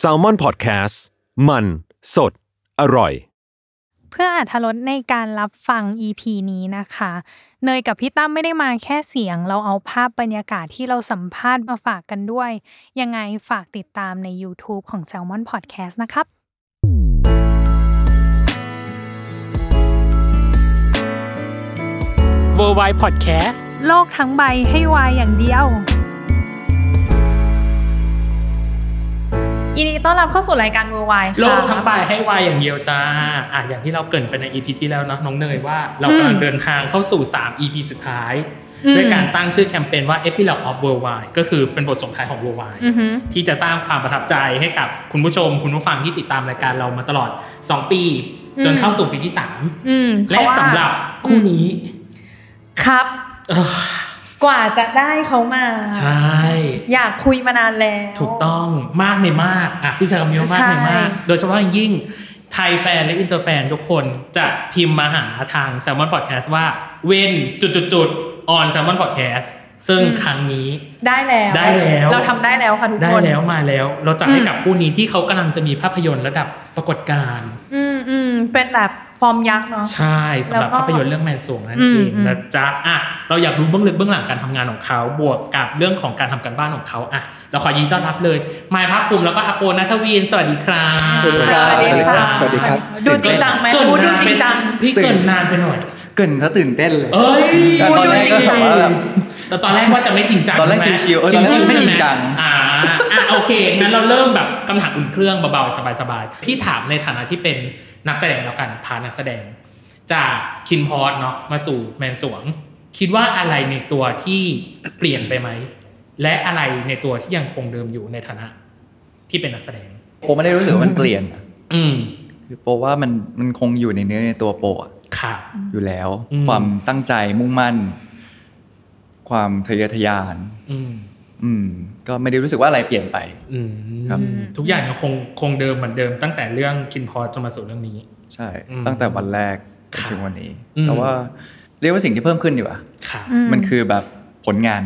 s a l ม o n PODCAST มันสดอร่อย เพื่ออาธรสในการรับฟัง EP นี้นะคะ เนยกับพี่ตั้มไม่ได้มาแค่เสียง เราเอาภาพบรรยากาศที่เราสัมภาษณ์มาฝากกันด้วย ยังไงฝากติดตามใน YouTube ของ Salmon Podcast นะครับ w o r l d w i d e Podcast โลกทั้งใบให้วายอย่างเดียวยินดีต้อนรับเข้าสู่รายการเวอร์ไวค่ะ โลกทั้งใบให้วายอย่างเดียวจ้าอ่ะอย่างที่เราเกรินไปใน EP ที่แล้วเนาะน้องเนยว่าเรากำลังเดินทางเข้าสู่ 3 EP สุดท้าย อืม ด้วยการตั้งชื่อแคมเปญว่า Epilogue of Worldwide ก็คือเป็นบทส่งท้ายของ Worldwide อือหือ ที่จะสร้างความประทับใจให้กับคุณผู้ชม คุณผู้ฟังที่ติดตามรายการเรามาตลอด 2 ปี อืม จนเข้าสู่ปีที่ อืม 3 เพ และ ราว่า สำหรับคู่นี้ ครับ เออก ว่าจะได้เขามา ใช่ อยากคุยมานานแล้ว ถูกต้องมากในมากอ่ะพี่ชายคำเยอะมากในมาก โดยเฉพาะอย่างยิ่งไทยแฟนและอินเตอร์แฟนทุกคนจะพิมพ์มาหาทาง s ซ l m o n Podcast ว่าเวนจุดจุดจุดออน s ซ l m o n Podcast ซึ่ง อืม ครั้งนี้ ได้แล้ว ได้แล้ว เราทำได้แล้วค่ะทุกคน ได้แล้วมาแล้ว เราจะ อืม ให้กับคู่นี้ที่เขากำลังจะมีภาพยนตร์ระดับปรากฏการณ์ อืมอืมเป็นแบบฟอร์มยักษ์เนาะ ใช่สำหรับ แล้วก็ ภาพยนตร์เรื่องแมนสวงนั่นเอง อืม นะจ๊ะอ่ะเราอยากรู้เบื้องลึกเบื้องหลังการทำงานของเขา บวกกับเรื่องของการทำการบ้านของเขาอ่ะเราขอยินดีต้อนรับเลยมายภาคภูมิแล้วก็อโปนัทวีนสวัสดีครับ สวัสดีครับสวัสดีครับ ดูจริงจังไหม เกิน พูดดู นาจรินงจัง พี่เกินนานไปหน่อย เกรินซะตื่นเต้นเลย เอ้ย แต่ตอนแรกก็แบบว่า แต่ตอนแรกว่าจะไม่จริงจัง ตอนแรก ใช่ไหม ชิวๆเออตอนแรกไม่จริงจัง ใช่ไหมอ่าอ่ะโอเคงั้นเราเริ่มแบบคำถามอุ่นเครื่องเบาๆสบายๆพี่ถามในฐานะที่เป็นนักแสดงแล้วกันพานักแสดง จากคินพอดเนาะมาสู่แมนสวง คิดว่าอะไรในตัวที่เปลี่ยนไปไหม และอะไรในตัวที่ยังคงเดิมอยู่ในฐานะ ที่เป็นนักแสดง โปไม่ได้รู้สึกว่ามันเปลี่ยนอะ อืม คือโปว่ามันมันคงอยู่ในเนื้อในตัวโปอะ ครับ อยู่แล้ว อืม ความตั้งใจมุ่งมั่น ความทะเยอทะยาน อืม อืม ก็ไม่ได้รู้สึกว่าอะไรเปลี่ยนไป อืม ครับ ทุกอย่างยังคงคงเดิมเหมือนเดิมตั้งแต่เรื่องคินพอดจนมาสู่เรื่องนี้ ใช่ อืม ตั้งแต่วันแรกจ ค่ะ นถึงวันนี้ อืม แต่ว่าเรียกว่าสิ่งที่เพิ่มขึ้นดีกว่า ครับ อืม มันคือแบบผลงาน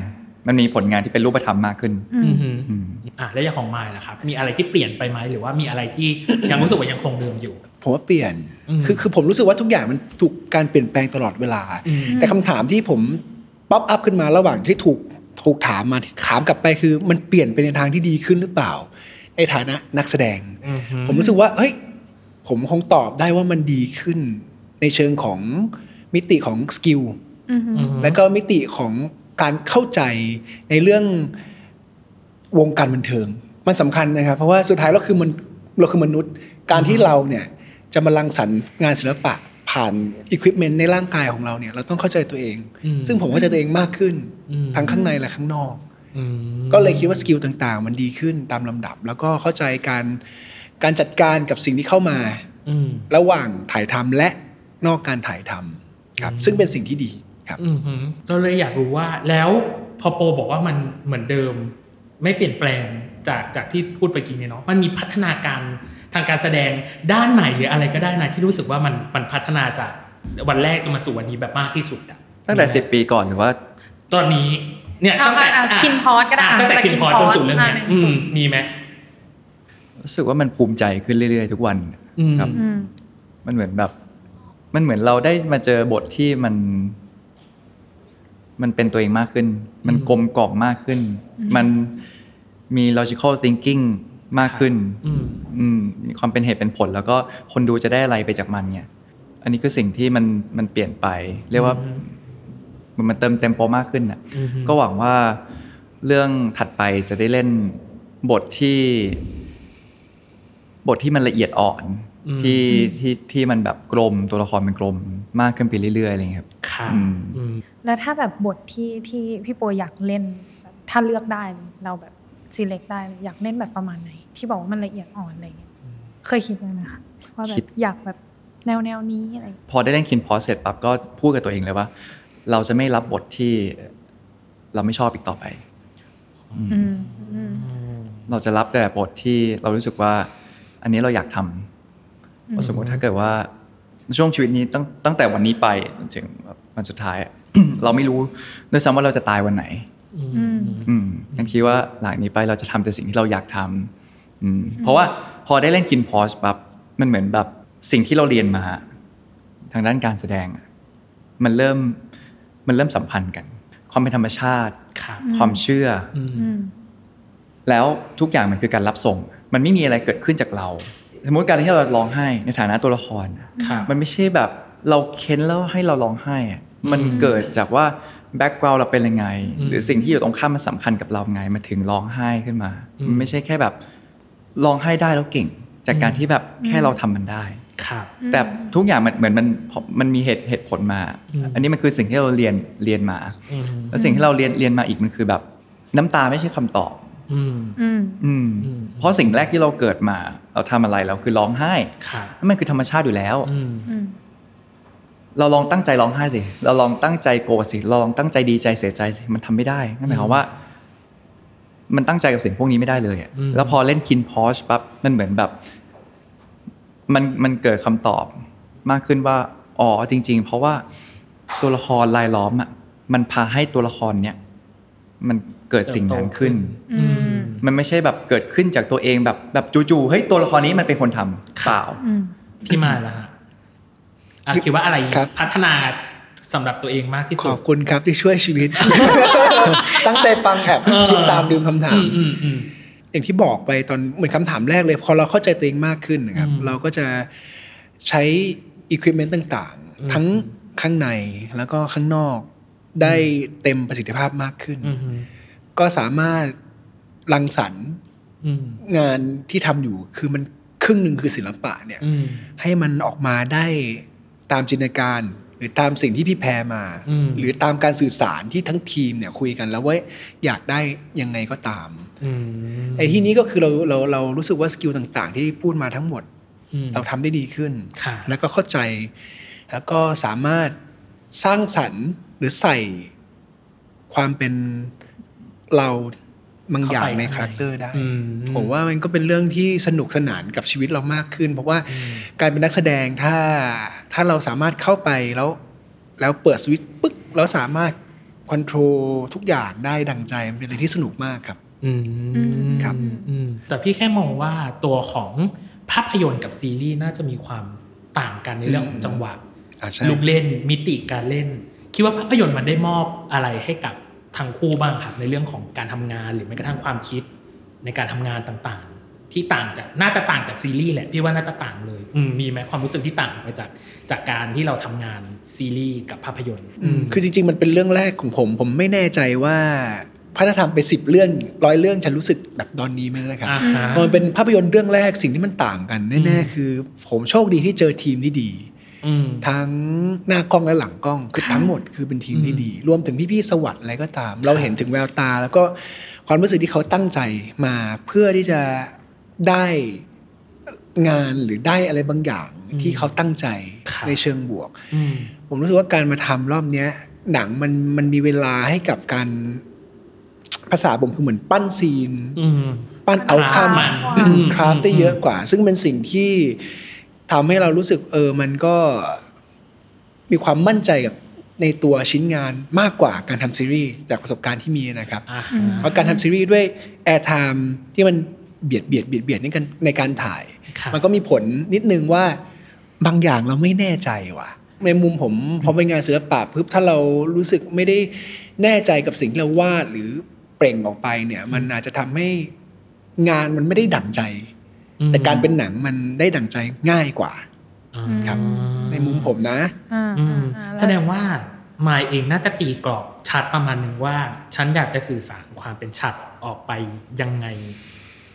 มันมีผลงานที่เป็นรูปธรรมมากขึ้น อืม อือหือ อืม อ่าแล้วอย่างของมายล่ะครับ มีอะไรที่เปลี่ยนไปไหมหรือว่ามีอะไรที่ ยังรู้สึกว่ายังคงเดิมอยู่ ผมว่าเปลี่ยน อืม คือคือผมรู้สึกว่าทุกอย่างมันถูกการเปลี่ยนแปลงตลอดเวลา อืม แต่คำถามที่ผมป๊อปอัพขึ้นมาระหว่างที่ถูกถูกถามมาถามกลับไปคือ มันเปลี่ยนไปในทางที่ดีขึ้นหรือเปล่า ในฐานะนักแสดง ผมรู้สึกว่าเฮ้ยผมคงตอบได้ว่ามันดีขึ้น ในเชิงของมิติของสกิล อืมอืม แล้วก็มิติของการเข้าใจในเรื่องวงการบันเทิง มันสำคัญนะครับ เพราะว่าสุดท้ายเราคือมันเราคือมนุษย์ การที่เราเนี่ยจะมารังสรรค์งานศิลปะผ่านอุปกรณ์ในร่างกายของเราเนี่ย เราต้องเข้าใจตัวเอง อืม ซึ่งผมเข้าใจตัวเองมากขึ้น อืม ทั้งข้างในและข้างนอก อืม ก็เลยคิดว่าสกิลต่างๆ มันดีขึ้นตามลำดับ แล้วก็เข้าใจการการจัดการกับสิ่งที่เข้ามา อืม ระหว่างถ่ายทำและนอกการถ่ายทำครับ ซึ่งเป็นสิ่งที่ดีครับ อือหือเราเลยอยากรู้ว่าแล้วพอโปบอกว่ามันเหมือนเดิม ไม่เปลี่ยนแปลงจากจากที่พูดไปกี้เนี่ยเนาะมันมีพัฒนาการทางการแสดงด้านไหนหรืออะไรก็ได้นะที่รู้สึกว่ามันมันพัฒนาจากวันแรกจนมาสู่วันนี้แบบมากที่สุดอะ ตั้งแต่ มีไหม สิบปีก่อนหรือว่า ตอนนี้เนี่ย เอา ตั้งแต่ อ่ะอ่ะ ะ คินพอดก็ได้ ะ อ่ะ ตั้งแต่ จาก คินพอด คิ จ น น พอด สู่เรื่องเนี้ย อ่ะ อืมมีไหม รู้สึกว่ามันภูมิใจขึ้นเรื่อยๆ ทุกวัน อืม ครับ อืม มันเหมือนแบบ มันเหมือนเราได้มาเจอบทที่มัน มันเป็นตัวเองมากขึ้น มันกลมกล่อมมากขึ้น มันมี logical thinking มากขึ้น อืม อืมมีความเป็นเหตุเป็นผล แล้วก็คนดูจะได้อะไรไปจากมันเนี่ย อันนี้คือสิ่งที่มันมันเปลี่ยนไป เรียกว่า มันมันเติมเต็มโปรมากขึ้นอ่ะ อือฮึ ก็หวังว่าเรื่องถัดไปจะได้เล่นบทที่ บทที่มันละเอียดอ่อน ที่ที่ที่มันแบบกลมตัวละครมันกลมมากขึ้นไปเรื่อยๆอะไรอย่างเงี้ยครับ ค่ะ อืม อืม แล้วถ้าแบบบทที่ที่พี่โปอยากเล่นแบบถ้าเลือกได้เลยเราแบบ select ได้เลยอยากเล่นแบบประมาณไหน ที่บอกว่ามันละเอียดอ่อนอะไรเงี้ยเคยคิดไหมนะคะว่าแบ คิ บ ด อยากแบบแนวแนวนี้อะไร พอได้เล่นคินพอเสร็จปั๊บก็พูดกับตัวเองเลยว่า เราจะไม่รับบทที่เราไม่ชอบอีกต่อไป อืมอืม เราจะรับแต่บทที่เรารู้สึกว่า อันนี้เราอยากทำเพราะสมมติถ้าเกิดว่าช่วงชีวิตนี้ตั้งตั้งแต่วันนี้ไปจนถึ งแบบวันสุดท้ายอะ เราไม่รู้ด้วยซ้ำว่าเราจะตายวันไหน อืม อืม กันคิดว่าหลังนี้ไปเราจะทำแต่สิ่งที่เราอยากทำอืมเพราะว่าพอได้เล่นกินพอชปั๊บมันเหมือนแบบสิ่งที่เราเรียนมา ทางด้านการแสดงอะมันเริ่มมันเริ่มสัมพันธ์กัน ความเป็นธรรมชาติ ครับ ความเชื่ออ อืม แล้วทุกอย่างมันคือการรับส่ง มันไม่มีอะไรเกิดขึ้นจากเรา สมมติการที่เราร้องไห้ในฐานะตัวละครอะ ครับ มันไม่ใช่แบบเราเค้นแล้วให้เราร้องไห้อะมันเกิดจากว่าแบ็กกราวเราเป็นยังไง อืม หรือสิ่งที่อยู่ตรงข้ามมันสำคัญกับเราไงมันถึงร้องไห้ขึ้นมา อืม มันไม่ใช่แค่แบบร้องไห้ได้แล้วเก่ง จากการที่แบบแค่เราทำมันได้ ครับ แต่ทุกอย่างมันเหมือนมันมันมีเหตุเหตุผลมา อืม อันนี้มันคือสิ่งที่เราเรียนเรียนมา อืม แล้วสิ่งที่เราเรียนเรียนมาอีกมันคือแบบน้ำตาไม่ใช่คำตอบ อืม อืม อืม อืม เพราะสิ่งแรกที่เราเกิดมา เราทำอะไรเราคือร้องไห้ ครับ นั่นมันคือธรรมชาติอยู่แล้ว อืม อืม เราลองตั้งใจร้องไห้สิ เราลองตั้งใจโกรธสิ เราลองตั้งใจดีใจเสียใจสิ มันทำไม่ได้ นั่นหมายความว่า มันตั้งใจกับสิ่งพวกนี้ไม่ได้เลยอะ อืม แล้วพอเล่นคินพอชปั๊บ มันเหมือนแบบ มันมันเกิดคำตอบมากขึ้นว่า อ๋อจริง ๆ เพราะว่าตัวละครลายล้อมอ่ะ มันพาให้ตัวละครเนี้ยมันเกิดสิ่งนั้นขึ้น อืม มันไม่ใช่แบบเกิดขึ้นจากตัวเองแบบแบบจู่ๆ เฮ้ยตัวละครนี้มันเป็นคนทำเปล่า อืม พี่มายล่ะฮะอ่ะคิดว่าอะไร ครับ พัฒนาสำหรับตัวเองมากที่ ข สุ อ ด บคุณครับที่ช่วยชีวิต ตั้งใจฟังแอบคิดตามลืมคำถาม อืมอืมอืม อย่างที่บอกไปตอนเหมือนคำถามแรกเลย พอเราเข้าใจตัวเองมากขึ้นนะครับ อืม เราก็จะใช้อุปกรณ์ต่าง อืม ๆ ทั้งข้างในแล้วก็ข้างนอกได้เต็มประสิทธิภาพมากขึ้น อืมอืม ก็สามารถรังสรรค์ อืม งานที่ทำอยู่คือมันครึ่งหนึ่งคือศิลปะเนี่ย อืม ให้มันออกมาได้ตามจินตนาการ หรือตามสิ่งที่พี่แพรมา อืม หรือตามการสื่อสารที่ทั้งทีมเนี่ยคุยกันแล้วว่าอยากได้ยังไงก็ตาม อืม ไอ้ที่นี้ก็คือเราเราเรารู้สึกว่าสกิลต่างๆ ที่พูดมาทั้งหมด อืม เราทำได้ดีขึ้น ครับ แล้วก็เข้าใจ แล้วก็สามารถสร้างสรรค์หรือใส่ความเป็นเราบางอย่างในคาแรคเตอร์ได้ อืม ผมว่ามันก็เป็นเรื่องที่สนุกสนานกับชีวิตเรามากขึ้น เพราะว่า อืม การเป็นนักแสดงถ้าถ้าเราสามารถเข้าไปแล้ว แล้วเปิดสวิตช์ปึ๊กแล้วสามารถควบคุมทุกอย่างได้ดังใจมันเป็นอะไรที่สนุกมากครับ อืม ครับ อืมแต่พี่แค่มองว่าตัวของภาพยนตร์กับซีรีส์น่าจะมีความต่างกันในเรื่องของจังหวะ อ่าใช่ ลูกเล่นมิติการเล่น คิดว่าภาพยนตร์มันได้มอบอะไรให้กับทางคู่บ้างครับ ในเรื่องของการทำงานหรือแม้กระทั่งความคิดในการทำงานต่างๆ ที่ต่างจากน่าจะต่างจากซีรีส์แหละพี่ว่าน่าจะต่างเลยอืมมีไหมความรู้สึกที่ต่างไปจากจากการที่เราทำงานซีรีส์กับภาพยนตร์ม คือจริงๆ มันเป็นเรื่องแรกของผม ผมไม่แน่ใจว่าพระธรรมไปสิบเรื่องร้อยเรื่องฉันรู้สึกแบบตอนนี้ไหมนะครับ อ่าฮะ พอมันเป็นภาพยนตร์เรื่องแรกสิ่งที่มันต่างกัน อื แน่ ม ๆคือ ผมโชคดีที่เจอทีมที่ดี อืม ทั้งหน้ากล้องและหลังกล้องคือทั้งหมดคือเป็นทีมที่ดี รวมถึงพี่ๆสวัสด์อะไรก็ตาม เราเห็นถึงแววตา แล้วก็ความรู้สึกที่เขาตั้งใจมาเพื่อที่จะได้งานหรือได้อะไรบางอย่างที่เขาตั้งใจ ครับ ในเชิงบวก อืม ผมรู้สึกว่าการมาทำรอบเนี้ย หนังมันมันมีเวลาให้กับการ ภาษาผมคือเหมือนปั้นซีน อืม ปั้นเอาค คราฟต์กว่า ำคราฟต์ได้ อืม เยอะกว่า ซึ่งเป็นสิ่งที่ทำให้เรารู้สึกเออมันก็มีความมั่นใจกับในตัวชิ้นงานมากกว่าการทำซีรีส์จากประสบการณ์ที่มีนะครับ อ่าฮะ เพราะการทำซีรีส์ด้วยแอร์ไทม์ที่มันเบียดเบียดเบียดเบียดในการในการถ่าย ครับ มันก็มีผลนิดนึงว่าบางอย่างเราไม่แน่ใจว่ะ ในมุมผมพอเป็นงานศิลปะปุ๊บถ้าเรารู้สึกไม่ได้แน่ใจกับสิ่งที่เราวาดหรือเปล่งออกไปเนี่ย มันอาจจะทำให้งานมันไม่ได้ดั่งใจ อืม แต่การเป็นหนังมันได้ดั่งใจง่ายกว่า อ่า ครับ ในมุมผมนะ อ่า อืม อ่า แสดงว่ามายเองน่าจะตีกรอบชัดประมาณหนึ่งว่า ฉันอยากจะสื่อสารความเป็นชัดออกไปยังไง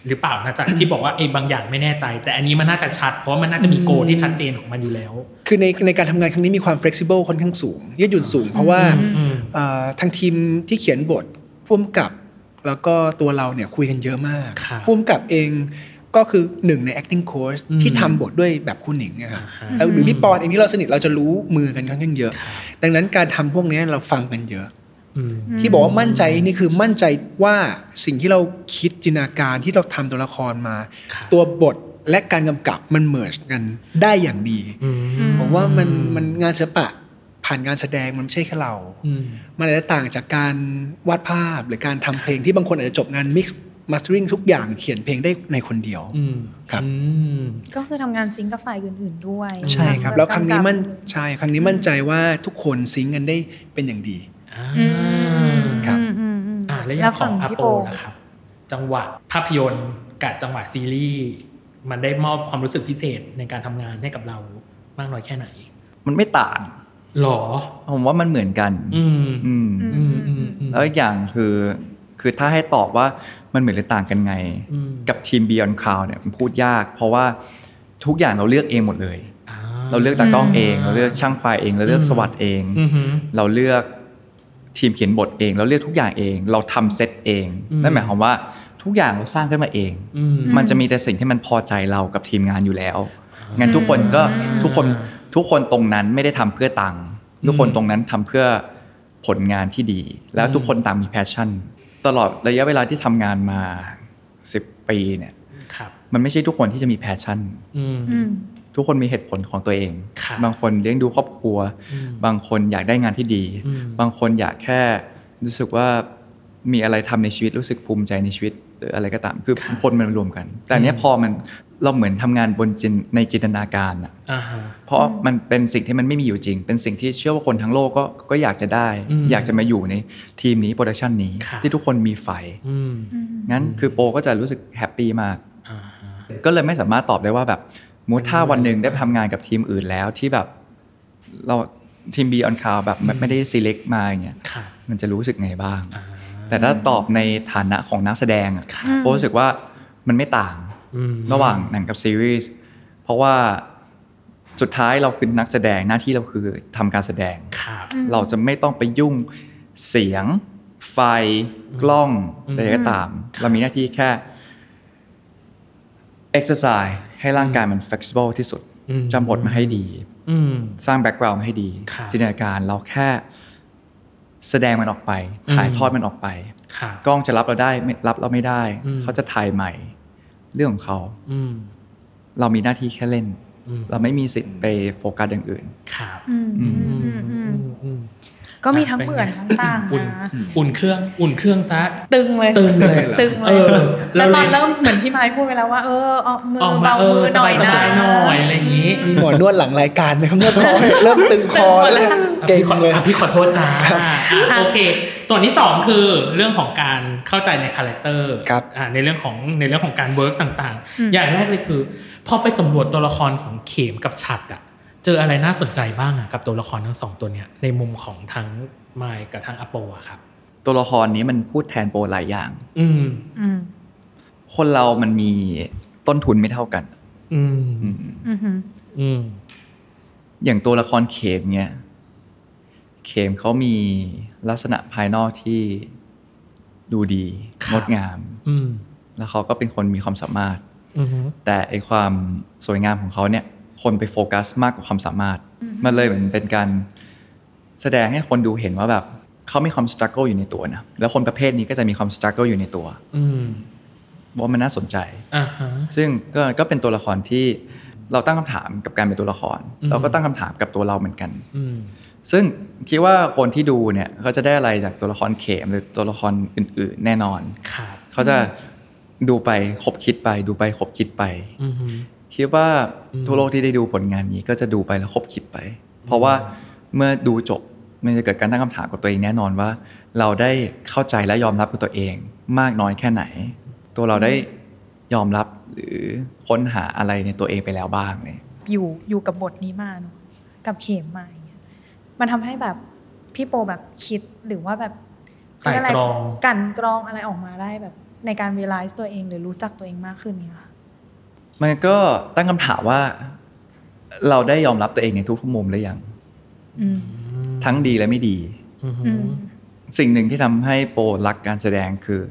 หรือเปล่านะจ๊ะ ที่บอกว่าไอ้บางอย่างไม่แน่ใจ แต่อันนี้มันน่าจะชัด เพราะว่ามันน่าจะมีโกลที่ชัดเจนของมันอยู่แล้ว คือในในการทำงานครั้งนี้มีความ flexible ค่อนข้างสูง ยืดหยุ่นสูง เพราะว่า อืม เอ่อทางทีมที่เขียนบทพุ่มกับแล้วก็ตัวเราเนี่ยคุยกันเยอะมาก ครับ พุ่มกับเองก็คือหนึ่งใน acting coach อืม ที่ทำบทด้วยแบบคุณหนิงนะครับ อ่าฮะ แล้วหรือพี่ปอนเองที่เราสนิทเราจะรู้มือกันค่อนข้างเยอะ ครับ ดังนั้นการทำพวกเนี้ยเราฟังกันเยอะ อืม ม ที่บอกว่ามั่นใจนี่คือมั่นใจว่าสิ่งที่เราคิดจินตนาการที่เราทำตัวละครมา ครับ ตัวบทและการกำกับมันเมิร์กันได้อย่างดี อืม ผมว่ามันมันงานศิลปะภ ผ่านการแสดงมันไม่ใช่แค่เรา อืม มันอาจจะต่างจากการวาดภาพหรือการทำเพลงที่บางคนอาจจะจบงานมิกซ์มาสเตอริงทุกอย่างเขียนเพลงได้ในคนเดียว อืม ครับ อืม ก็คือทำงานซิงค์กับฝ่ายอื่นๆด้วย ใช่ครับ ทำ แล้วครั้งนี้มั่น กำกับ ใช่ครั้งนี้มั่นใจว่าทุกคนซิงค์กันได้เป็นอย่างดี อ่า อืม ครับ อืมอืมอืม อ่าแล้วอยั แล้ ง ว ของอา พี่ โปนะครับ จังหวะภาพยนตร์กับจังหวะซีรีส์มันได้มอบความรู้สึกพิเศษในการทำงานให้กับเรามากน้อยแค่ไหน มันไม่ต่าง หรอ ผมว่ามันเหมือนกัน อืม อืม อืม อื อืมอืมอืม ม อืม แล้วอีกอย่างคือ คือถ้าให้ตอบว่ามันเหมือนหรือต่างกันไง อืม กับทีม Beyond Cloud เนี่ยมันพูดยาก เพราะว่าทุกอย่างเราเลือกเองหมดเลย อ่ เราเลือกตากล้องเอง อืม เราเลือกช่างไฟเอง เราเลือก อืม สวัสดเอง อือหือ เราเลือกทีมเขียนบทเอง เราเลือกทุกอย่างเอง เราทำเซตเอง อืม นั่นหมายความว่าทุกอย่างเราสร้างขึ้นมาเอง อืม มันจะมีแต่สิ่งที่มันพอใจเรากับทีมงานอยู่แล้ว งั้นทุกคนก็ทุกคนทุกคนตรงนั้นไม่ได้ทำเพื่อตังค์ทุกคนตรงนั้นทำเพื่อผลงานที่ดี แล้วทุกคนต่างมีแพชชั่น ตลอดระยะเวลาที่ทำงานมา 10 ปีเนี่ย ครับ มันไม่ใช่ทุกคนที่จะมีแพชชั่น อืม อืม ทุกคนมีเหตุผลของตัวเอง ครับ บางคนเลี้ยงดูครอบครัว อืม บางคนอยากได้งานที่ดี อืม บางคนอยากแค่รู้สึกว่ามีอะไรทำในชีวิตรู้สึกภูมิใจในชีวิตหรืออะไรก็ตาม คือคนมันรวมกัน แต่อันเนี้ยพอมันเราเหมือนทำงานบนจินในจินตนาการอะ อ่าฮะ เพราะมันเป็นสิ่งที่มันไม่มีอยู่จริง เป็นสิ่งที่เชื่อว่าคนทั้งโลกก็ก็อยากจะได้ อืม อยากจะมาอยู่ในทีมนี้โปรดักชันนี้ ครับ ที่ทุกคนมีไฟ อืม งั้นคือโปก็จะรู้สึกแฮปปี้มาก อ่าฮะ ก็เลยไม่สามารถตอบได้ว่าแบบมูถ้าวันหนึ่งได้ไปทำงานกับทีมอื่นแล้วที่แบบเราทีมบีออนคาวแบบไม่ได้ select มาอย่างเงี้ย ครับ มันจะรู้สึกไงบ้าง อ่า แต่ถ้าตอบในฐานะของนักแสดงอะโปรู้สึกว่ามันไม่ต่าง อืม ระหว่างหนังกับซีรีส์เพราะว่าสุดท้ายเราคือนักแสดงหน้าที่เราคือทำการแสดง ครับ เราจะไม่ต้องไปยุ่งเสียง ไฟกล้อง อืม อะไรก็ตาม เรามีหน้าที่แค่ exercise ให้ร่างกายมัน flexible ที่สุด อืม จำบทมาให้ดี อืม สร้าง background มาให้ดี ครับ จินตนาการเราแค่แสดงมันออกไป อืม ถ่ายทอดมันออกไป ครับ กล้องจะรับเราได้ไม่รับเราไม่ได้ อืม เขาจะถ่ายใหม่ เรื่องของเขา อืม เรามีหน้าที่แค่เล่น อืม เราไม่มีสิทธิ์ไปโฟกัสอย่างอื่น ครับ อืมอืมอืมอืม อืม ก็มีทั้งเหมือนทั้งต่าง อุ่น นะ อุ่นเครื่องอุ่นเครื่องซะ ตึงเลย ตึงเลย ตึง เอ เลย อ แต่ตอน เรา เริ่มเหมือนพี่ไม้พูดไปแล้วว่า เออเอามือ ออกมา เบา เอ มื อ อ ส หน่อบาย ย ส นะ บายๆหน่อยอะไรอย่างนี้ มีหมอนวดหลังรายการไหมครับนวดคอ ให้เริ่มตึงคอแล้วเนี่ยเก่ง พี่ขอ เลย อ่ะพี่ขอโทษจ้าอ่ะโอเค ส่วนที่สองคือเรื่องของการเข้าใจในคาแรคเตอร์ ครับ อ่ะในเรื่องของในเรื่องของการเวิร์กต่างๆ อย่างแรกเลยคือพอไปสำรวจตัวละครของเขมกับฉัดอะเจออะไรน่าสนใจบ้างอะกับตัวละครทั้งสองตัวเนี้ยในมุมของทั้งไมค์กับทั้งอโปอะครับ ตัวละครนี้มันพูดแทนโปรหลายอย่าง อืม อืม คนเรามันมีต้นทุนไม่เท่ากัน อืม อืม อืม อย่างตัวละครเขมเนี่ยเขมเขามีลักษณะภายนอกที่ดูดี ครับ งดงาม อืม แล้วเขาก็เป็นคนมีความสามารถ อืม แต่ไอความสวยงามของเขาเนี่ย คนไปโฟกัสมากกว่าความสามารถ มันเลยเหมือนเป็นการแสดงให้คนดูเห็นว่าแบบเขามีความสตรัคเกิลอยู่ในตัวนะแล้วคนประเภทนี้ก็จะมีความสตรัคเกิลอยู่ในตัว อืม ว่ามันน่าสนใจ อ่าฮะ ซึ่งก็ก็เป็นตัวละครที่เราตั้งคำถามกับการเป็นตัวละคร อืม เราก็ตั้งคำถามกับตัวเราเหมือนกัน อืม ซึ่งคิดว่าคนที่ดูเนี่ยเขาจะได้อะไรจากตัวละครเขมหรือตัวละครอื่น ๆ แน่นอน ครับ เขาจะดูไปคบคิดไป ดูไปคบคิดไป อืมฮึ คิดว่าทั่วโลกที่ได้ดูผลงานนี้ก็จะดูไปแล้วคบคิดไป เพราะว่าเมื่อดูจบมันจะเกิดการตั้งคำถามกับตัวเองแน่นอนว่า เราได้เข้าใจและยอมรับกับตัวเอง มากน้อยแค่ไหน ตัวเราได้ยอมรับหรือค้นหาอะไรในตัวเองไปแล้วบ้างเนี่ย อยู่อยู่กับบทนี้มาเนาะกับเข็มมาอย่างเงี้ยมันทำให้แบบพี่โปแบบคิดหรือว่าแบบ ไต่ เยะ ตรอง กลันกรองอะไรออกมาได้แบบในการ realize ตัวเองหรือรู้จักตัวเองมากขึ้นเนี่ยค่ะ มันก็ตั้งคำถามว่า เราได้ยอมรับตัวเองในทุกๆมุมหรือยัง อืม ทั้งดีและไม่ดี อืมฮึ อืม สิ่งหนึ่งที่ทำให้โปรรักการแสดงคือ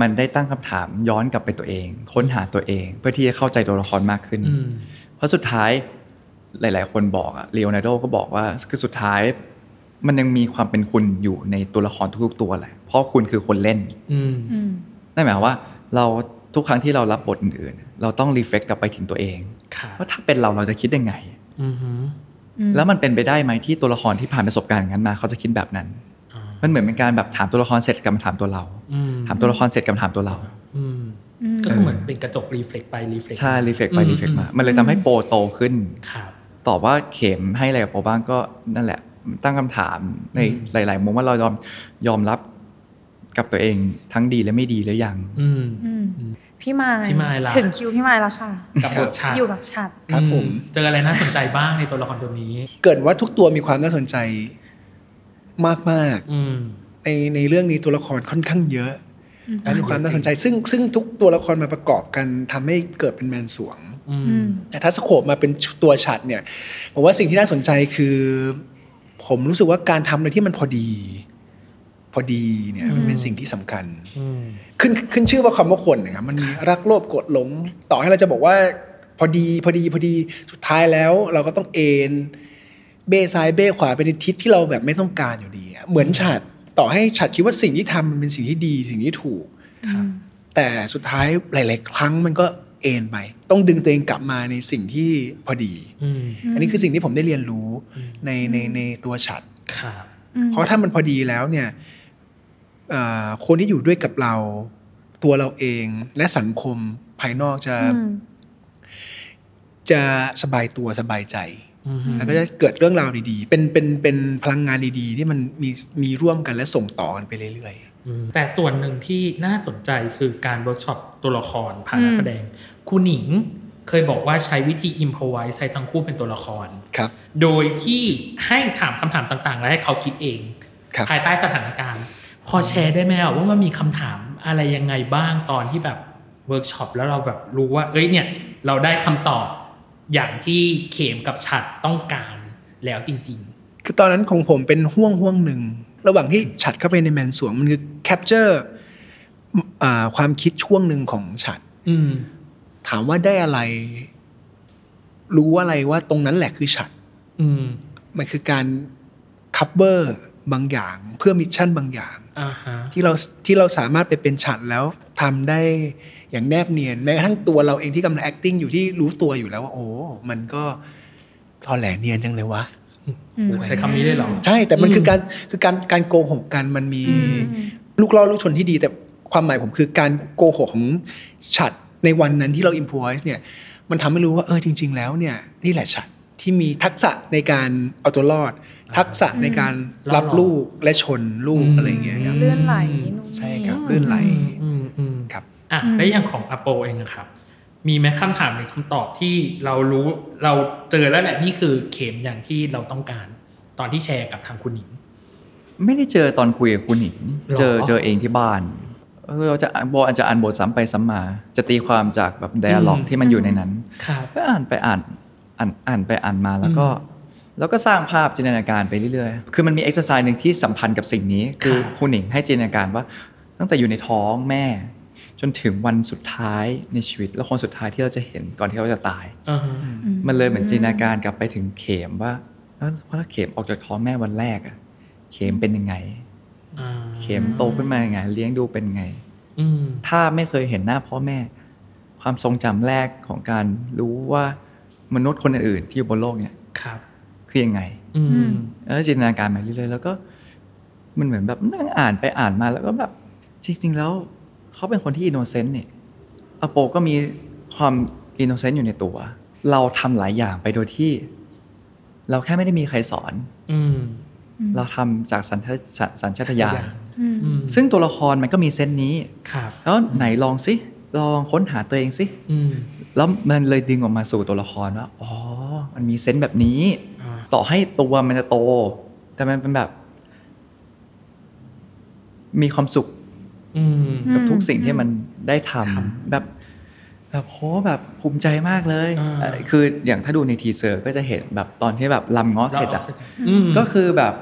มันได้ตั้งคำถามย้อนกลับไปตัวเอง ค้นหาตัวเอง เพื่อที่จะเข้าใจตัวละครมากขึ้น อืม เพราะสุดท้ายหลาย ๆ คนบอกอะเลโอนาร์โดก็บอกว่าคือสุดท้าย มันยังมีความเป็นคุณอยู่ในตัวละครทุกๆตัวแหละ เพราะคุณคือคนเล่น อืม อืม นั่นหมายความว่าเราทุกครั้งที่เรารับบทอื่นๆ เราต้องรีเฟกกลับไปถึงตัวเอง ครับ ว่าถ้าเป็นเราเราจะคิดยังไง อืมฮึ อืม แล้วมันเป็นไปได้ไหมที่ตัวละครที่ผ่านประสบการณ์อย่างนั้นมา เขาจะคิดแบบนั้น อ่ามั มันเหมือนเป็นการแบบถามตัวละครเสร็จกลับมาถามตัวเรา อืม ถามตัวละครเสร็จกลับมาถามตัวเรา อืม อืม ก็คือเหมือนเป็นกระจกรีเฟล็กไปรีเฟล็ก ใช่รีเฟกไป อืม รีเฟก อืม มา มันเลยทำให้โปรโตขึ้น ครับ ตอบว่าเข็มให้อะไรกับโปรบ้างก็นั่นแหละ ตั้งคำถามในหลาย ๆ มุมว่าเรายอมยอมรับกับตัวเองทั้งดีและไม่ดีหรือยัง อืม อืมพี่มาย พี่มายล่ะ ถึงคิวพี่มายแล้วค่ะ กับบทฉาก อยู่แบบฉับ ครับผม อืเจออะไรน่าสนใจบ้างในตัวละครตัวนี้ เกิดว่าทุกตัวมีความน่าสนใจมาก อืม ๆในในเรื่องนี้ตัวละครค่อนข้างเยอะ อืม และมีความน่าสนใจ ซึ่งซึ่งทุกตัวละครมาประกอบกันทำให้เกิดเป็นแมนสวง อื อื ม ม แต่ถ้าสโคบมาเป็นตัวฉัดเนี่ยผมว่าสิ่งที่น่าสนใจคือ ผมรู้สึกว่าการทำอะไรที่มันพอดี พอดีเนี่ย อืม มันเป็นสิ่งที่สำคัญ อืม ขึ้นขึ้นชื่อว่าคำว่าคนนะครับมันมีรักโลภโกรธหลง ต่อให้เราจะบอกว่า พอดีพอดีพอดีสุดท้ายแล้วเราก็ต้องเอนเบ้ซ้ายเบ้ขวาไปในทิศที่เราแบบไม่ต้องการอยู่ดีอะเหมือนฉัดต่อให้ฉัดคิดว่าสิ่งที่ทำมันเป็นสิ่งที่ดีสิ่งที่ถูก อืม แต่สุดท้ายหลาย ๆ ครั้งมันก็เอนไป ต้องดึงตัวเองกลับมาในสิ่งที่พอดี อืม อันนี้คือสิ่งที่ผมได้เรียนรู้ อืม ในในในตัวฉัด ครับ อืม เพราะถ้ามันพอดีแล้วเนี่ยเอ่อคนที่อยู่ด้วยกับเรา ตัวเราเองและสังคมภายนอกจะ อืม จะสบายตัวสบายใจ อืม แล้วก็จะเกิดเรื่องราวดีๆ เป็นเป็นเป็นพลังงานดีๆ ที่มันมีมีร่วมกันและส่งต่อกันไปเรื่อย แต่ส่วนหนึ่งที่น่าสนใจคือการเวิร์กช็อปตัวละครผ่าน อืม นักแสดงคุณหนิงเคยบอกว่าใช้วิธีอิมพรไวส์ใช้ทั้งคู่เป็นตัวละคร ๆ ครับ โดยที่ให้ถามคำถามต่างๆ และให้เขาคิดเอง ครับ ภายใต้สถานการณ์ พอแชร์ได้ไหมอะว่ามันมีคำถามอะไรยังไงบ้างตอนที่แบบเวิร์กช็อปแล้วเราแบบรู้ว่า เอ้ยเนี่ย เราได้คำตอบอย่างที่เขมกับฉัดต้องการแล้วจริง คือตอนนั้นของผมเป็นห่วงห่วงหนึ่ง ระหว่างที่ฉัดเข้าไปในแมนสวงมันคือแคปเจอร์ความคิดช่วงหนึ่งของฉัด ๆ อืม ถามว่าได้อะไร รู้อะไรว่าตรงนั้นแหละคือฉัด อืม มันคือการ cover บางอย่างเพื่อมิชชั่นบางอย่าง อ่าฮะ ที่เราที่เราสามารถไปเป็นฉัดแล้วทำได้อย่างแนบเนียนแม้กระทั่งตัวเราเองที่กำลัง acting อยู่ที่รู้ตัวอยู่แล้วว่า โอ้มันก็ทอแหลเนียนจังเลยวะ อืม ใช้คำนี้ได้เหรอ ใช่แต่มัน อืม คือการคือการการโกหกกันมันมี อืม ลูกล่อลูกชนที่ดี แต่ความหมายผมคือการโกหกของฉัดในวันนั้นที่เรา improvise เนี่ย มันทำให้รู้ว่าเออจริง ๆ แล้วเนี่ยนี่แหละฉัดที่มีทักษะในการเอาตัวรอด ทักษะในการรับลูกและชนลูกอะไรอย่างเงี้ยครับ เลื่อนไหลนู่นนี่ ใช่ครับลื่นไหล อืมอืมอืม ครับ อ่ะ อืม แล้วอย่างของอโปเองนะครับ มีไหมคำถามหรือคำตอบที่เรารู้เราเจอแล้วแหละนี่คือเข็มอย่างที่เราต้องการ ตอนที่แชร์กับทางคุณหนิง ไม่ได้เจอตอนคุยกับคุณหนิง หรอ เจอเจอเองที่บ้านเออเราจะบออาจจะอ่านบทซ้ำไปซ้ำมา จะตีความจากแบบ d ด a l ล็อกที่มันอยู่ในนั้น ครับ ก็อ่านไปอ่านอ่านอ่านไปอ่านมาแล้วก็ แล้วก็สร้างภาพจินตนาการไปเรื่อยๆ คือมันมีเอ็กซ์ไซส์หนึ่งที่สัมพันธ์กับสิ่งนี้ คือ ค่ะ คุณหนิงให้จินตนาการว่า ตั้งแต่อยู่ในท้องแม่ จนถึงวันสุดท้ายในชีวิต และคนสุดท้ายที่เราจะเห็นก่อนที่เราจะตาย อ่าฮะ มันเลยเหมือนจินตนาการกลับไปถึงเข็มว่าเอ้าเพราะถ้าเข็มออกจากท้องแม่วันแรกอะเข็มเป็นยังไง อ่า เข็มโตขึ้นมายังไง เลี้ยงดูเป็นยังไง อืม ถ้าไม่เคยเห็นหน้าพ่อแม่ ความทรงจำแรกของการรู้ว่ามนุษย์คนอื่นๆที่อยู่บนโลกเนี่ย ครับ คือยังไง อื อืมมแล้วจินตนาการมาเรื่อยๆแล้วก็มันเหมือนแบบนั่งอ่านไปอ่านมาแล้วก็แบบจริง ๆ แล้วเขาเป็นคนที่อินโนเซนต์เนี่ยอโปก็มีความอินโนเซนต์อยู่ในตัว เราทำหลายอย่างไปโดยที่ เราแค่ไม่ได้มีใครสอน อืม อืม เราทำจากสัญชาสัญสัญชาตญาณ อืม อืม ซึ่งตัวละครมันก็มีเส้นนี้ ครับ แล้วไหนลองสิลองค้นหาตัวเองสิ อืม แล้วมันเลยดึงออกมาสู่ตัวละครว่าอ๋อมันมีเซนต์แบบนี้ อ่า ต่อให้ตัวมันจะโต แต่มันเป็นแบบ มีความสุข อืม กับทุกสิ่ง อืม ที่มันได้ทำ ท แบบแบบโหแบบภูมิใจมากเลย อ่า เอ่อคืออย่างถ้าดูในทีเซอร์ก็จะเห็นแบบตอนที่แบบลำเงาะเสร็จอะ อืม ก็คือแบบ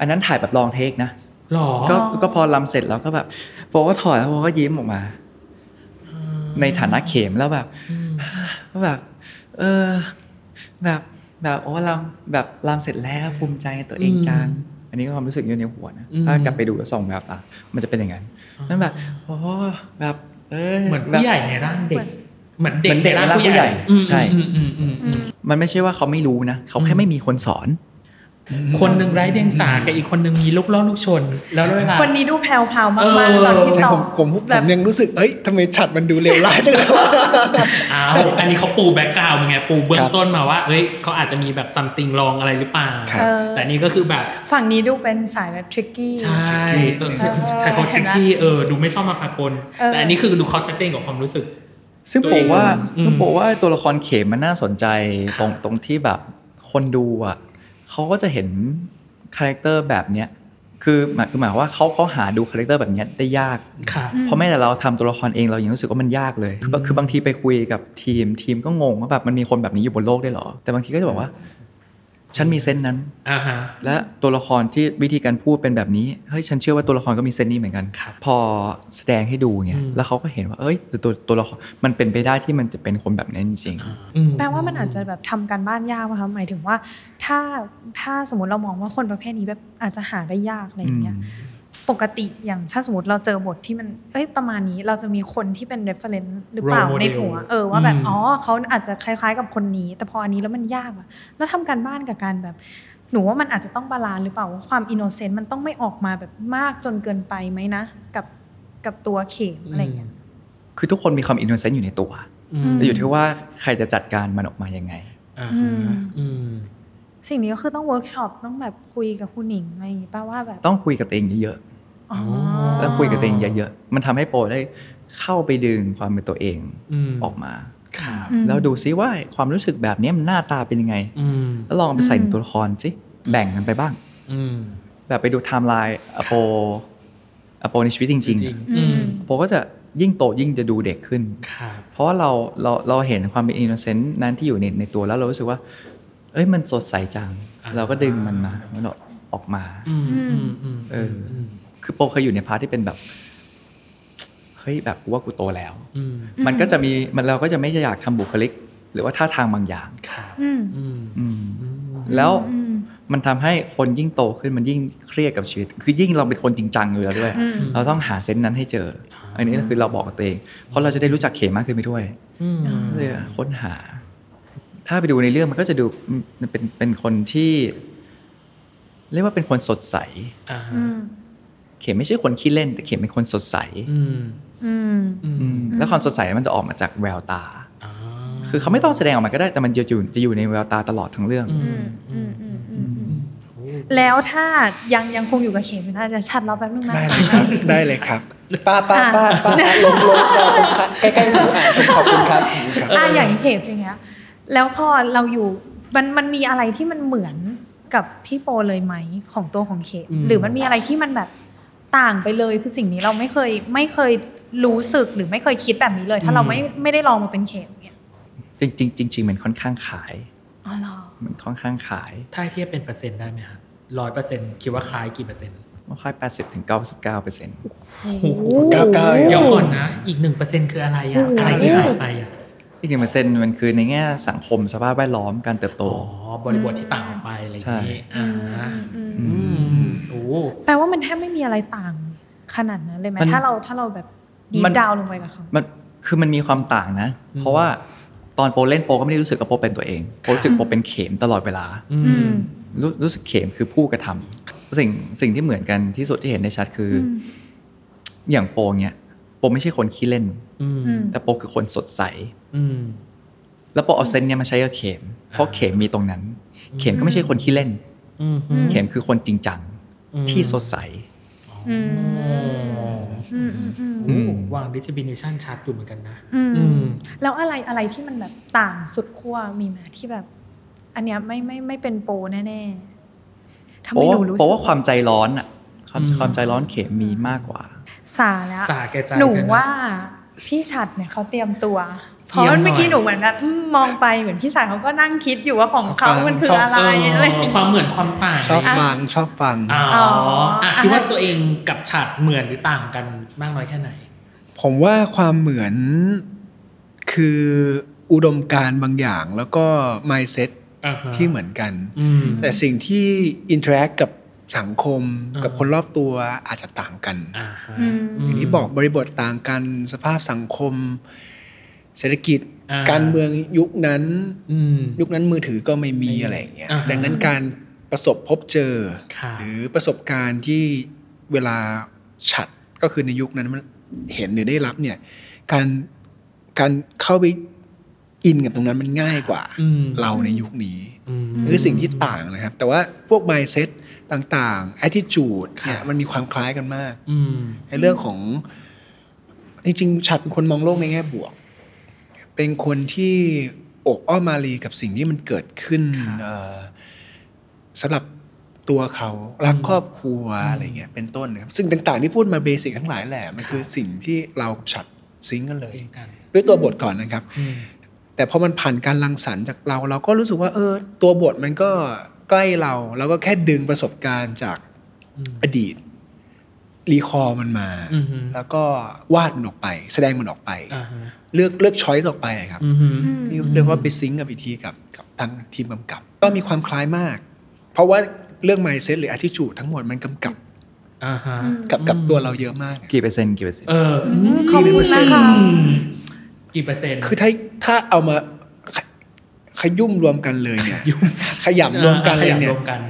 อันนั้นถ่ายแบบลองเทคนะ หรอ ก็ก็พอลำเสร็จแล้วก็แบบโฟก็ถอดแล้วโฟก็ยิ้มออกมา ในฐานะเข็มแล้วแบบ อืม ก็แบบ เออ แบบแบบโอ้ลำแบบลำเสร็จแล้วภูมิใจในตัวเองจัง อื อันนี้ก็ความรู้สึกอยู่ในหัวนะ อืม ถ้ากลับไปดูสองแบบอ่ะ มันจะเป็นอย่างนั้นนั่นแบบโอ้แบบ เออ เหมือน แบบ ผู้ใหญ่ในร่างเด็ก เหมือนเด็ก เหมือนเด็ก ใน ในร่างผู้ใหญ่ อืม ใช่ อืมอืมอืมอืม มันไม่ใช่ว่าเขาไม่รู้นะเขา อื แค่ ม ไม่มีคนสอน คนหนึ่งไร้เดียงสากับอีกคนหนึ่งมีลูกล่อลูกชน แล้วเวลา คนนี้ดูแพลวๆมาก เออ ๆตอนที่ ใช่ ตอ ผ บ มผมผม แบบ ยังรู้สึกเอ้ยทำไมฉัดมันดูเลวร้ายจังเลย อ้าวอันนี้เขาปูแบ็กกราวด์มึงไงปูเบื้องครับ ต้นมาว่าเอ้ยเขาอาจจะมีแบบซัมติงลองอะไรหรือเปล่า ครับ เออ แต่นี่ก็คือแบบ ฝั่งนี้ดูเป็นสายแบบทริกกี้ ใช่เออใช่เขา เห็ ชิ น ก ไหม กี้เออดูไม่ชอบมาพากล เออ แต่อันนี้คือดูเขาชัดเจนกับความรู้สึก ซึ่งผมว่า อืม ซึ่งผมว่าตัวละครเขมมันน่าสนใจ ค ต รับรงตรงที่แบบคนดูอ่ะเขาก็จะเห็นคาแรคเตอร์แบบเนี้ยคือหมายคือหมายความว่าเขาเขาหาดูคาแรคเตอร์แบบเนี้ยได้ยาก ค่ะ เพราะแม้แต่เราทำตัวละครเองเรายังรู้สึกว่ามันยากเลยคือคือบางทีไปคุยกับทีมทีมก็งงว่าแบบมันมีคนแบบนี้อยู่บนโลกได้วยเหรอ แต่บางทีก็จะบอกว่า ฉันมีเซนส์นั้น อ่าฮะ และตัวละครที่วิธีการพูดเป็นแบบนี้เฮ้ยฉันเชื่อว่าตัวละครก็มีเซนส์นี้เหมือนกัน ครับ พอแสดงให้ดูไง อืม แล้วเขาก็เห็นว่าเอ้ยตัวตัวตัวละครมันเป็นไปได้ที่มันจะเป็นคนแบบนั้นจริง อืม แปลว่ามันอาจจะแบบทำการบ้านยากป่ะคะหมายถึงว่า ถ้าถ้าสมมติเรามองว่าคนประเภทนี้แบบอาจจะหาได้ยากอะไร ๆ อ อื ย่าง ม เงี้ยปกติอย่างถ้าสมมติเราเจอบทที่มันเอ้ยประมาณนี้เราจะมีคนที่เป็น reference หรือเปล่า Role model ในหัวเออว่าแบบ อืม อ๋อเขาอาจจะคล้ายๆกับคนนี้ แต่พออันนี้แล้วมันยากอะแล้วทำการบ้านกับการแบบ หนูว่ามันอาจจะต้องบาลานซ์หรือเปล่าว่าความอินโนเซนต์มันต้องไม่ออกมาแบบมากจนเกินไปไหมนะ กับกับตัวเข็มอะไรอย่างเงี้ย คือทุกคนมีความอินโนเซนต์อยู่ในตัว อืม ม แต่อยู่ที่ว่าใครจะจัดการมันออกมายังไง อ่าฮะอืม สิ่งนี้ก็คือต้องเวิร์กช็อปต้องแบบคุยกับคุณหนิงอะไรอย่างงี้ป่ะว่าแบบ ต้องคุยกับตัวเองเยอะ อ๋อ ๆแล้วคุยกับตัวเองเยอะๆมันทำให้โปรได้เข้าไปดึงความเป็นตัวเอง อืม ออกมา ครับ อืม แล้วดูซิว่าความรู้สึกแบบเนี้ยมันหน้าตาเป็นยังไง อืม แล้วลองเอาไปใส่ใน อืม ตัวละครสิ แบ่งกันไปบ้าง อืม แบบไปดูไทม์ไลน์อโปอโปในชีวิตจริงๆ จริง อะ อืม อโปก็จะยิ่งโตยิ่งจะดูเด็กขึ้น ครับ เพราะว่าเราเราเราเห็นความเป็นอินโนเซนต์นั้นที่อยู่ในในตัวแล้วเรารู้สึกว่า เอ้ยมันสดใสจัง เราก็ดึงมันมามันออกมา อืมอืมอืม เออ ม คือโปเคยอยู่ในพาร์ทที่เป็นแบบ เฮ้ยแบบกูว่ากูโตแล้ว อืม มันก็จะมีมันเราก็จะไม่อยากทำบุคลิก หรือว่าท่าทางบางอย่าง ครับ อืม อืม อืม อืม แล้ว อืม มันทำให้คนยิ่งโตขึ้นมันยิ่งเครียดกับชีวิต คือยิ่งเราเป็นคนจริงจังอยู่แล้วด้วย อืม เราต้องหาเซนส์นั้นให้เจอ อันนี้ก็คือเราบอกกับตัวเอง เพราะเราจะได้รู้จักเขมมากขึ้นไปด้วย อืม ก็เลยค้นหา ถ้าไปดูในเรื่องมันก็จะดูมันเป็นเป็นคนที่ เรียกว่าเป็นคนสดใส อ่าฮะ อืม เขมไม่ใช่คนขี้เล่น แต่เขมเป็นคนสดใส อืม อืม อื อื ม มแล้วความสดใสมันจะออกมาจากแววตา อ่า คือเขาไม่ต้องแสดงออกมาก็ได้แต่มันจะอยู่จะอยู่ในแววตาตลอดทั้งเรื่อง อื อืมมอืมอืมอืมอืม โอ้ แล้วถ้ายังยังคงอยู่กับเข็มอยู่นะจะชัดเราแป๊บนึงนะ ได้เลยครับ ได้เลยครับป้าป้าป้าป้าลงลงลงใกล้ๆหูอ่ะขอบคุณครับขอบคุณครับ อ่ะอย่างเข็มอย่างเงี้ยแล้วพอเราอยู่มันมันมีอะไรที่มันเหมือนกับพี่โปเลยไหมของตัวของเข็มหรือมันมีอะไรที่มันแบบต่างไปเลยคือสิ่งนี้เราไม่เคยไม่เคยรู้สึกหรือไม่เคยคิดแบบนี้เลย ถ้าเราไม่ไม่ได้ลองมาเป็นเข็มเนี่ย จริงๆจริงๆมันค่อนข้างขาย อ๋อเหรอ มันค่อนข้างขาย ถ้าให้เทียบเป็นเปอร์เซ็นต์ได้ไหมครับร้อยเปอร์เซ็นต์คิดว่าคล้ายกี่เปอร์เซ็นต์ ค่อย80ถึง99เปอร์เซ็นต์ เก้าเก้า เดี๋ยวก่อนนะ อีกหนึ่งเปอร์เซ็นต์คืออะไรอ่ะ อะไรที่หายไปอ่ะ อีกหนึ่งเปอร์เซ็นต์มันคือในแง่สังคมสภาพแวดล้อมการเติบโต อ๋อ บริบทที่ต่างออกไปอะไรอย่างนี้อ่า อื อื ม มโอ้ แปลว่ามันแทบไม่มีอะไรต่างขนาดนั้นเลยไหม มัน ถ้าเราถ้าเราแบบดี มัน ดาวลงไปกับเขา มันคือมันมีความต่างนะ อืม เพราะว่าตอนโปเล่นโปก็ไม่ได้รู้สึกว่าโปเป็นตัวเองโปรู้สึกโปเป็นเข็มตลอดเวลา อื อื ม ม รู้รู้สึกเข็มคือผู้กระทำสิ่งสิ่งที่เหมือนกันที่สุดที่เห็นได้ชัดคืออ ม อย่างโปเนี้ยโปไม่ใช่คนขี้เล่น อืม อืม แต่โปคือคนสดใส อืม แล้วโปเอาเซนส์เนี้ยมาใช้กับเข็มเพราะเข็มมีตรงนั้น เข็มก็ไม่ใช่คนขี้เล่น อืม เข็มคือคนจริงจัง อืม ที่สดใส อืม อื อืมอืมอืม มวางดิจิบิเนชันชัดอยู่เหมือนกันนะ อืม อืม แล้วอะไรอะไรที่มันแบบต่างสุดขั้วมีไหมที่แบบ อันเนี้ยไม่ไม่ไม่เป็นโปรแน่ๆทำ เพ ไมหราะว่า นูรู้ เพ สึ ราะว่าก ความใจร้อนอะความ อืม ความใจร้อนเข็มมีมากกว่า สาแล้ว สาแก่ใจ หนู เธอนะ ว่าพี่ชัดเนี่ยเขาเตรียมตัวเพ เตรี ราะ ยมหน่อย เมื่อกี้หนูเหมือนแบบอืมมองไปเหมือนพี่สายเขาก็นั่งคิดอยู่ว่าของเขามันคืออะไรอะไรอย่างเงี้ย ความเหมือนความต่าง ชอบฟังชอบฟัง อ๋ออ่ะ อ่ะ คิดว่าตัวเองกับฉากเหมือนหรือต่างกันมากน้อยแค่ไหน ผมว่าความเหมือนคืออุดมการณ์บางอย่างแล้วก็ mindset ที่เหมือนกัน อืม แต่สิ่งที่ interact กับสังคม อ่ากั กับคนรอบตัวอาจจะต่างกัน อ่าฮะ อืม อย่างที่บอกบริบทต่างกันสภาพสังคม เศรษฐกิจ อ่า การเมืองยุคนั้น อืม ยุคนั้นมือถือก็ไม่มีอะไรอย่างเงี้ย อ่าฮะ ดังนั้นการประสบพบเจอ ค่ะ หรือประสบการณ์ที่เวลาฉัดก็คือในยุคนั้นมันเห็นหรือได้รับเนี่ย การการเข้าไปอินกับตรงนั้นมันง่ายกว่า อืม เราในยุคนี้ อืม นี่คือสิ่งที่ต่างนะครับ แต่ว่าพวก mindset ต่างๆ attitude เนี่ยมันมีความคล้ายกันมาก อืม ในเรื่องของจริงๆฉัดเป็นคนมองโลกในแง่บวก เป็นคนที่อกอ้อมอารีกับสิ่งที่มันเกิดขึ้น ค่ะ เอ่อสำหรับตัวเขารัก อืม ครอบครัวอะไรเงี้ยเป็นต้นนะครับซึ่งต่างๆที่พูดมาเบสิกทั้งหลายแหละมัน ค่ะ คือสิ่งที่เรากับฉัดซิงก์กันเลย เช่นกัน ด้วยตัวบทก่อนนะครับ อืม แต่พอมันผ่านการรังสรรค์จากเรา เราก็รู้สึกว่า เออ ตัวบทมันก็ใกล้เรา เราก็แค่ดึงประสบการณ์จาก อืม อดีต รีคอมันมา อือฮึ แล้วก็วาดมันออกไป แสดงมันออกไป อ่าฮะ เลือกเลือกช้อยส์ออกไปครับ อือฮึ อืม ที่เรียกว่าไปซิงก์กับอีกทีกับกับทางทีมกำกับ ก็มีความคล้ายมาก เพราะว่าเรื่อง mindset หรือ attitude ทั้งหมดมันกำกับ อ่าฮะ กับกับตัวเราเยอะมากอะ กี่เปอร์เซ็นต์กี่เปอร์เซ็นต์ เอออืม ขอบคุณนะคะ อืมกี่เปอร์เซ็นต์ คือถ้าถ้าเอามาขยขยุ่มรวมกันเลยเนี่ย ขยุ่ม ขยำรวมกันเลย อ่าขำ เนี่ ร ย วมกัน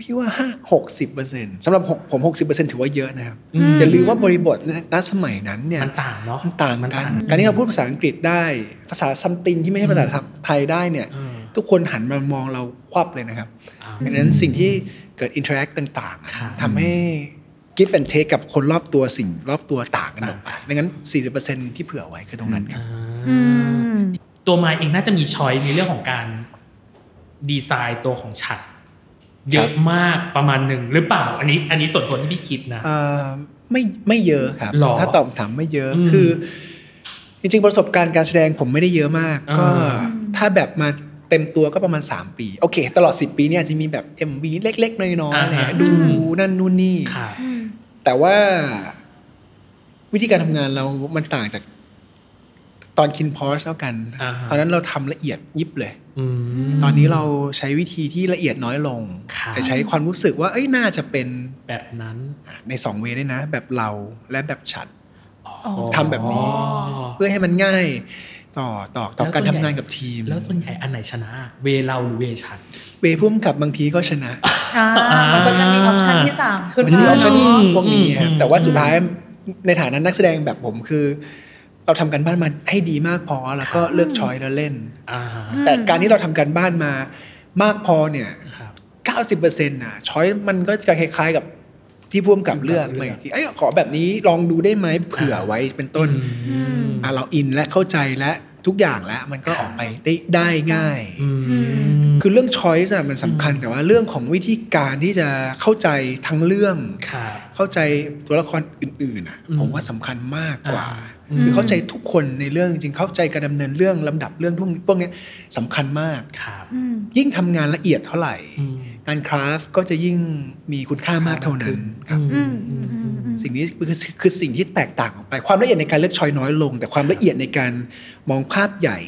พี่ว่าห้าหกสิบเปอร์เซ็นต์สำหรับผมผมหกสิบเปอร์เซ็นต์ถือว่าเยอะนะครับ อืม อย่าลืมว่าบริบทณสมัยนั้นเนี่ย มันต่างเนาะ มันต่าง มั กัน ต่าง การที่เราพูดภาษาอังกฤษได้ ภาษาซัมติงที่ไม่ใช่ภาษาไทยได้เนี่ย เออ ทุกคนหันมามองเราควับเลยนะครับ อ่า ดังนั้นสิ่งที่เกิดอินเทอร์แอคต่าง ครับ ๆทำให้ give and take กับคนรอบตัวสิ่งรอบตัวต่างกันออกไปดังนั้น 40%ที่เผื่อไว้คือตรงนั้นครับ อื อื ม ม ตัวมายเองน่าจะมีช้อยในเรื่องของการดีไซน์ตัวของฉัดเยอะมากประมาณหนึ่งหรือเปล่า อันนี้ อันนี้ส่วนตัวที่พี่คิดนะ เอ่อไม่ไม่เยอะครับ หรอ ถ้าตอบถามไม่เยอะ อืม คือ จริงๆ ประสบการณ์การแสดงผมไม่ได้เยอะมาก อ่า ก็ถ้าแบบมาเต็มตัวก็ประมาณ 3 ปี โอเค ตลอด 10 ปีเนี่ยอาจจะมีแบบ MV เล็ก ๆ น้อยๆอะไรเงี้ยดูนั่นนู่นนี่ ค่ะ แต่ว่าวิธีการทำงานเรามันต่างจากตอนคินพอสแล้วกัน อ่าฮะ ตอนนั้นเราทำละเอียดยิบเลย อืม ตอนนี้เราใช้วิธีที่ละเอียดน้อยลง ค่ะ แต่ใช้ความรู้สึกว่าเอ้ยน่าจะเป็น แบบนั้น ในสองเวย์ด้วยนะ แบบเราและแบบฉัน อ๋อ ทำแบบนี้ เพื่อให้มันง่าย ต่อต่อต่อการทำงานกับทีม แล้วส่วนใหญ่อันไหนชนะ เวเราหรือเวฉัน เวพุ่มกับบางทีก็ชนะ อ่ามันก็จะมีออปชันที่สามขึ้น มันจะมีมาออปชั่น อืม พวกนี้ครับ อืม แต่ว่าสุดท้ายในฐานะนักแสดงแบบผมคือ เราทำกันบ้านมาให้ดีมากพอแล้วก็เลือกช้อยแล้วเล่น อ่าฮะ แต่การที่เราทำกันบ้านมามากพอเนี่ย ครับ 90%น่ะช้อยมันก็จะคล้าย ๆกับที่พ่วมกับเลือก เลือก มาอีกทีเอ้ยขอแบบนี้ลองดูได้ไหมเผื่อไว้เป็นต้น อืม อ่ะเราอินและเข้าใจและทุกอย่างแล้วมันก็ออกไปได้ได้ง่าย อืม คือเรื่องช้อยส์มันสำคัญแต่ว่าเรื่องของวิธีการที่จะเข้าใจทั้งเรื่อง ครับ เข้าใจตัวละครอื่นๆอ่ะ อืม ผมว่าสำคัญมากกว่า อืม คือเข้าใจทุกคนในเรื่องจริงๆเข้าใจการดำเนินเรื่องลำดับเรื่องทุกพวกเนี้ยสำคัญมาก ครับ อืม ยิ่งทำงานละเอียดเท่าไหร่ อืม การคราฟต์ก็จะยิ่งมีคุณค่ามากเท่านั้นครับ อืม อื อื ม ม อื อื ม ม อืม สิ่งนี้คือคือสิ่งที่แตกต่างออกไป ความละเอียดในการเลือกช้อยน้อยลง แต่ความละเอียดในการมองภาพใหญ่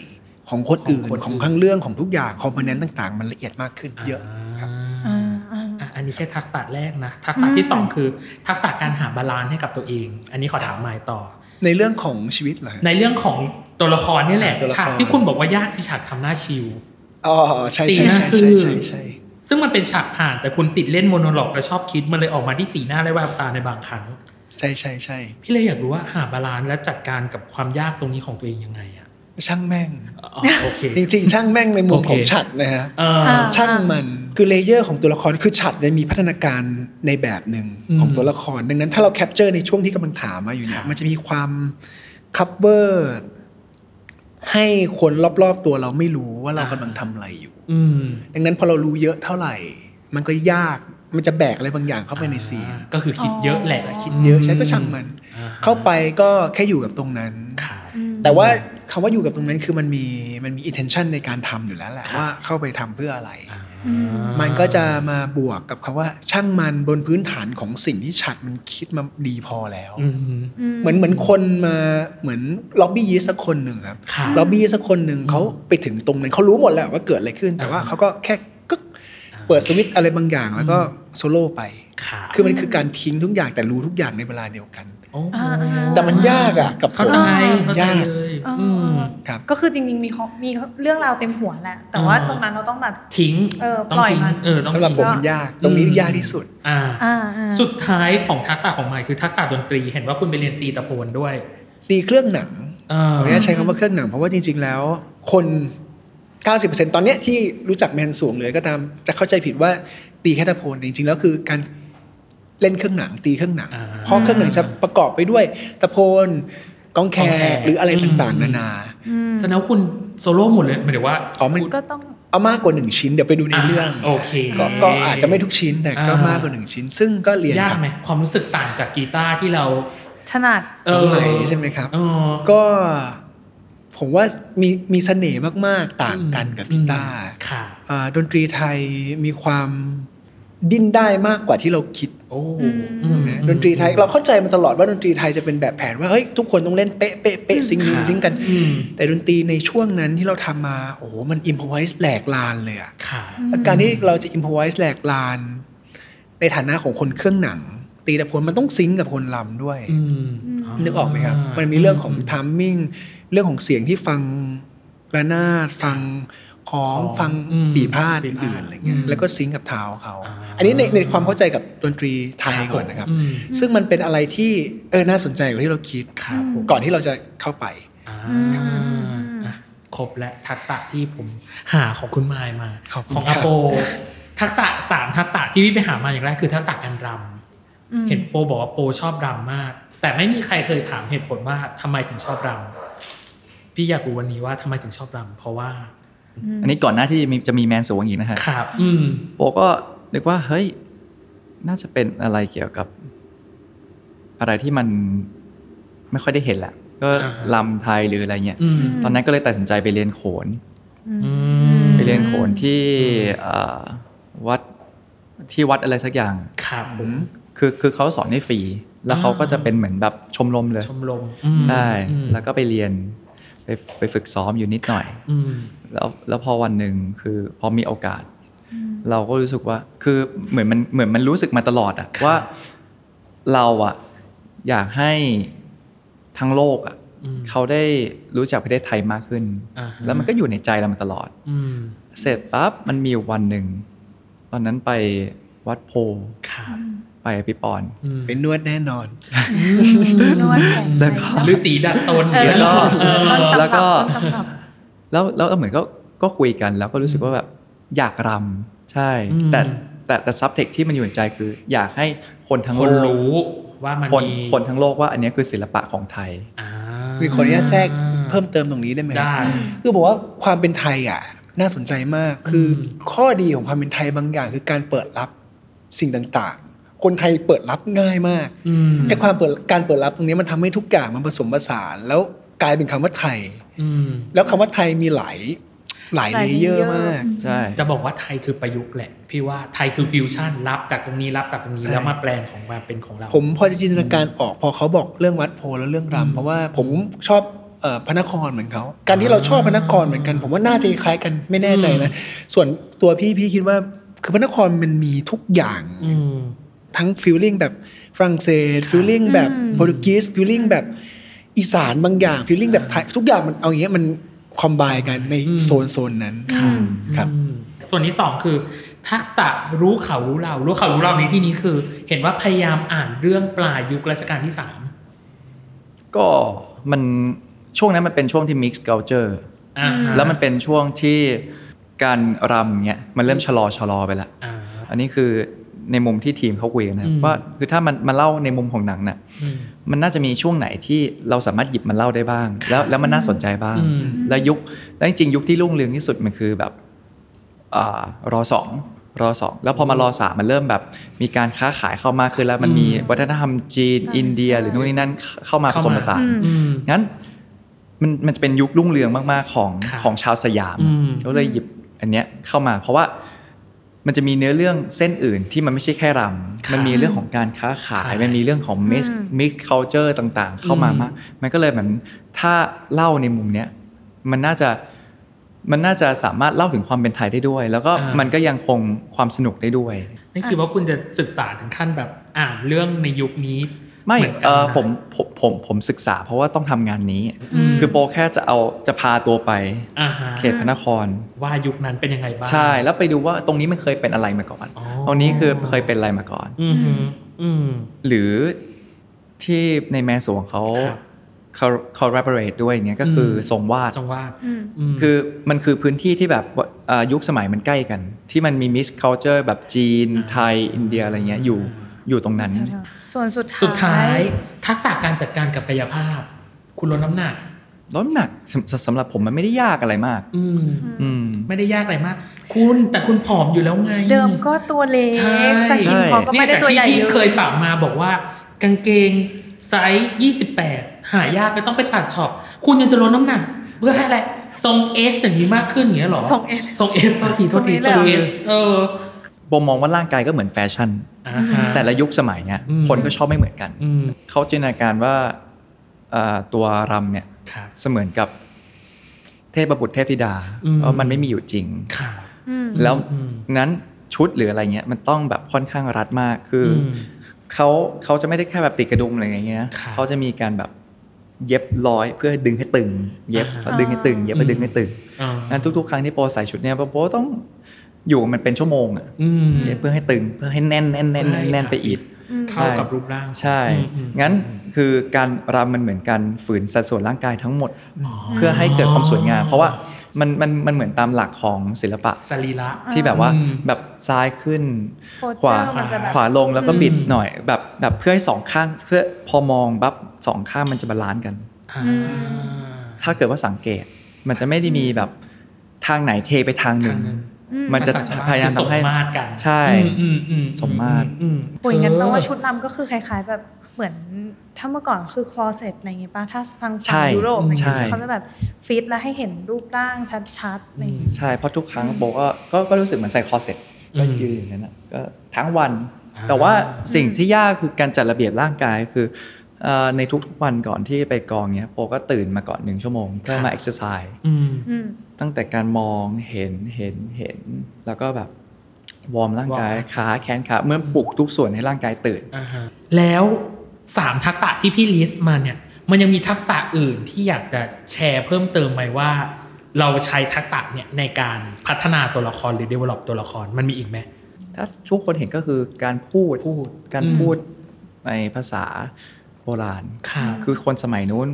ของคนอื่น ของคนอื่น ของข้างเรื่องของทุกอย่างคอมโพเนนต์ต่าง ๆ มันละเอียดมากขึ้นเยอะ อ่า อ่าอ่า อ่ะอันนี้แค่ทักษะแรกนะ ทักษะที่สองคือ ทักษะการหาบาลานซ์ให้กับตัวเอง อันนี้ขอถามหมายต่อ ในเรื่องของชีวิตเหรอฮะ ในเรื่องของตัวละครนี่แหละ ตัวละคร ฉากที่คุณบอกว่ายากคือฉากทำหน้าชิว อ๋อใช่ ตี ใช่ หน้า ใช่ ซื่อใช่ใช่ใช่ ซึ่งมันเป็นฉากผ่าน แต่คุณติดเล่นโมโนโลกและชอบคิด มันเลยออกมาที่สีหน้าและแววตาในบางครั้ง ใช่ใช่ใช่ พี่เลยอยากรู้ว่าหาบาลานซ์และจัดการกับความยากตรงนี้ของตัวเองยังไงอะ ช่างแม่ง อ๋อโอเค จริงๆ ช่างแม่งในมุม โอเค ของฉัดนะฮะ เออ อ่า ช่างมันคือเลเยอร์ของตัวละครคือฉัดเนี่ยมีพัฒนาการในแบบหนึ่ง อืม ของตัวละคร ดังนั้นถ้าเราแคปเจอร์ในช่วงที่กำลังถามมาอยู่เนี่ ครั ย บ มันจะมีความคัพเวอร์ให้คนรอบๆตัวเราไม่รู้ว่าเรากำลังทำอะไรอยู่ อืม ดังนั้นพอเรารู้เยอะเท่าไหร่ มันก็ยากมันจะแบกอะไรบางอย่างเข้าไปในซีน อ่าก็คือคิดเยอะแหละ คิดเยอะใช่ก็ช่างมัน อ่ฮะ เข้าไปก็แค่อยู่กับตรงนั้น ครับ แต่ว่าคำว่าอยู่กับตรงนั้นคือมันมีมันมี intention ในการทำอยู่แล้วแหละ ครับ ว่าเข้าไปทำเพื่ออะไร อ่า มันก็จะมาบวกกับคำว่าช่างมันบนพื้นฐานของสิ่งที่ฉัดมันคิดมาดีพอแล้ว อืม เหมือนเหมือนคนมาเหมือนล็อบบี้ยีสักคนหนึ่งครับ ค่ะ ล็อบบี้สักคนหนึ่งเขาไปถึงตรงนั้นเขารู้หมดแหละว่าเกิดอะไรขึ้น แต่ว่า อ่า เขาก็แค่กึ๊กเปิดสวิตช์อะไรบางอย่างแล้วก็โซโล่ไป ค่ะ คือมันคือการทิ้งทุกอย่างแต่รู้ทุกอย่างในเวลาเดียวกัน โอ้ อ่าอ่า แต่มันยากอ่ะ กับผ เข้าม ใจเข้าใจ ยาก เลย อ่า อืม ครับ ก็คือจริงๆมีข้อมีเรื่องราวเต็มหัวแหละ แต่ว่าตรงนั้นเราต้องแบบ ทิ้ง เออ ต้อง ปล่อย ทิ้ง มัน เออต้อง สำหรับผ ทิ้ ม ง มันยาก ตรงนี้ยากที่สุด อ่า อ่าอ่า สุดท้ายของทักษะของไมค์คือทักษะดนตรี เห็นว่าคุณไปเรียนตีตะโพนด้วย ตีเครื่องหนัง เออ ขออนุญาตใช้คำว่าเครื่องหนังเพราะว่าจริง ๆ แล้ว คน 90%ตอนเนี้ยที่รู้จักแมนสวงเลยก็ตามจะเข้าใจผิดว่าตีแคตาโพนแต่จริง ๆ แล้วคือการเล่นเครื่องหนัง ตีเครื่องหนัง อ่า เพราะเครื่องหนังจะประกอบไปด้วยตะโพนกองแข กองแข ก ก หรืออะไรต่างๆ นานา แสดงว่าคุณโซโล่หมดเลยหมายถึงว่า อ๋อมัน ก็ต้อง เอามากกว่าหนึ่งชิ้นเดี๋ยวไปดูในเรื่อง โอเค ก็ก็อาจจะไม่ทุกชิ้นแต่ก็ อ่าม มากกว่าหนึ่งชิ้น ซึ่งก็เรียน ยาก กับ ไหมความรู้สึกต่างจากกีตาร์ที่เรา ถนัด เออ น้องไหลใช่ไหมครับ เออ ก็ผมว่ามีมีเสน่ห์มากๆต่างกันกับกีตาร์ ค่ะ อ่าดนตรีไทยมีความดิ้นได้มากกว่าที่เราคิด โอ้ อืม อืม นะดนตรีไทยเราเข้าใจมาตลอดว่าดนตรีไทยจะเป็นแบบแผนว่าเฮ้ยทุกคนต้องเล่นเป๊ะเป๊ะเป๊ะซิงค์นี้ ค่ะ ซิงค์กัน อืม แต่ดนตรีในช่วงนั้นที่เราทำมาโอ้โหมันอิมพอไวส์แหลกลานเลยอะ ค่ะ แล้วการที่เราจะอิมพอไวส์แหลกลาน ในฐานะของคนเครื่องหนัง ตีตะโพนมันต้องซิงค์กับคนลำด้วย อืม นึกออกไหมครับ มันมีเรื่องของทัมมิ่งเรื่องของเสียงที่ฟังระนาดฟังของ ของ ฟัง อืม ปีพาด ปีพาด อื่นๆอะไรเงี้ อื ย ม แล้วก็ซิงก์กับเท้าเขา อ่า อันนี้ในในความเข้าใจกับดนตรีไทยก่อนนะครับ อืม ซึ่งมันเป็นอะไรที่เออน่าสนใจกว่าที่เราคิด ครับผม ก่อนที่เราจะเข้าไป อ่า อืมอืมอืม อ่ะครบและทักษะที่ผมหาของคุณมายมา ขอบคุณ ของ ครั อา บ โป ทักษะสามทักษะที่พี่ไปหามาอย่างแรกคือทักษะการรำ อืม เห็นโปบอกว่าโปชอบรำมาก แต่ไม่มีใครเคยถามเหตุผลว่าทำไมถึงชอบรำพี่อยากรู้วันนี้ว่าทำไมถึงชอบรำเพราะว่า อันนี้ก่อนหน้าที่มีจะมีแมนสวงอีกนะฮะ ครับอืม โปก็นึกว่าเฮ้ย น่าจะเป็นอะไรเกี่ยวกับ อะไรที่มันไม่ค่อยได้เห็นแหละ ก็ อ่าฮะ ลำไทยหรืออะไรเงี้ย อืม ตอนนั้นก็เลยตัดสินใจไปเรียนโขน อืม ไปเรียนโขนที่เอ่อวัดที่วัดอะไรสักอย่าง ครับผม คือคือเขาสอนให้ฟรี แล้วเขาก็จะเป็นเหมือนแบบชมรมเลย ชมรมอืม ใช่ อืม แล้วก็ไปเรียนไปไปฝึกซ้อมอยู่นิดหน่อย อืม แล้วแล้วพอวันหนึ่งคือพอมีโอกาส เราก็รู้สึกว่า คือเหมือนมันเหมือนมันรู้สึกมาตลอดอะว่าเราอะอยากให้ทั้งโลกอะ อืม เขาได้รู้จักประเทศไทยมากขึ้น อ่าฮะ แล้วมันก็อยู่ในใจเรามาตลอด อืม เสร็จปั๊บมันมีวันหนึ่ง ตอนนั้นไปวัดโพธิ์ ครับ ไปกับพี่ปอน อืม เป็นนวดแน่นอน นวดแผนไทย หรือสีดัดตน เออ เนี่ยเหรอเออ แล้ แล้ว ว ก็ ก็ต้นตำรับต้นตำรับ แล้วแล้วเหมือนก็ก็คุยกันแล้วก็รู้สึกว่าแบบอยากรำใช่ อืม แต่แต่แต่ซับเทคที่มันอยู่ในใจคือ อยากให้คนทั้ง ค โล น ก รู้ว่ามัน คน มี คนทั้งโลกว่าอันเนี้ยคือศิลปะของไทย อ่า มีขออนุญาตแทรกเพิ่มเติมตรงนี้ได้ไหมครับ ได้ คือบอกว่าความเป็นไทยอ่ะ น่าสนใจมากคืออ ม ข้อดีของความเป็นไทยบางอย่าง คือการเปิดรับสิ่งต่างๆ คนไทยเปิดรับง่ายมาก อืม ไอ้ความเปิดการเปิดรับตรงนี้มันทำให้ทุกอย่างมันผสมผสานแล้วกลายเป็นคำว่าไทย อืม แล้วคำว่าไทยมีหลายหลาย หลา เลย ยเยอร์ layer มาก ใช่ จะบอกว่าไทยคือประยุกต์แหละ พี่ว่าไทยคือฟิวชั่นรับจากตรงนี้รับจากตรงนี้แล้วมาแปลงของมาเป็นของเรา ผมพอจะจินตนาการออกพอเขาบอกเรื่องวัดโพธิ์แล้วเรื่อง อืม รำเพราะว่าผมชอบเอ่อพระนครเหมือนเขาการที่เราชอบพระนครเหมือนกัน ผมว่าน่าจะคล้ายกันไม่แน่ใจนะส่วนตัวพี่พี่คิดว่าคือพระนครมันมีทุกอย่าง อืม ทั้งฟิลลิ่งแบบฝรั่งเศสฟิลลิ่งแบบโปรตุเกสฟิลลิ่งแบบอีสานบางอย่างฟิลลิ่งแบบไทยทุกอย่างมันเอาอย่างเงี้ยมันคอมไบกันใน อืม โซนโซนนั้นครับ อืมส่วนที่สองคือ ทักษะรู้เขารู้เรา รู้เขารู้เราในที่นี้คือ เห็นว่าพยายามอ่านเรื่องปลายยุครัชกาลที่สาม ก็มันช่วงนั้นมันเป็นช่วงที่ mix culture อ่าฮะ แล้วมันเป็นช่วงที่การรำเนี้ยมันเริ่มชะลอชะลอไปละ อ่า อันนี้คือในมุมที่ทีมเขาคุยกันนะ อืม ว่าคือถ้ามันมาเล่าในมุมของหนังน่ะ อืม มันน่าจะมีช่วงไหนที่เราสามารถหยิบมาเล่าได้บ้าง แล้วแล้วมันน่าสนใจบ้าง อืม และยุคและจริงๆยุคที่รุ่งเรืองที่สุดมันคือแบบอ่ารอสองรอสองแล้วพอมารอสามมันเริ่มแบบ มีการค้าขายเข้ามากขึ้นแล้วมันมีวัฒนธรรมจีนอินเดีย หรือนู่นนี่นั่นเข้ามาผสมผสาน อืม งั้นมันมันจะเป็นยุครุ่งเรืองมากๆของ ครับ ของชาวสยาม อืม ก็เลยหยิบอันเนี้ยเข้ามา เพราะว่ามันจะมีเนื้อเรื่องเส้นอื่นที่มันไม่ใช่แค่รำมันมีเรื่องของการค้าขายมันมี มีเรื่องของ mix อืม mix culture ต่างๆ เข้ามา อืม มาก มันก็เลยเหมือนถ้าเล่าในมุมเนี้ย มันน่าจะ มันน่าจะสามารถเล่าถึงความเป็นไทยได้ด้วย แล้วก็มันก็ยังคงความสนุกได้ด้วย ไม่คิดว่าคุณจะศึกษาถึงขั้นแบบอ่านเรื่องในยุคนี้ ไม่ เหมือนกัน เออ นะ ผมผมผมผมศึกษาเพราะว่าต้องทำงานนี้ อืม คือโปแค่จะเอาจะพาตัวไป อ่าฮะ เขตพระนคร ว่ายุคนั้นเป็นยังไงบ้าง ใช่แล้วไปดูว่าตรงนี้มันเคยเป็นอะไรมาก่อน อ๋อ ตรงนี้คือเคยเป็นอะไรมาก่อน อืมฮึอืม หรือที่ในแมนสวงเขา ครับ เขา collaborate ด้วยเนี้ยก็คืออ ม ทรงวาด สงวาด อืม ม คือมันคือพื้นที่ที่แบบว่าเอ่อยุคสมัยมันใกล้กัน ที่มันมีมิสคัลเจอร์แบบจีน ไทย อินเดียอะไรเงี้ยอยู่อยู่ตรงนั้น ส่วนสุด สุดท้ายทักษะการจัดการกับกายภาพ คุณลดน้ำหนัก น้ำหนักสำสำหรับผมมันไม่ได้ยากอะไรมาก อืม อืม ไม่ได้ยากอะไรมาก คุณแต่คุณผอมอยู่แล้วไง เดิมก็ตัวเล็ก ใช่ แต่คิมพอก็ เนี่ ไม่ ย ได้ จาก ตัว ที่ ใหญ่ พี่ เล เค ย ยฝากมาบอกว่ากางเกงไซส์28 หายากเลยต้องไปตัดช็อป คุณยังจะลดน้ำหนัก เพื่อให้อะไร ทรงเอสอย่างนี้มากขึ้นอย่างเงี้ยเหรอ ส่งเอส ทรงเอสโทษทีโทษที ทรงนี้เล ท ย รเหรองเอสเออ ผมมองว่าร่างกายก็เหมือนแฟชั่น อ่าฮะ แต่ละยุคสมัยเนี้ย อืม คนก็ชอบไม่เหมือนกัน อืม เขาจินตนาการว่าเอ่อตัวรำเนี่ย ครับ เสมือนกับเทพบุตรเทพธิดา อืม เพราะมันไม่มีอยู่จริง ครับ อืม แล้ว อืม นั้นชุดหรืออะไรเงี้ยมันต้องแบบค่อนข้างรัดมากคืออ ม เขาเขาจะไม่ได้แค่แบบติดกระดุมอะไรอย่างเงี้ย ครับ เขาจะมีการแบบเย็บร้อยเพื่อดึงให้ตึง เย็บ อ่า แล้วดึงให้ตึง เย็บแล้วดึงให้ตึง อ่า งั้นทุก ๆ ครั้งที่โปรใส่ชุดเนี้ยโปรต้องอยู่กับมันเป็นชั่วโมงอะ อืม เย็บเพื่อให้ตึง เพื่อให้แน่นแน่นแน่นแน่นแน่นไปอีก เข้ากับรูปร่าง ใช่ อืมอืม งั้นคือการรำมันเหมือนการฝืนสัดส่วนร่างกายทั้งหมด อ๋อ เพื่อให้เกิดความสวยงาม เพราะว่ามันมันมันเหมือนตามหลักของศิลปะ สรีระ ที่แบบว่า อืม แบบซ้ายขึ้น โพสเจอร์ ขวา มันจะแบบ ขวาลงแล้วก็ อืม บิดหน่อย แบบแบบเพื่อให้สองข้างเพื่อพอมองปั๊บสองข้างมันจะบาลานซ์กัน อ่า ถ้าเกิดว่าสังเกตมันจะไม่ได้มีแบบทางไหนเทไปทางหนึ่ง ทางหนึ่ง มันจะ ภษชวบ้น พยายาม คือ ทำให้ สมมาตรกัน ใช่ อืมอือื สมมาตร อืม โอ้ยงั้นแปลว่า เธอ ชุดลำก็คือคล้าย ๆ แบบเหมือนถ้าเมื่อก่อนคือคลอเซตอะไรอย่างเงี้ยป่ะถ้าฟัง ใช่ ฝั่งยุโรปอะไรอย่าง ใช่ เงี้ยเขาจะแบบฟิตแล้วให้เห็นรูปร่างชัดๆอะไรอย่างเงี้ย ใช่เพราะทุกครั้งโบก็ก็ก็รู้สึกเหมือนใส่คอร์เซ็ตก็ยืนอย่างนั้นนะก็ทั้งวัน แต่ว่าสิ่งที่ยากคือการจัดระเบียบร่างกายคือเอ่อในทุกๆวันก่อนที่ไปกองเนี้ยโปก็ตื่นมาก่อนหนึ่งชั่วโมงเพื่อมาเอ็กซ์ไซส์ อืม อืม ตั้งแต่การมองเห็นเห็นเห็น แล้วก็แบบวอร์มร่างกายขาแขนขาเหมื่อนปลุกทุกส่วนให้ร่างกายตื่น อ่าฮะแล้วสามทักษะที่พี่ลิสต์มาเนี่ย มันยังมีทักษะอื่นที่อยากจะแชร์เพิ่มเติมไหมว่า เราใช้ทักษะเนี่ยในการพัฒนาตัวละครหรือ develop ตัวละครมันมีอีกไหม ถ้าทุกคนเห็นก็คือการพูด พูด การ อืม พูดในภาษาโบราณ ครับ คือคนสมัยนู้น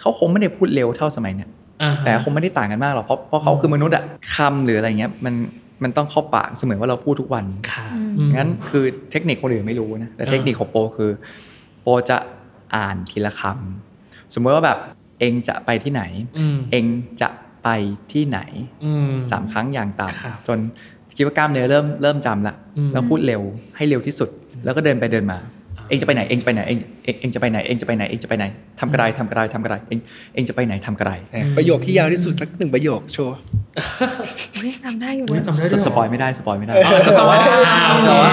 เขาคงไม่ได้พูดเร็วเท่าสมัยเนี้ย อ่าฮะ แต่คงไม่ได้ต่างกันมากหรอกเพราะเพราะเขาคือมนุษย์อะคำหรืออะไรเงี้ยมันมันต้องเข้าปากเสมือนว่าเราพูดทุกวัน ครับ อืม อืม งั้นคือเทคนิคคนอื่นไม่รู้นะ แต่ อ่า เทคนิคของโปคือ โปจะอ่านทีละคำสมมติว่าแบบเองจะไปที่ไหน อืม เองจะไปที่ไหน อืม สามครั้งอย่าง ครับ ต่ำจนคิดว่ากล้ามเนื้อเริ่มเริ่มจำละ อืม แล้วพูดเร็วให้เร็วที่สุด แล้วก็เดินไปเดินมา เองจะไปไหนเองจะไปไหนเองเองเองจะไปไหนเองจะไปไหนเองจะไปไหนทำกระไรทำกระไรทำกระไรเองเองจะไปไหนทำกระไร แหมประโยคที่ยาวที่สุดสักหนึ่งประโยคโชว์ อุ๊ยจำได้อยู่ อุ๊ เลย ย จำ เฮ้ยเดี๋ยว สปอยไม่ได้สปอยไม่ได้ แต่ว่าแต่ว่า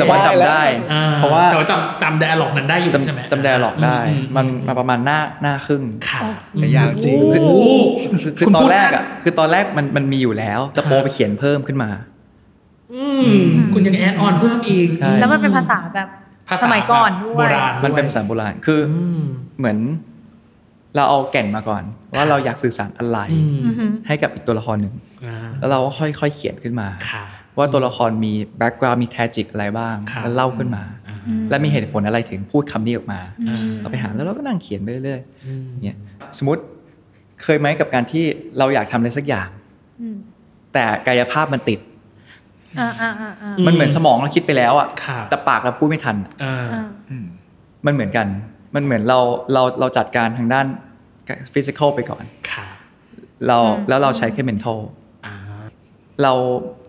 แต่ว่าจำได้ อ่ เพราะว่า แต่ว่าจำจำไดอะล็อกนั้นได้อยู่ใช่ไหม จำจำแดร์หลอกได้ อื มันมาประมาณหน้าหน้าครึ่ง ค่ะ แต่ยาวจริง โอ้โห คือคือ ณ ตอนแรก พูด อ่ะคือตอนแรกมันมันมีอยู่แล้ว แต่โปไปเขียนเพิ่มขึ้นมา อืมคุณยังแอดออนเพิ่มอีก ใช่ แล้วมันเป็นภาษาแบบ ภาษา สมัยก่อนด้วย โบราณ มันเป็นภาษาโบราณคือ อืม เหมือน เราเอาแก่นมาก่อน ว่าเราอยากสื่อสารอะไร อืม อือหือ ให้กับอีกตัวละครหนึ่ง อ่า แล้วเราก็ค่อยๆเขียนขึ้นมา ค่ะ ว่าตัวละครมีแบ็กกราว n d มีแทจิกอะไรบ้าง ครับ แล้วเล่าขึ้นมา อ่า และมีเหตุผลอะไรถึงพูดคำนี้ออกมา อ่า เราไปหาแล้วเราก็นั่งเขียนไปเรื่อย อืม ๆเนี่ยสมมติเคยไหมกับการที่เราอยากทำอะไรสักอย่าง อืม แต่กายภาพมันติด อ่าอ่าอ่าอ่า มันเหมือนสมองเราคิดไปแล้วอ่ะ ครับ แต่ปากเราพูดไม่ทันอะ อ่า อ่า มันเหมือนกัน มันเหมือนเราเราเราจัดการทางด้านฟิสิกอลไปก่อน ค่ะ เรา อืม แล้วเราใช้แค่เมนทัล อ่า เรา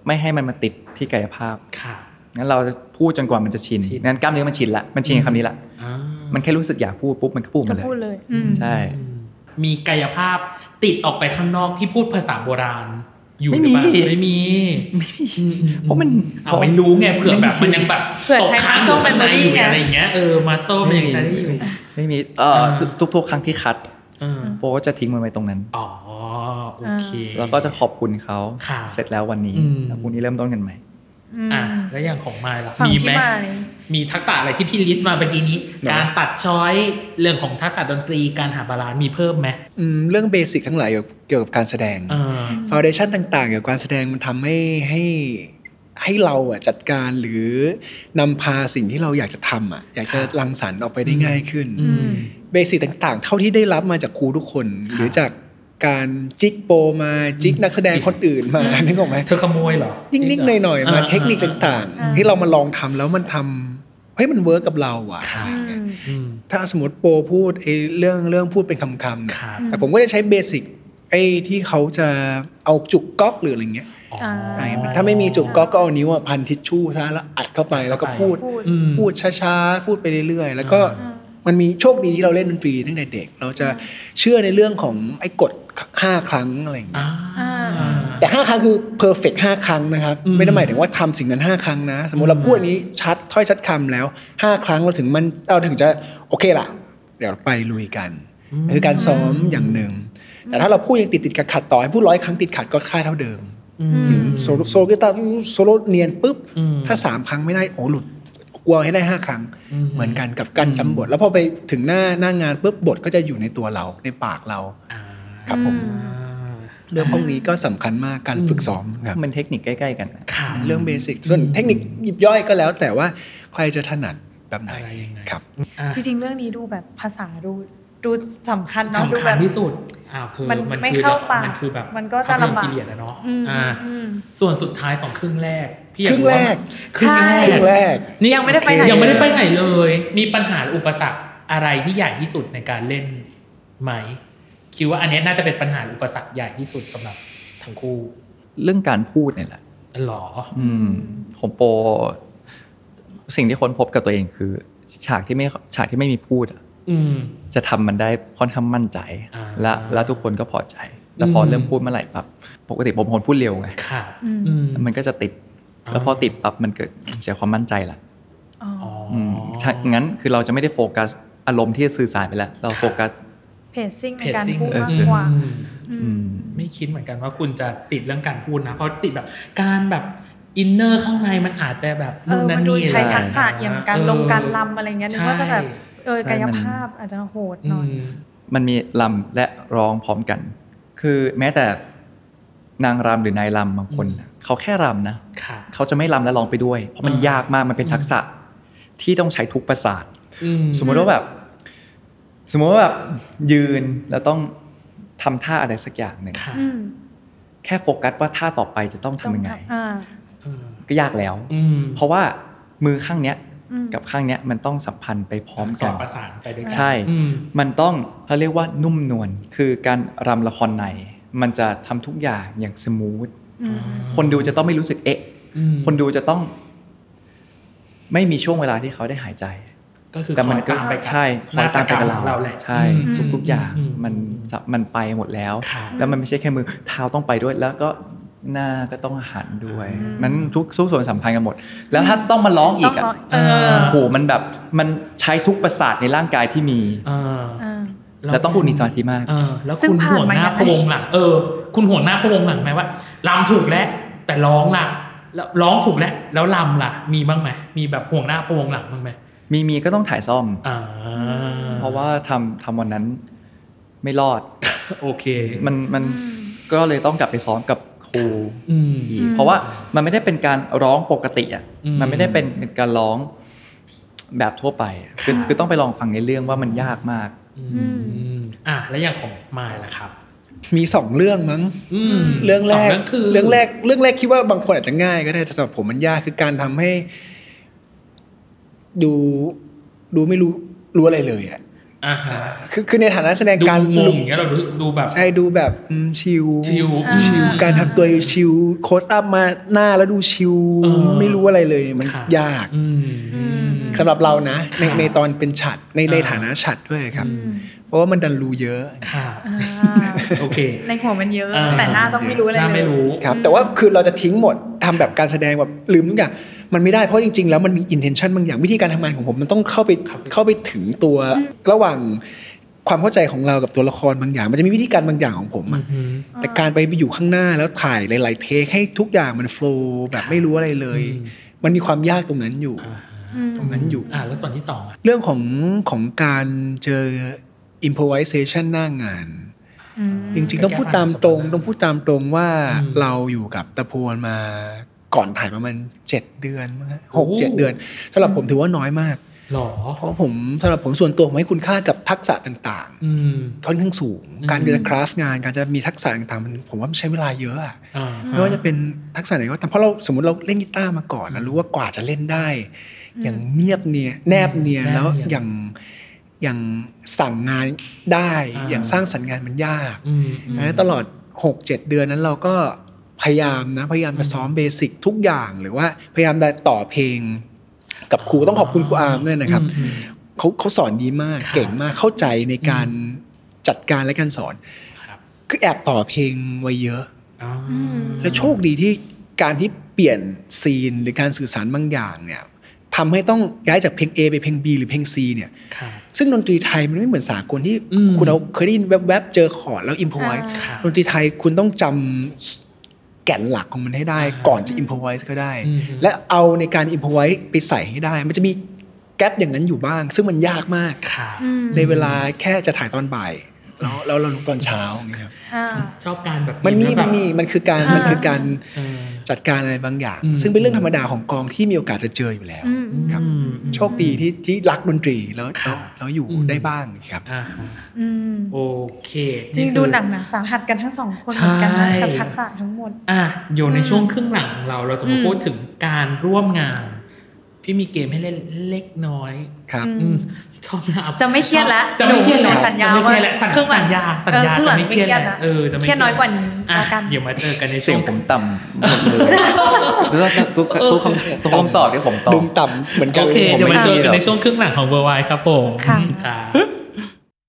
ไม่ให้มันมาติดที่กายภาพ ค่ะ งั้นเราจะพูดจนกว่ามันจะชิน ชิน งั้นกล้ามเนื้อมันชินละ มันชินกับคำนี้ละ อ่า มันแค่รู้สึกอยากพูดปุ๊บมันก็พูด จะ มาเลย พูดเลยอืม ใช่ อืมมีกายภาพติดออกไปข้างนอกที่พูดภาษาโบราณ อยู่ ไม่ หรือเปล่า มี ไม่มี อืมอืมอื เพราะมัน เอาไม่รู้ไงเผื่อแบบมันยังแบบตกค้างอยู่ข้างในอยู่อะไรอย่างเงี้ยเออมาโซ่มันยังใช้ได้อยู่ ไม่มี เอ่อทุกทุกๆครั้งที่คัด เออ โปก็จะทิ้งมันไว้ตรงนั้น อ๋อโอเค แล้วก็จะขอบคุณเขา ค่ะ เสร็จแล้ววันนี้ อืม แล้วพรุ่งนี้เริ่มต้นกันใหม่ อืม อ่ะแล้วอย่างของไมล์ล่ะ ฝั่ง มี ที่ ไหม มาเนี่ย มีทักษะอะไรที่พี่ลิสต์มาเมื่อกี้นี้ เนอะ การตัดช้อยเรื่องของทักษะดนตรีการหาบาลานซ์มีเพิ่มไหม อืมเรื่องเบสิกทั้งหลายเกี่ยวกับการแสดง เออ ฟาวเดชันต่างๆเกี่ยวกับการแสดงมันทำให้ให้ให้เราอะจัดการหรือนำพาสิ่งที่เราอยากจะทำอะอยากจะรังสรรค์ออกไปได้ง่ายขึ้น อืม เบสิกต่างๆ เท่าที่ได้รับมาจากครูทุกคน ครับ หรือจากการจิกโปรมาจิกนักแสดงคนอื่นมา นึกออกไหม เธอขโมยเหรอ นิ่งๆหน่อยๆมาเทคนิคต่าง อ่า ๆ ที่เรามาลองทำแล้วมันทำเฮ้ยมันเวิร์กกับเราอะ ๆค่ะ อืม อืม ถ้าสมมติโปรพูดไอ้เรื่องเรื่องพูดเป็นคำๆเนี่ย ครับ แต่ผมก็จะใช้เบสิกไอ้ที่เขาจะเอาจุกก๊อกหรืออะไรเงี้ย อ๋อ ไอ้มันถ้าไม่มีจุกก๊อกก็เอานิ้วอะพันทิชชู่ซะแล้วอัดเข้าไปแล้วก็ เข้าไป พูด พูด อืม พูดช้าๆ พูดไปเรื่อยๆ แล้วก็ อ่า มันมีโชคดีที่เราเล่นดนตรีตั้งแต่เด็ก เราจะเชื่อในเรื่องของไอ้กฎ 5 ครั้งอะไรเงี้ย อ่า แต่ 5 ครั้งคือเพอร์เฟกห้าครั้งนะครับ อืม ไม่ได้หมายถึงว่าทำสิ่งนั้น 5 ครั้งนะ สมมติเราพูดอันนี้ชัดถ้อยชัดคำแล้ว 5 ครั้งเราถึงมันเราถึงจะโอเคล่ะ เดี๋ยวไปลุยกัน อืม คือการซ้อมอย่างหนึ่ง แต่ถ้าเราพูดยังติดติดขัดขัดๆต่อให้พูดร้อยครั้งติดขัดก็ค่าเท่าเดิม อื อื ม ม โซโลโซโลกีตาร์โซโลเนียนปุ๊บ อืม ถ้าสามครั้งไม่ได้โอ้หลุดกลัวให้ได้ห้าครั้ง อืม เหมือนกันกับการจำบท แล้วพอไปถึงหน้าหน้างานปุ๊บบทก็จะอยู่ในตัวเราในปากเรา อ่า ครับผม อืม เรื่องพวกนี้ก็สำคัญมากการฝึกซ้อมครับ มันเทคนิคใกล้ ๆ กันนะ ค่ะ เรื่องเบสิกส่วนเทคนิคยิบย่อยก็แล้วแต่ว่าใครจะถนัดแบบไหน อะไรยังไง ครับ อ่ะ จริงๆ เรื่องนี้ดูแบบภาษาดูดูสำคัญเนาะดู สำคั แบ ญ บ ที่สุดอ้าวเธอ มัน มัน ไม่ คือ เข้าปาก มันคือแบบ มันก็จะลำบาก ภพยนตร์พีเรียดอะเนาะ อืม อ่า อืม ส่วนสุดท้ายของครึ่งแรกพี่อยา ครึ่งแรก ครึ่งแรก ใช่ ครึ่งแรก นี่ ยังไม่ได้ไปไหน ยังไม่ได้ไปไหนเลย มีปัญหาหรืออุปสรรคอะไรที่ใหญ่ที่สุดในการเล่นไหม คิดว่าอันเนี้ยน่าจะเป็นปัญหาหรืออุปสรรคใหญ่ที่สุดสำหรับทั้งคู่ เรื่องการพูดเนี่ยแหละ หรอ อืมผมโปรสิ่งที่ค้นพบกับตัวเองคือ ฉากที่ไม่ฉากที่ไม่มีพูดอะ อืม จะทำมันได้ค่อนข้างมั่นใจ อ่า และและทุกคนก็พอใจ แต่พออ ม เริ่มพูดเมื่อไหร่ปั๊บปกติผมเป็นคนพูดเร็วไง ค่ะ อืม อืม มันก็จะติด อ่า แล้วพอติดปั๊บมันเกิดเสียความมั่นใจละ อ๋ออ อ๋ออ มถ้างั้นคือเราจะไม่ได้โฟกัสอารมณ์ที่จะสื่อสารไปแล้ว เรา ค่ะ โฟกัส เพจซิ่งในการ pacing พูดมาก อื กว่า ม อืม ไม่คิดเหมือนกันว่าคุณจะติดเรื่องการพูดนะ เพราะติดแบบการแบบอินเนอร์ข้างในมันอาจจะแบบ เออมันดูใช้ทักษะอย่างการลงการลำอะไรเงี้ยนึกว่าจะแบบเออ ใช่ กาย มัน ภาพอาจจะโหด อื หน่อย ม มันมีลำและร้องพร้อมกัน คือแม้แต่นางรำหรือนายรำบางคนน่ะเขาแค่รำนะ ค่ะ เขาจะไม่รำและร้องไปด้วย เพราะมัน อ่าย ยากมากมันเป็นทักษะที่ต้องใช้ทุกประสาท อืม สมมติว่าแบบ สมมติว่าแบบยืนแล้วต้องทำท่าอะไรสักอย่างหนึ่ง ค่ะ อืม แค่โฟกัสว่าท่าต่อไปจะต้องทำยังไง อ่า เออ ก็ยากแล้ว อืม เพราะว่ามือข้างเนี้ย อืม กับข้างเนี้ยมันต้องสัมพันธ์ไปพร้อม ส กั อน ดประสานไปด้วยกัน ใช่ อืม มันต้องเขาเรียกว่านุ่มนวลคือการรำละครใน มันจะทำทุกอย่างอย่างสมูท อืม คนดูจะต้องไม่รู้สึกเอ๊ะ อืม คนดูจะต้อง ไม่มีช่วงเวลาที่เขาได้หายใจ ก็คือ แต่มัคนอย ก็ ตามไปกับ ใช่คอยตามไปกับ หน้ตะกร้ของเรา เรา แหละ ใช่ อืม ทุกๆอย่าง อืม มันจะมันไปหมดแล้ว ครับ แล้วมันไม่ใช่แค่มือเท้าต้องไปด้วย แล้วก็หน้าก็ต้องหันด้วย มันทุกทุกส่วนสัมพันธ์กันหมด แล้วถ้าต้องมาร้องอี ต้อก ง อ่ะ รอเออ โอ้โหมันแบบมันใช้ทุกประสาทในร่างกายที่มี เออ อ่า แล้วต้องคุณมีสมาธิมาก เออแล้ว ซึ่ง คุณ ผ่าน ห่วง มา หน้า ยังไง พะวงหลังเออ คุณห่วงหน้าพะวงหลังไหมว่าลำถูกแล้วแต่ร้องล่ะแล้วร้องถูกแล้วแล้วลำล่ะ มีบ้างไหมมีแบบห่วงหน้าพะวงหลังบ้างไหม มีมีก็ต้องถ่ายซ่อม อ่า เพราะว่าทำทำวันนั้นไม่รอ ด โอเค มันมันก็เลยต้องกลับไปซ้อมกับครู อืม อีกเพราะว่ามันไม่ได้เป็นการร้องปกติอ่ะ อืม มันไม่ได้เป็นการร้องแบบทั่วไปอะคือคือต้องไปลองฟังในเรื่องว่ามันยากมาก อืม อืมอ่ะแล้วอย่างของมายล่ะครับ มีสองเรื่องมั้ง อืม เรื่องแรก สคือ เรื่องแรกเรื่องแรกคิดว่าบางคนอาจจะง่ายก็ได้แต่สำหรับผมมันยากคือการทำให้ ดูดูไม่รู้รู้อะไรเลยอ่ะ อ่าฮะ คือคือในฐานะแสดง ดู การ งงอย่างเงี้ยเราดูดูแบบ ใช่ดูแบบอืมชิล ชิว อ่า ชิลการทำตัวชิลโคสอัพมาหน้าแล้วดูชิล เออ ไม่รู้อะไรเลยมัน ครับ ยาก อืม สำหรับเรานะ ใน ครับ ในตอนเป็นฉัดใน อ่า ในฐานะฉัดด้วยครับ อืม เพราะว่ามันดันรู้เยอะ ค่ะ อ่า โอเค ในหัวมันเยอะ เออ แต่หน้าต้องไม่รู้อะไร น่า เลย ไม่รู้ ครับแต่ว่าคือเราจะทิ้งหมดทำแบบการแสดงแบบลืมทุกอย่างมันไม่ได้เพราะจริงๆ แล้วมันมี intention บางอย่างวิธีการทำงานของผมมันต้องเข้าไปเข้าไปถึงตัวระหว่างความเข้าใจของเรากับตัวละครบางอย่าง มันจะมีวิธีการบางอย่างของผมอะ อืม แต่การไปอยู่ข้างหน้าแล้วถ่ายหลายๆเทคให้ทุกอย่างมันโฟล์แบบไม่รู้อะไรเลย อืม มันมีความยากตรงนั้นอยู่ อ่าฮะ อืม ตรงนั้นอยู่ อ่าแล้วส่วนที่สองอะ เรื่องของของการเจอ improvisation หน้างาน อืม จริงๆ ต้องพูดตามตรง ต้องพูดตามตรงว่าเราอยู่กับตะโพนมาก่อนถ่ายประมาณเจ็ดเดือนมั้งฮะหกเจ็ดเดือนสำหรับผมถือว่าน้อยมาก หรอ เพราะผมสำหรับผมส่วนตัวผมให้คุณค่ากับทักษะต่าง อืม ๆค่อนข้างสูง อืม การจะคราฟงานการจะมีทักษะต่างๆมันผมว่ามันใช้เวลาเยอะอะ อ่า ไม่ว่าจะเป็นทักษะไหนก็ตามเพราะเราสมมติเราเล่นกีตาร์มาก่อนเรารู้ว่ากว่าจะเล่นได้ อย่างเนียบเนียนแนบเนียนแล้วอย่างอย่างสั่งงานได้ อย่างสร้างสรรค์งานมันยาก อืม นะตลอด 6 7 เดือนนั้นเราก็พยายามนะ พยายามจะซ้อมเบสิกทุกอย่างหรือว่าพยายามจะต่อเพลง กับครูต้องขอบคุณครูอาร์มด้วยนะครับ อืม เขาเขาสอนดีมาก ครับ เก่งมากเข้าใจในการจัดการและการสอน ครับ คือแอบต่อเพลงไว้เยอะ อ่า และโชคดีที่การที่เปลี่ยนซีนหรือการสื่อสารบางอย่างเนี่ยทำให้ต้องย้ายจากเพลง A ไปเพลง B หรือเพลง C เนี่ย ครับ ซึ่งดนตรีไทยมันไม่เหมือนสากลที่ อืม คุณเอาเคยได้ยินแวบๆเจอคอร์ดแล้วอิมพอไว อ่า ครับ ดนตรีไทยคุณต้องจำแก่นหลักของมันให้ได้ อ่า ก่อนจะอิมพอไวส์ก็ได้ อืม และเอาในการอิมพอไวส์ไปใส่ให้ได้ มันจะมีแกลบอย่างนั้นอยู่บ้าง ซึ่งมันยากมาก ครับ อืม ในเวลาแค่จะถ่ายตอนบ่ายแล้วแล้วเรารู้ตอนเช้าอย่างเงี้ยครับ อ่า ชอบการแบบ มันมี แล้วแบ มั บ นมีมันคือการ อ่ามั มันคือการ เออ จัดการอะไรบางอย่าง อืม ซึ่งเป็นเรื่องธรรมดาของกองที่มีโอกาสจะเจออยู่แล้ว อืม ครับ อืม โชคดีที่ที่รักดนตรีแล้ว ครับ แล้วแล้วอยู่ อืม ได้บ้างครับ อ่าฮะ อืม โอเค จริง คือ ดูหนักหนาสาหัสกันทั้งสองคนเหมือนกันนะ ใช่ กับทักษะทั้งหมด อ่ะอยู่ใน อืม ช่วงครึ่งหลังของเรา เราจะมา อืม พูดถึงการร่วมงาน พี่มีเกมให้เล่นเล็กน้อย ครับ อืมชอบนะ จะไม่เครียดละ จะไม่เครียดแล้ว หนูสัญญา จะไม่เครียดแล้ว ว่า สัญ ครึ่งหลั สั ง ญญาสัญญา เออครึ่งห จะ ลัง ไม่เครียดแล้ว ไม่เครียดละ เออจะไม่ เครียดน้อยกว่านี้ อ่ะ ละกัน เดี๋ยวมาเจอกันใน เสี ช่ ยง วง ผมต่ำหมด เลยทุกทุกทุกคำทุกคำตอบที่ผมตอบ ดึงต่ำเหมือนกัน โอเค ผม เดี๋ยว ไม่ มาเจอกัน หร ใน อก ช่วงครึ่งหลังของเวอร์ไวครับผม ค่ะ ครับ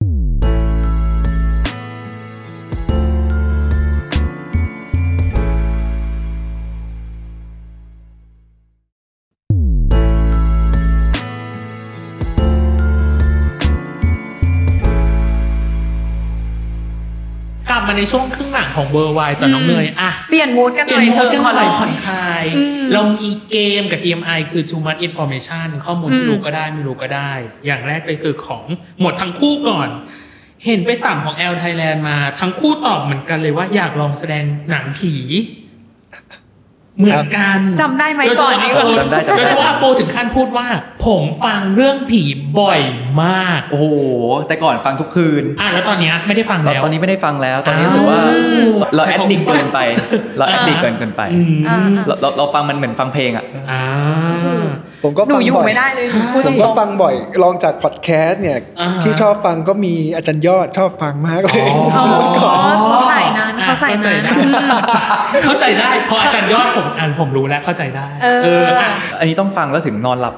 กลับมาในช่วงครึ่งหลังของเวอร์ไวจากน้องเนยอ่ะ เปลี่ยนมูดกัน เป ห ลี่ น่ ย อย น เถ โหมด อะ กัน ขอร้อย งหน่อผ่อนคลาย อืม เรามีเกมกับ TMI คือ too much information ข้อมูลที่ อืม รู้ก็ได้ไม่รู้ก็ได้ อย่างแรกเลยคือของหมดทั้งคู่ก่อน เห็นไปสัมของ L Thailand มา ทั้งคู่ตอบเหมือนกันเลยว่าอยากลองแสดงหนังผี เหมือนกัน จำได้ไหม โดยเฉ ก่อน พาะ นี้ อา ก่อน โป จำได้จำได้ โดยเฉพาะอาโปถึงขั้นพูดว่า ผมฟังเรื่องผีบ่อยมาก โอ้โห แต่ก่อนฟังทุกคืน อ่ะแล้วตอนเนี้ยไม่ได้ฟัง เรา แล้ว ตอนนี้ไม่ได้ฟังแล้ว ตอนนี้รู้สึกว่า อ้าว เรา ใช้ แอด คำว่า ดิกเกินไป เราแอดดิกเกินเกินไป อืม อ่า เราเราเราฟังมันเหมือนฟังเพลงอ่ะ อ่า ผมก็ หนู ฟัง อยู่ บ่อย ไม่ได้เลย ใช่ พูด ผ ตร ม ง ก็ฟังบ่อยลองจากพอดแคสต์เนี่ย อ่าฮะ ที่ชอบฟังก็มีอาจารย์ยอดชอบฟังมากเลย อ๋อ ๆเขาเขาใส่นั้นเขาใส่นั้น เข้าใจได้เข้าใจได้เพราะอาจารย์ยอดผมอ่านผมรู้แล้วเข้าใจได้ เออ อ่ะ อันนี้ต้องฟังแล้วถึงนอนหลับ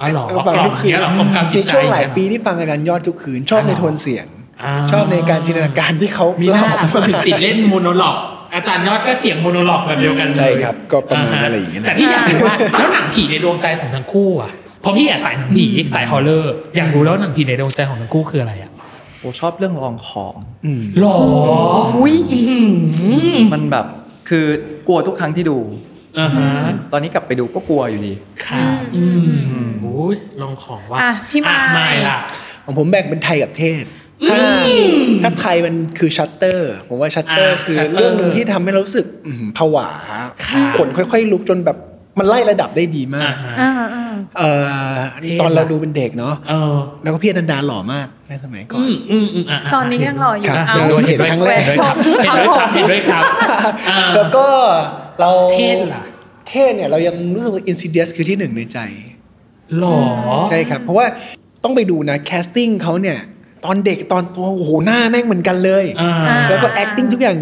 อ๋อเหรอ ก็ฟั กล่อ ทุ ม กคื เนี้ยเหรอกล่อมกำจิ มี ตใจ ช่วงหลายปี เ ที่ฟังอาจารย์ยอดทุกคืน ชอบในโทนเสียง า ชอบในการจินตนาการที่เขา มีห เล่า น้าคนถึงติดเล่นโมโนล็อก อาจารย์ยอดก็เสียงโมโนล็อกแบบเดียวกันเลย ใช่ครับ ก็ประมาณอะไรอย่างเงี้ย แต่ นะ พี่อยากรู้ว่าแล้วหนังผีในดวงใจของทั้งคู่อ่ะเพราะพี่อยากสายหนังผีสายฮอลเลอร์อยากรู้แล้วหนังผีในดวงใจของทั้งคู่คืออะไรอ่ะ โอ้ชอบเรื่องลองของ อืม หรออุ้ย มันแบบคือกลัวทุกครั้งที่ดู อ่าฮะ ตอนนี้กลับไปดูก็กลัวอยู่ดี ค่ะอืมอุ้ยลองของว่า อ่ะพี่มาย ไม่ล่ะ ของผมแบ่งเป็นไทยกับเทศ ถ้าถ้าไทยมันคือชัตเตอร์ผมว่าชัตเตอร์ อ่า คือ Shutter เรื่องหนึ่งที่ทำให้เรารู้สึกอื้อหือผวา ค่ะ ขนค่อยๆ ลุกจนแบบมันไล่ระดับได้ดีมา อ่าก ฮะ อ่าอ่า เอ่อ เทพ ตอนเรา อะ ดูเป็นเด็กเนาะ เออ แล้วก็พี่อนันดาหล่อมากในสมัยก่อน อืมอืมอืมอ่ะะ ตอนนี้ยังรออยู่ ครับ เอา ยังรอเห็นครั้งแรก ชม เห็น เขา ด้ผวยครับ ม เห็นด้วยครับเห็นด้วยว ครับแล้ก็เรา เทศล่ะ เทศเนี่ยเรายังรู้สึกว่า Insidious คือที่หนึ่งในใจ หรอ ใช่ครับ เพราะว่าต้องไปดูนะ แคสติ้งเขาเนี่ย ตอนเด็กตอนตัวโอ้โหหน้าแม่งเหมือนกันเลย อ่า แล้วก็ acting ทุกอย่าง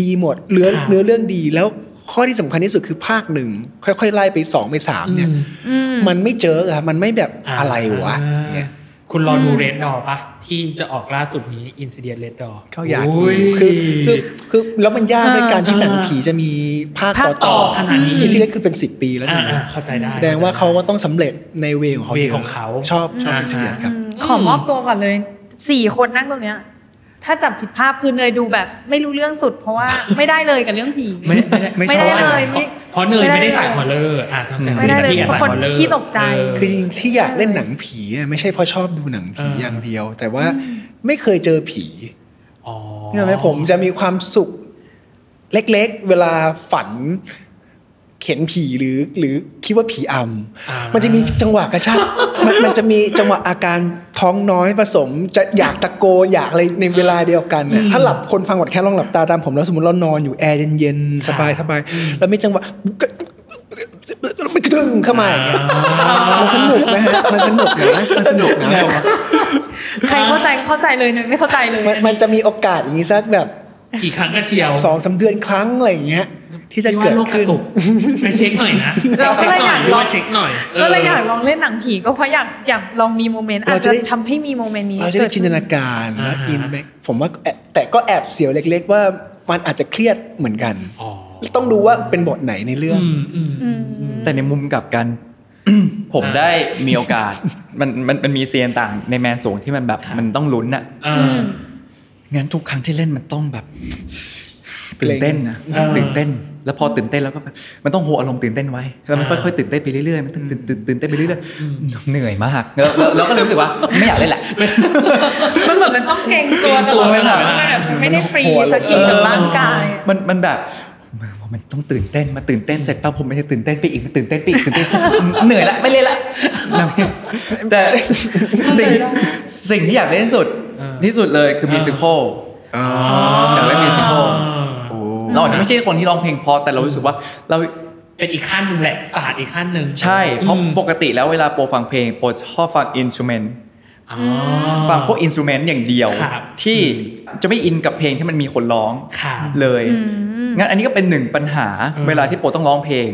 ดีหมดเนื้อ ครับ เนื้อเรื่องดีแล้วข้อที่สำคัญที่สุดคือภาคหนึ่ง ค่อยๆ ไล่ไปสองไปสามเนี่ย อืม มันไม่เจอครับมันไม่แบบ า อะไรวะเนี่ย คุณรอดูเรดดอปะที่จะออกล่าสุดนี้ Incident Red Door เขาอยากดู โย คือคือคือแล้วมันยากในการที่ อ่า หนังผีจะมีภาค ภาคต่ต่อต่ อ อ ขนาดนี้ อินซิเดนคือเป็น 10 ปีแล้ว อ่า นะ อ่าเข้าใจได้ แสดงว่าเขาก็ต้องสำเร็จในเวของเขา เว ยะ ของเขา ชอบชอบ อ่า อินซิเดียสครับ ขอมอบตัวก่อนเลยสี่คนนั่งตรงเนี้ย ถ้าจับผิดภาพคือเนยดูแบบไม่รู้เรื่องสุด เพราะว่า ไม่ได้เลยกับเรื่องผี ไม่ไม่ ไม่ ไม่ ชอบ ได้เลย ไม่ เพราะเนย ไม่ได้ ไม่ได้สาย เลย ฮอลเลอร์อ่ะทำใจ ไม่ได้เลย พี่อะ เพราะคน สยฮอลเลอร์ ขี้ตกใจ เ คือจริงๆที่อยากเล่นหนังผีอะไม่ใช่เพราะชอบดูหนังผี เออ อ อ ย่างเดียว แต่ว่าไม่เคยเจอผี อ๋อ เนี่ยไหมผมจะมีความสุขเล็กๆ เวลาฝันเข็นผีหรือ หรือคิดว่าผีอ อ่ามั ำมันจะมีจังหวะกระชาก มันมันจะมีจังหวะอาการท้องน้อยผสม จะอยากตะโกนอยากอะไรในเวลาเดียวกันน่ะถ้าหลับคนฟังหมดแค่ลองหลับตาตามผมแล้วสมมติเรานอนอยู่แอร์เย็นๆสบายสบายๆแล้วมีจังหวะมันกระดึงเข้ามาอย่างเงี้ย มันสนุกนะฮะ มันสนุกนะมันสนุกนะ ใครเข้าใจเข้าใจเลยเนยไม่เข้าใจเลย มันมันจะมีโอกาสอย่างนี้สักแบบ กี่ครั้งก็เชียว สองสามเดือนครั้งอะไรอย่างเงี้ย ที่จะเกิด พี่ว่าโรคก ขึ้น ระตุกไปเช็คหน่อยนะ เราก็เลยอยากลอง พี่ว่าเช็คหน่อย ก็เลยอยากลองเล่นหนังผีก็เพราะอยากอยากลองมีโมเมนต์อา เรา จ จะ จะ ได้ ทำให้มีโมเมนต์นี้ เราจะได้ เกิด จินตนาการและอินแม็กผมว่าแอบแต่ก็แอบเสียวเล็กๆ ว่ามันอาจจะเครียดเหมือนกัน อ๋อ ต้องดูว่าเป็นบทไหนในเรื่อง อืมอืม อืม แต่ในมุมกลับกัน ผม อ่า ได้มีโอกาส มันมันมันมีเซียนต่างในแมนสูงที่มันแบบมันต้องลุ้นอะ เออ งั้นทุกครั้งที่เล่นมันต้องแบบ เกรง ตื่นเต้นนะ เออ ตื่นเต้น แล้วพอตื่นเต้นแล้วก็แบบมันต้องโฮอารมณ์ตื่นเต้นไว้แล้วมันค่อยๆตื่นเต้นไปเรื่อยๆมันตื่นตื่นตื่นตื่นเต้นไปเรื่อยๆเหนื่อยมากแล้วแล้วแล้วก็เลยรู้สึกว่า ไม่อยากเล่นแหละ มันเหมือนมันต้องเกรงตัวตลอดเวลามันแบบไม่ได้ฟรีสักทีกับร่างกาย มันมันแบบมันต้องตื่นเต้นมาตื่นเต้นเสร็จปั๊บผมมันจะตื่นเต้นไปอีกมันตื่นเต้นไปอีกตื่นเต้น เหนื่อยละไม่เล่นละนะแต่สิ่งสิ่งที่อยากเล่นที่สุด เออ ที่สุดเลยคือมิวสิควล อ๋อ อยากเล่นมิวสิควล อ่า เราอาจจะไม่ใช่คนที่ร้องเพลงเพอแต่เรารู้สึกว่าเรา เป็นอีกขั้นหนึ่งแหละศาสตร์อีกขั้นหนึ่ง ใช่เพราะ อืม ปกติแล้วเวลาโปรฟังเพลงโปรชอบฟังอินสตูเมนต์ อ๋อ ฟังพวกอินสตูเมนต์อย่างเดียว ครับ ที่จะไม่อินกับเพลงที่มันมีคนร้อง ขา เลย งั้นอันนี้ก็เป็นหนึ่งปัญหาเวลาที่โปต้องร้องเพลง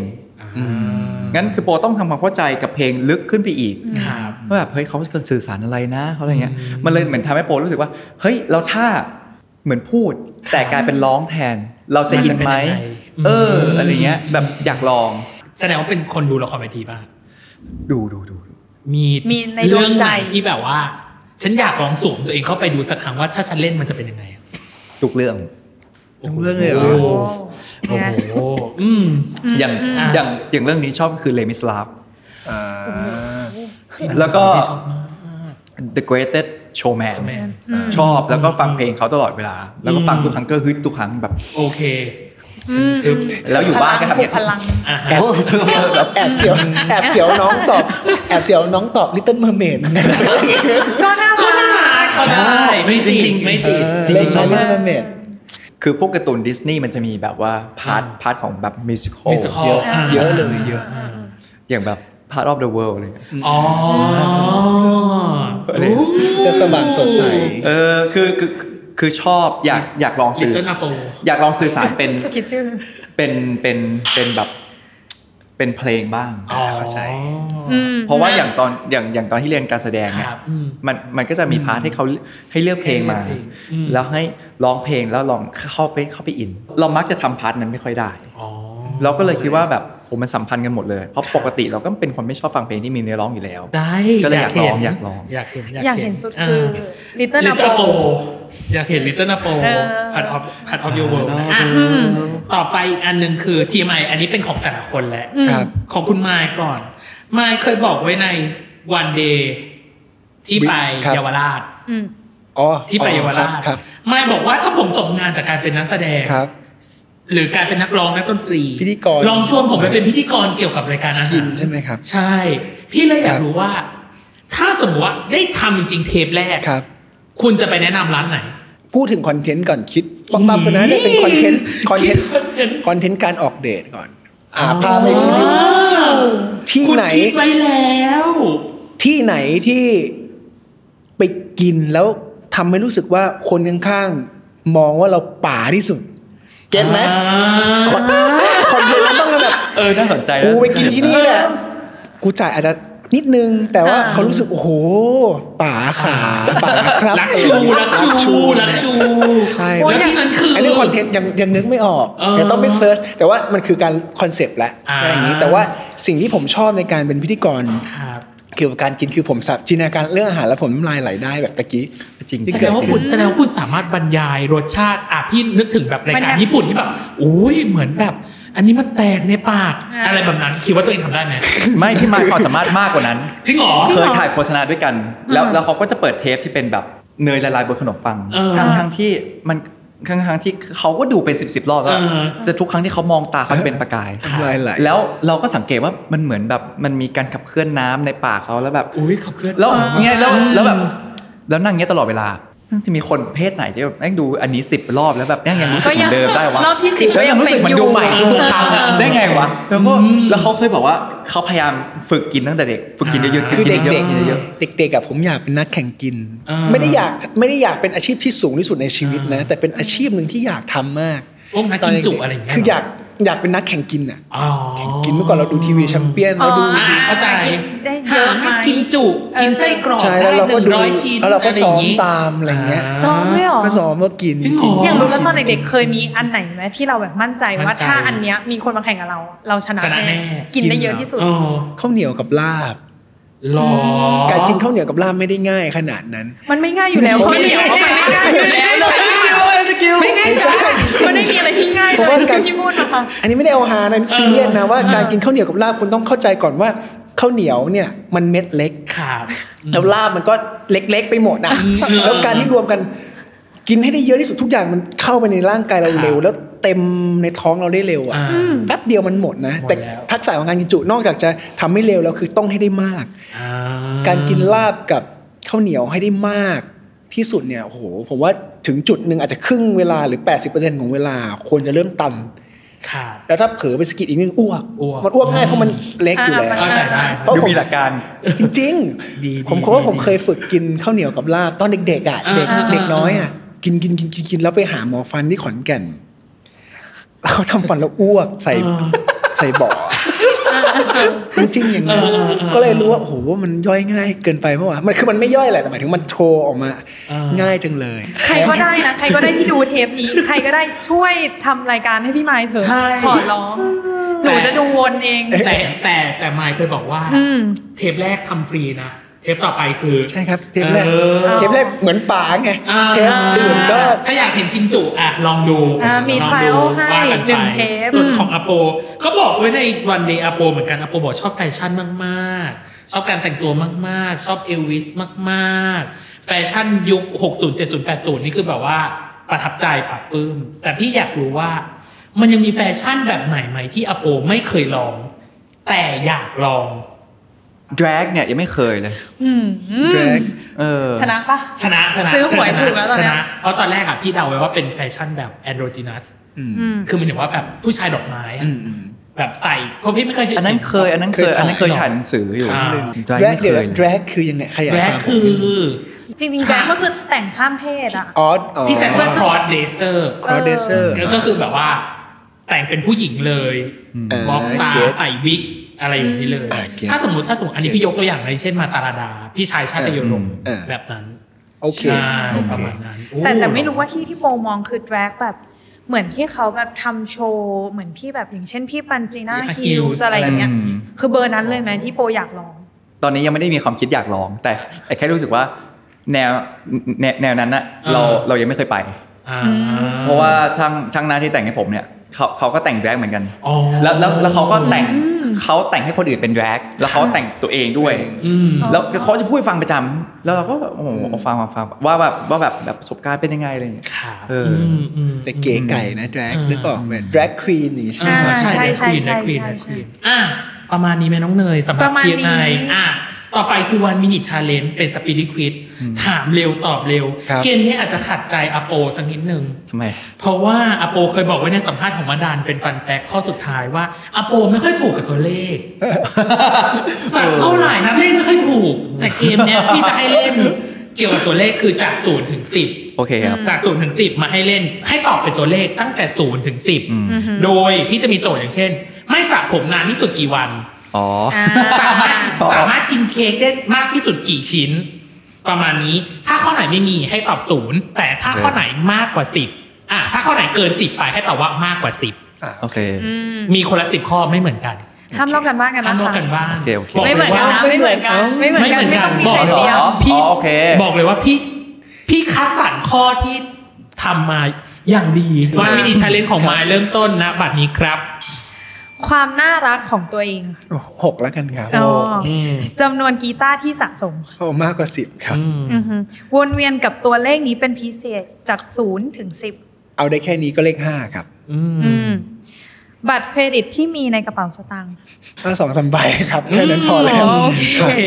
งั้นคือโปต้องทำความเข้าใจกับเพลงลึกขึ้นไปอีก ครับ ว่าแบบเฮ้ยเขาเกินสื่อสารอะไรนะเขาอะไรเงี้ย อืม มันเลยเหมือนทำให้โปรู้สึกว่า เฮ้ยเราถ้าเหมือนพูดแต่กลายเป็นร้องแทน เราจะอินไหม เอออะไรเงี้ย แบบอยากลอง แสดงว่าเป็นคนดูละครเวทีป่ะ ดูดูดู มี มีในดว เรื่อง ง ใจ ไหนที่แบบว่า ฉันอยากลองสวมตัวเองเข้าไปดูสักครั้งว่าถ้าฉันเล่นมันจะเป็นยังไงอะ ทุกเรื่อง ทั้งเรื่องเลยเหรอ โอ้โห โอ้โห โอ้โหอืม อย่าง อ่า อย่างอย่างเรื่องนี้ชอบคือเลมิสลาฟ อ่า แล้วก็ ที่ชอบมาก The Greatest Showman Showman ชอบแล้วก็ฟังเพลงเขาตลอดเวลา แล้วก็ฟังทุกครั้งก็ฮึดทุกครั้งแบบ โอเค อืม คือ แล้วอยู่บ้านก็ทำอย่าง พลัง อ่ะ แอบแอบเสียวแอบเสียวน้องตอบ แอบเสียวน้องตอบลิตเติ้ลเมอร์เมด ก็น่า ก็ รั น่าก ก็ได้ไม่ติดไม่ติด จริงๆชอบมาก เล่นเมด คือพวกการ์ตูนดิสนีย์มันจะมีแบบว่า พาร์ทพาร์ทของแบบมิวสิควล musical เยอะ อ่า เยอะเลยเยอะ อย่างแบบพาร์ทออฟเดอะเวิลด์เลย อ๋อ อะไร จะสว่างสดใส เออคือคือคือชอบอยากอยากลอง ลิต สื่อ เติ้ลนาโป อยากลองสื่อสาร เป็น คิดชื่อ เป็นเป็นเป็นแบบเป็นเพลงบ้าง อ๋อ เข้าใจ อืม เพราะว่าอย่างตอนอย่างอย่างตอนที่เรียนการแสดง ค เนี่ย รับอืม มันมันก็จะมีพาร์ทให้เขาให้เลือกเพลงมา ให้เลือกเพลงอืม แล้วให้ร้องเพลงแล้วลองเข้าไปเข้าไปอิน เรามักจะทำพาร์ทนั้นไม่ค่อยได้ อ๋อ เราก็เลยคิดว่าแบบโหมันสัมพันธ์กันหมดเลย เพราะปกติเราก็เป็นคนไม่ชอบฟังเพลงที่มีเนื้อร้องอยู่แล้ว ได้ ก็เลยอยากลอเห็งน อยากลอง อยากเห็น อยากเห็นสุดคือลิตเติ้ล ลิ นา ตเติ้ล โป โปอยากเห็นลิตเติ้ลนาโป เออ ผัดออฟผัดออฟยูเวิร์อ่ะต่อไปอีกอันหนึ่งคือ TMI อันนี้เป็นของแต่ละคนแหละ ครับ ของคุณมายก่อนมายเคยบอกไว้ในวันเดย์ที่ไป ครับ เยาวราช อืม อ๋อ ที่ไปเยาวราช ครับ มายบอกว่าถ้าผมตกงานจากการเป็นนักแสดง ครับ หรือการเป็นนักร้องนักดนตรี พิธีกร ลองชวนผมไปเป็นพิธีกรเกี่ยวกับรายการอาหาร กินใช่ไหมครับ ใช่ พี่เลยอยากครับ รู้ว่า ถ้าสมมติว่าได้ทำจริงๆเทปแรก ครับ คุณจะไปแนะนำร้านไหน พูดถึงคอนเทนต์ก่อนคิดปั๊บปั๊บกันนะจะเป็นคอนเทนต์คอนเทนต์ คิดคอนเทนต์ คอนเทนต์การออกเดทก่อนอ่าพาไปรีวิว ว้าว ที่ไหน คุณคิดไว้แล้ว ที่ไหนที่ไปกินแล้วทำให้รู้สึกว่าคนข้างๆมองว่าเราป่าที่สุด เก็ตไหม อ่า คอนเทนต์มันต้องแบบ เออ น่าสนใจะ กูไปกินที่นี่แหละกูจ่ายอาจจะนิดนึง แต่ว่า อ่า เขารู้สึก โอ้โหป่าขาป่าครับ รักชูรักชูรักชู ใช่ โอ้ยอย่างนั้นคืออั นนี้คอนเทนต์ยังยังนึกไม่ออก เออ เดี๋ยวต้องไปเซิร์ชแต่ว่ามันคือการคอนเซปต์แหละ อ่า อะไรอย่างนี้ แต่ว่าสิ่งที่ผมชอบในการเป็นพิธีกร ครับ เกี่ยวกับการกินคือผมสับจินตนาการเรื่องอาหารแล้วผมน้ำลายไหลได้แบบตะกี้ จริง ที่ แส เกิ ด ด งว่า ขึ้น คุณแสดงว่าคุณสามารถบรรยายรสชาติอ่ะพี่นึกถึงแบบราย บรกายราร ย ญี่ปุ่นที่แบบอุ้ยเหมือนแบบ อันนี้มันแตกในปาก อ่า อะไรแบบนั้น คิดว่าตัวเองทำได้ไหม ไม่ที่มายความสามารถมากกว่านั้น จริงเหรอ จริง เค เหรอย ถ่ายโฆษณาด้วยกัน แล้ว อ่า แล้วเขาก็จะเปิดเทปที่เป็นแบบเนยละลายบนขนมปัง เออ ทั้งทั้งที่มันทั้งทั้งที่เขาก็ดูเป็นสิบสิบรอบแล้ว เออ แต่ทุกครั้งที่เขามองตาเขาจะเป็นประกาย น้ำลายไหล แล้วเราก็สังเกตว่ามันเหมือนแบบมันมีการขับเคลื่อนน้ำในปากเขาแล้วแบบ อุ้ยขับเคลื่อน แล้วเงี้ยแล้ว อืม แล้วแบบแล้วนั่งเงี้ยตลอดเวลาน่าจะมีคนเพศไหนที่แบบแม่งดูอันนี้สิบรอบแล้วแบบแม่งยังรู้สึกเหมือนเดิมได้วะ รอบที่สิบ แล้วยังรู้สึกเหมันดูใหม่ เป็ ทุ นอกยู่ ครั้งอะ เออ ได้ไงวะแล้วก็ อืม แล้วเขาเคยบอกว่าเขาพยายามฝึกกินตั้งแต่เด็กฝึกกินเยอะๆ อ่า กิ คือนเด็ก เย เด็ อะ ก ๆกินเยอะ เด็กๆอะผมอยากเป็นนักแข่งกิน อ่า ไม่ได้อยากไม่ได้อยากเป็นอาชีพที่สูงที่สุดในชีวิตนะ อ่า แต่เป็นอาชีพหนึ่งที่อยากทำมาก พวกนักกินจุอะไรอย่างเงี้ย คืออยากอยากเป็นนักแข่งกินอ่ะ อ๋อ แข่งกินเมื่อก่อนเราดูทีวีแชมเปี้ยนเราดู อ๋อ อ่าเข้าใจ กินได้เยอะไหม หากินจุกินไส้กรอก ใช่ ได้ แล้วเรา ห ก็ นึ่ง ดู ร้อยชิ้น แล้วเราก็ ะซ้อไย่งมงี้ ตามอะไรเงี้ย ซ้อมด้วยเหรอ ก็ซ้อมว่ากิน จริงเหรอ กิน อยากรู้แล้วตอน กิ เด็กๆเคยมีอันไหนไหมที่เราแบบมั่นใจ มั่ ว่าน ใจ ถ้าอันเนี้ยมีคนมาแข่งกับเรา เราชนะ ชนะแน่ กินได้เยอะที่สุด เออ ข้าวเหนียวกับลาบ หรอ การกินข้าวเหนียวกับลาบไม่ได้ง่ายขนาดนั้น มันไม่ง่ายอยู่แล้ว มันไม่ ข้าวเหนียวก็มันไม่ง่ายอยู่แล้วไม่ง่ายจ้ะมันไม่มีอะไรที่ง่าย ผม เล ว่าย การ ที่พูดนะคะ อันนี้ไม่ได้เอาฮานะซีเรียสนะว่าการกินข้าวเหนียวกับลาบคุณต้องเข้าใจก่อนว่าข้าวเหนียวเนี่ยมันเม็ดเล็ก ครับอืม แล้วลาบมันก็เล็กๆไปหมดนะ อืม แล้วการที่รวมกันกินให้ได้เยอะที่สุดทุกอย่างมันเข้าไปในร่างกายเรา ครับ เร็ว แล้วเต็มในท้องเราได้เร็วอ่ะ อ่า แป๊บเดียวมันหมดนะ หมด แต่ แล้ว ทักษะของการกินจุนอกจากจะทำให้เร็วแล้วคือต้องให้ได้มาก อ่ การกินลาบกับข้าวเหนียวให้ได้มากที่สุดเนี่ยโอ้โหผมว่าถึงจุดหนึ่งอาจจะครึ่งเวลาหรือ 80%ของเวลาควรจะเริ่มตัน ครับ แล้วถ้าเผลอไปสะกิดอีกนิดนึงอ้วก อ้วก มันอ้วกง่ายเพราะมันเล็กอยู่ อ่า แล้ว เข้าใจได้ เพราะ ๆดู ผม มีหลักการ จริง ดี ๆ ดี ผมคิดว่า ดี ผมเคยฝึกกินข้าวเหนียวกับลาบตอนเด็กๆอ่ะเด็ก อ่าอ่า เด็กน้อยอ่ะกินกินกินกินกินแล้วไปหาหมอฟันที่ขอนแก่นเขาทำฟันแล้วอ้วกใส่ใส่บ่อมันจริงอย่างนั้นก็เลยรู้ว่าโอ้โหมันย่อยง่ายเกินไปเมื่อวานมันคือมันไม่ย่อยแหละแต่หมายถึงมันโชว์ออกมา อ่า ง่ายจังเลย ใครก็ได้นะใครก็ได้ที่ดูเทปนี้ ใครก็ได้ช่วยทำรายการให้พี่ไมค์เถอะ ใช่ ขอร้อง หนูจะดูวนเอง แต่แต่แต่ไมค์เคยบอกว่า อืม เทปแรกทำฟรีนะ เทปต่อไปคือ ใช่ครับเทปแรก เออ เทปแรกเหมือนป่าไง อ่า เทปอื่นก็ ถ้าอยากเห็นจินจุอ่ะลองดู อ่ามี ลอง trial ดู ให้ ว่ากัไป หนึ่งเทป ส่วนของอโป ก็บอกไว้ในวันเดย์อโปเหมือนกันอโปบอกชอบแฟชั่นมากๆ ชอบการแต่งตัวมากๆ ชอบเอลวิสมากๆ แฟชั่นยุค 60 70 80 นี่คือแบบว่าประทับใจปรับปลื้มแต่พี่อยากรู้ว่า มันยังมีแฟชั่นแบบไหนไหมที่อโปไม่เคยลอง แต่อยากลอง drag เนี่ยยังไม่เคยเลย อืม drag เออ ชนะปะ ชนะชนะ ซื้อหวยถูกแล้วตอน ช เนี้ย นะเพราะตอนแรกอ่ะพี่เดาไว้ว่าเป็นแฟชั่นแบบแอนโดรจินัส อืม อืม คือหมันถึงว่าแบบผู้ชายดอกไม้อะ อืมอืม แบบใส่เพราะพี่ไม่เคยเห็น อันนั้นเคยอันนั้นเคยอันนั้นเคยถ่ายหนังสืออยู่ อ่า drag drag ไม่เค เดี๋ยวเลย แดย กคือยังไงขยาย แร ค ก วาม คือ จริงๆ ค่ะ แจ็คก็คือแต่งข้ามเพศอ่ะ ออสอ๋อ พี่ใช้คำว่า cross dresser คอเดเซอร์ ก็คือแบบว่าแต่งเป็นผู้หญิงเลย เออบ ล็อกตา เก็ต ใส่วิกอะไรอย่างนี้เลย อ่าเก็ต ถ้าสมมติถ้าสมมติอันนี้พี่ยกตัวอย่างเลยเช่นมาตาราดา พี่ชายชาติยนต์ เออเออ แบบนั้น โอเค ใช่ โอเค ประมาณนั้นโอ้ แต่แต่ไม่รู้ว่าที่ที่โมมองคือแดรกแบบเหมือนที่เขาแบบทำโชว์ เหมือนที่แบบอย่างเช่นพี่ปันจีน่า Gina ฮิล Hills ส์อะไรอย่างเงี้ย อืม คือเบอร์นั้นเลยไหมที่โปอยากลอง ตอนนี้ยังไม่ได้มีความคิดอยากลอง แต่แต่แค่รู้สึกว่าแนวแนวแนวนั้นอะเรา อ่า เรายังไม่เคยไป อ่า เพราะว่าช่างช่างหน้าที่แต่งให้ผมเนี่ยเขาเขาก็แต่งแดรกเหมือนกัน อ๋อ แล้วแล้วแล้วเขาก็แต่งเขาแต่งให้คนอื่นเป็นแดรกแล้วเขาแต่งตัวเองด้วย อืม แล้วเขาจะพูดให้ฟังประจำแล้วเราก็โอ้โหฟังฟังฟังว่าแบบว่าแบบแบบประสบการณ์เป็นยังไงอะไรอย่างเงี้ย ครับ เออ มอืม แต่เก๋ไก่นะแดก อืม นึกออกไหมแดกควีนนี่ใช่ไหม อ่า อ่า ใช่ ใช่ ใช่ ใช่ ใช่ ใช่ ใช่ใช่ ใช่ ใช่อ่ะประมาณนี้ไหมน้องเนยสำห ป รับ ระมาณ เทียนไน นี้ อ่ะต่อไปคือวันมินิชาเลนจ์เป็นสปีดควิดถามเร็วตอบเร็ว เกมนี้อาจจะขัดใจอโปสักนิดนึง ทำไม เพราะว่าอโปเคยบอกไว้ในสัมภาษณ์ของมาดานเป็นฟันแฟกข้อสุดท้ายว่าอโปไม่ค่อยถูกกับตัวเลข สักเท่าไหร่นะเลขไม่ค่อยถูก แต่เกมเนี้ยพี่จะให้เล่นเกี่ยวกับตัวเลขคือจากศูนย์ถึงสิบ โอเคครับ จาก0ถึง10 มาให้เล่น ให้ตอบเป็นตัวเลขตั้งแต่0ถึง อืม 10 โดยพี่จะมีโจทย์อย่างเช่น ไม่สระผมนานที่สุดกี่วัน อ๋อ อ่า สามารถ ชอบ สามารถกินเค้กได้มากที่สุดกี่ชิ้น ประมาณนี้ถ้าข้อไหนไม่มีให้ตอบศูนย์แต่ถ้าข้อไหนมากกว่า 10อ่ะถ้าข้อไหนเกิน 10 ไปให้ตอบว่ามากกว่า อ่า โอเค อืม 10 มีคนละ10ข้อไม่เหมือนกัน ห้ามลอกกันบ้างกัน ห้า นะ มลอก คะ กันบ้าง โอเคโอเค บ ไม่เหมือนกันนะ ไม่ ไม่เเหหมือน นกัน นมือกัไม่เหมือนกันไม่ต้องมี บ ใคร กลย เดี ว่า ยว อ๋อโอเค บอกเลยว่าพี่ พี่คัดสรรข้อที่ทำมาอย่างดีวันวิดีชาเลนของไม้เริ่มต้นนะบัตรนี้ครับ ความน่ารักของตัวเอง หกแล้วกันครับ อ๋อ อืม จำนวนกีตาร์ที่สะสม โอ้มากกว่าสิบครับ อืม อือฮึวนเวียนกับตัวเลขนี้เป็นพิเศษจากศูนย์ถึงสิบ เอาได้แค่นี้ก็เลขห้าครับ อืม อืมบัตรเครดิตที่มีในกระเป๋าสตางค์ ก็สองสามใบครับแค่นั้นพอแล้ว มโอเค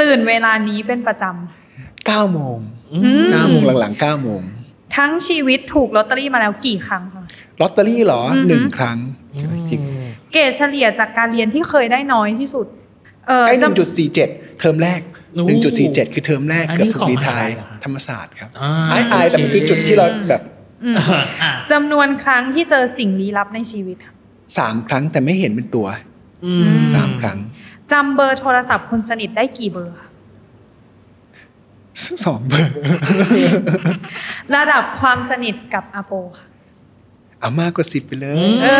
ตื่นเวลานี้เป็นประจ เก้าโมง ำอืม เก้าโมงหลังๆเก้าโมง ทั้งชีวิตถูกลอตเตอรี่มาแล้วกี่ครั้งคะ ลอตเตอรี่เหรอ อือฮึ หนึ่งครั้ง จริง เกรดเฉลี่ยจากการเรียนที่เคยได้น้อยที่สุด เออ ไอ้ห จ นึ่งจุดสี่เจ็ดเทอมแรกหนึ่งจุดสี่เจ็ดคือเทอมแรกเกือบถูกดีทายธรรมศาสตร์ครับ อ่า ไอ้ไอายแต่มันคือจุดที่เราแบบ อ่ะ ำจำนวนครั้งที่เจอสิ่งลี้ลับในชีวิตค่ะ สามครั้งแต่ไม่เห็นเป็นตัว อืม สามครั้ง จำเบอร์โทรศัพท์คนสนิทได้กี่เบอร์ค่ะ สองเบอร์ ระดับความสนิทกับอาโปค่ะ เอามากกว่าสิบไปเลย เอ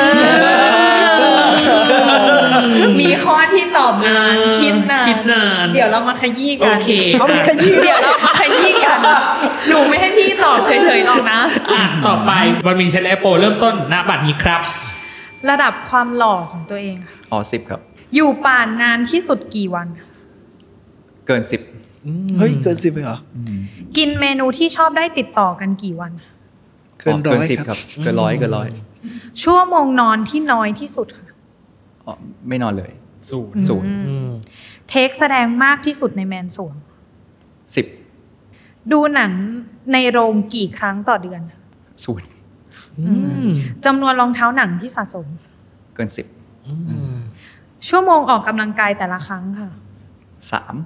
อมีข้อที่ตอบนานคิดนาน คิดนาน เดี๋ยวเรามาขยี้ โอ กัน เค เอามีขยี้ เดี๋ยวเรามาขยี้กันหนูไม่ให้พี่ตอบเฉยๆหรอกนะ อ่ะต่อไปวันมีเชลแอโปเริ่มต้นหน้าบัตรนี้ครับ ระดับความหล่อของตัวเองค่ะ อ๋อสิบครับ อยู่ป่านนานที่สุดกี่วันค่ะ เกินสิบ เฮ้ยเกินสิบไปเหรอ กินเมนูที่ชอบได้ติดต่อกันกี่วัน เกินร้อย สิบ ค ค รั รับ บ เกินร้อยเกินร้อย ชั่วโมงนอนที่น้อยที่สุดค่ะ อ๋อไม่นอนเลย ศูนย์ ศูนย์ อืม เทคแสดงมากที่สุดในแมนสวน สิบ ดูหนังในโรงกี่ครั้งต่อเดือน ศูนย์ อืม จำนวนรองเท้าหนังที่สะสม เกินสิบ อืม ชั่วโมงออกกำลังกายแต่ละครั้งค่ะ สาม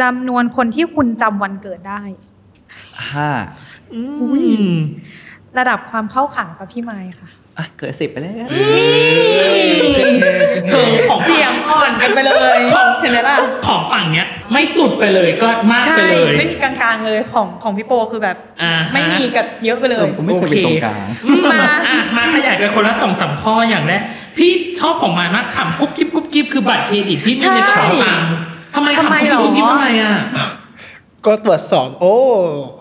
จำนวนคนที่คุณจำวันเกิดได้ ห้า อืม ระดับความเข้าขากับพี่ไม้ค่ะ อ่ะเกินสิบไปแล้ว เธอของ เสียงอ่อนกันไปเลยเห็นไหมล่ะ ของฝั่งเนี้ย ไม่สุดไปเลยก็มาก ใช่ ไปเลย ไม่มีกลางๆเลยของของพี่โปคือแบบ อ่าฮะ ไม่มีกับเยอะไปเลย ผมไม่เคยเป็นตรงกลาง มา อ่ะมาขยายไปคนละสองสามข้ออย่างแรกพี่ชอบของมามากขำกุ๊บกิ๊บกุ๊บกิ๊บคือบัตรเครดิตที่ไม่มีขาวตังค์ทำไมขำกุ๊บกิ๊บกุ๊บกิ๊บทำไมอ่ะ ก็ตรวจสอบโอ้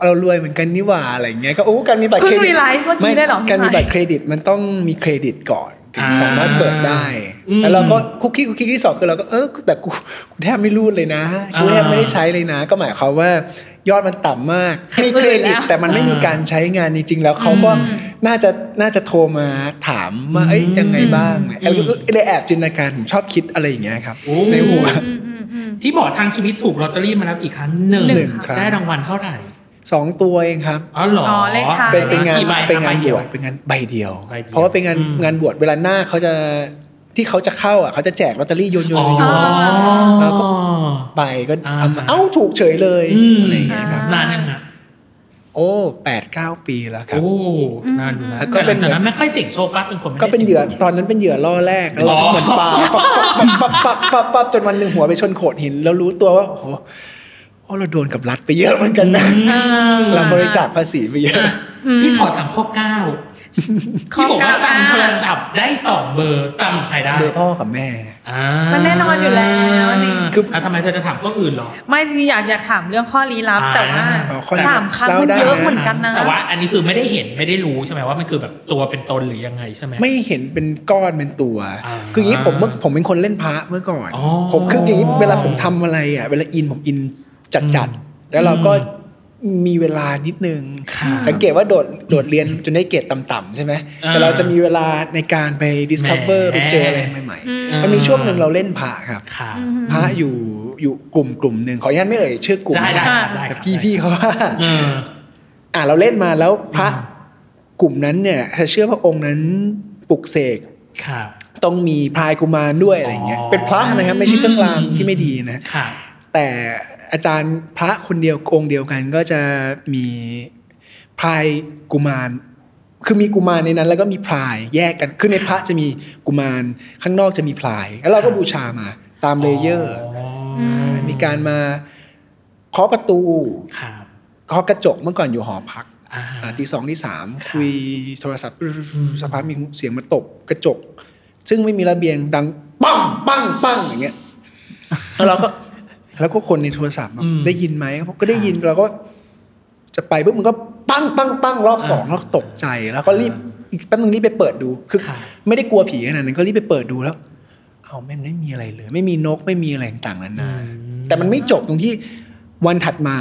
เรารวยเหมือนกันนี่หว่าอะไรเงี้ยก็โอ้การมีบัตรเคร เพิ่ ดิ ง ต realize เมื่อกี้ ไม่ ได้เหรอ การมีบัตรเครดิตมันต้องมีเครดิตก่อน ถึงสามารถเปิดได้ อืม แล้วเราก็คุกกี้คุกกี้ที่สองคือเราก็เออแต่กูกูแทบไม่รูดเลยนะกูแทบไม่ได้ใช้เลยนะ ก็หมายความว่ายอดมันต่ำมาก เขา มีเครดิต เปิดแล้ว แต่มันไม่มีการใช้งานจริงๆแล้วเขาก็น่าจะน่าจะโทรมาถามว่าเอ้ยยังไงบ้างแอบเลยแอบจินตนาการผมชอบคิดอะไรอย่างเงี้ยครับ โอ้ ในหัว อืมอืมอืม ที่บอกทางชีวิตถูกลอตเตอรี่มาแล้วกี่ครั้งหนึ่ง หนึ่งครั้ง ได้รางวัลเท่าไหร่ สองตัวเองครับ อ๋อเหรอ อ๋อเลขท้าย เป็นเป็นงาน กี่ใบ เป็นงาน ใบบ เดียว ว ชเป็นงานใบเดียว ใบเดียว เพราะว่าเป็นงาน อืม งานบวชเวลาหน้าเขาจะที่เขาจะเข้าอ่ะเขาจะแจกลอตเตอรี่โยนโย อ๋ น อ โยน แล้วก็ ไปก็ อ่า เอามาเอ้าถูกเฉยเลย อืม อะไรอย่างเงี้ยครับ นานยังฮะ โอ้แปดเก้าปีแล้วครับ โอ้นานอยู่นะ แล้วก็ แต่ห เป็ ลังนเหมื จา อก น นั้นไม่ค่อยเสี่ยงโชคปั๊บเป็นคนไม่ ก็เป็นเหยื่อ สี่ยงโชค ตอนนั้นเป็นเหยื่อล่อแรกแล้วเรา อ๋ ก็ อ เหมือนปลาปับปับปับปับปับจนวันหนึ่งหัวไปชนโขดหิน แล้วรู้ตัวว่าโอ้โหโอ้เราโดนกับรัฐไปเยอะเหมือนกันนะ อืม เราบริจาคภาษีไปเยอะ พี่ขอถามข้อเก้า ข้อ ที่บอกว่า เก้า จำโทรศัพท์ได้สองเบอร์จำของใครได้ เบอร์พ่อกับแม่ อ่า มันแน่นอนอยู่แล้วนี่ คืออ่ ะทำไมเธอจะถามข้ออื่นเหรอ ไม่จริงๆอยากอยากถามเรื่องข้อลี้ลับ อ่า แต่ว่า อ๋อข้อลี้ลับ สามครั้ง เล่า มัน ได้ เยอะเหมือนกันนะ แต่ว่าอันนี้คือไม่ได้เห็นไม่ได้รู้ใช่ไหมว่ามันคือแบบตัวเป็นตนหรือยังไงใช่ไหม ไม่เห็นเป็นก้อนเป็นตัว อ่า คืออย่างนี้ผมเมื่อผมเป็นคนเล่นพระเมื่อก่อน อ๋อ ผมคืออย่างนี้เวลาผมทำอะไรอ่ะ เวลาอินผมอินจัดจัดๆแล้วเราก็มีเวลานิดนึง ค่ะ สังเกตว่าโดดโดดเรียนจนได้เกรดต่ำๆใช่ไหม อ่า แต่เราจะมีเวลาในการไป discover แหม ไปเจออะไรใหม่ อืม ๆ มันมีช่วงหนึ่งเราเล่นพระครับ ค่ะ อืม พระอยู่อยู่กลุ่มกลุ่มหนึ่งขออนุญาตไม่เอ่ยชื่อกลุ่ม ได้ได้ครับ อ่า ได้ค แต่ รับ พี่พี่เขาว่า เออ อ่ะเราเล่นมาแล้วพระ อืม กลุ่มนั้นเนี่ยถ้าเชื่อพระองค์นั้นปลุกเสก ครับ ต้องมีพรายกุมารด้วยอะไรอย่างเงี้ย อ๋อ เป็นพระนะครับไม่ใช่เครื่องรางที่ไม่ดีนะ ค่ะ แต่อาจารย์พระคนเดียวองค์เดียวกันก็จะมีพรายกุมาร คือมีกุมารในนั้น แล้วก็มีพรายแยกกันคือในพระจะมีกุมารข้างนอกจะมีพราย แล้วเราก็บูชามาตามเลเยอร์ อืม มีการมาเคาะประตู ครับ เคาะกระจกเมื่อก่อนอยู่หอพัก อ่า อ่าตีสองตีสาม ครับ คุยโทรศัพท์สักพักมีเสียงมาตบกระจก ซึ่งไม่มีระเบียงดังปังปังปังอย่างเงี้ยแล้วเราก็ แล้วก็คนในโทรศัพท์อะ อืม ได้ยินไหมเขาบอกก็ได้ยินเราก็ จะไปปุ๊บมันก็ปั้งปั้งปั้งรอบสองแล้วตกใจแล้วก็รีบอีกแป๊บนึงรีบไปเปิดดูคือ ค่ะ ไม่ได้กลัวผีขนาดนั้นก็รีบไปเปิดดูแล้ว เอาแม่งไม่มีอะไรเลย ไม่มีนกไม่มีอะไรต่างๆนานาแต่มันไม่จบตรงที่วันถัดมา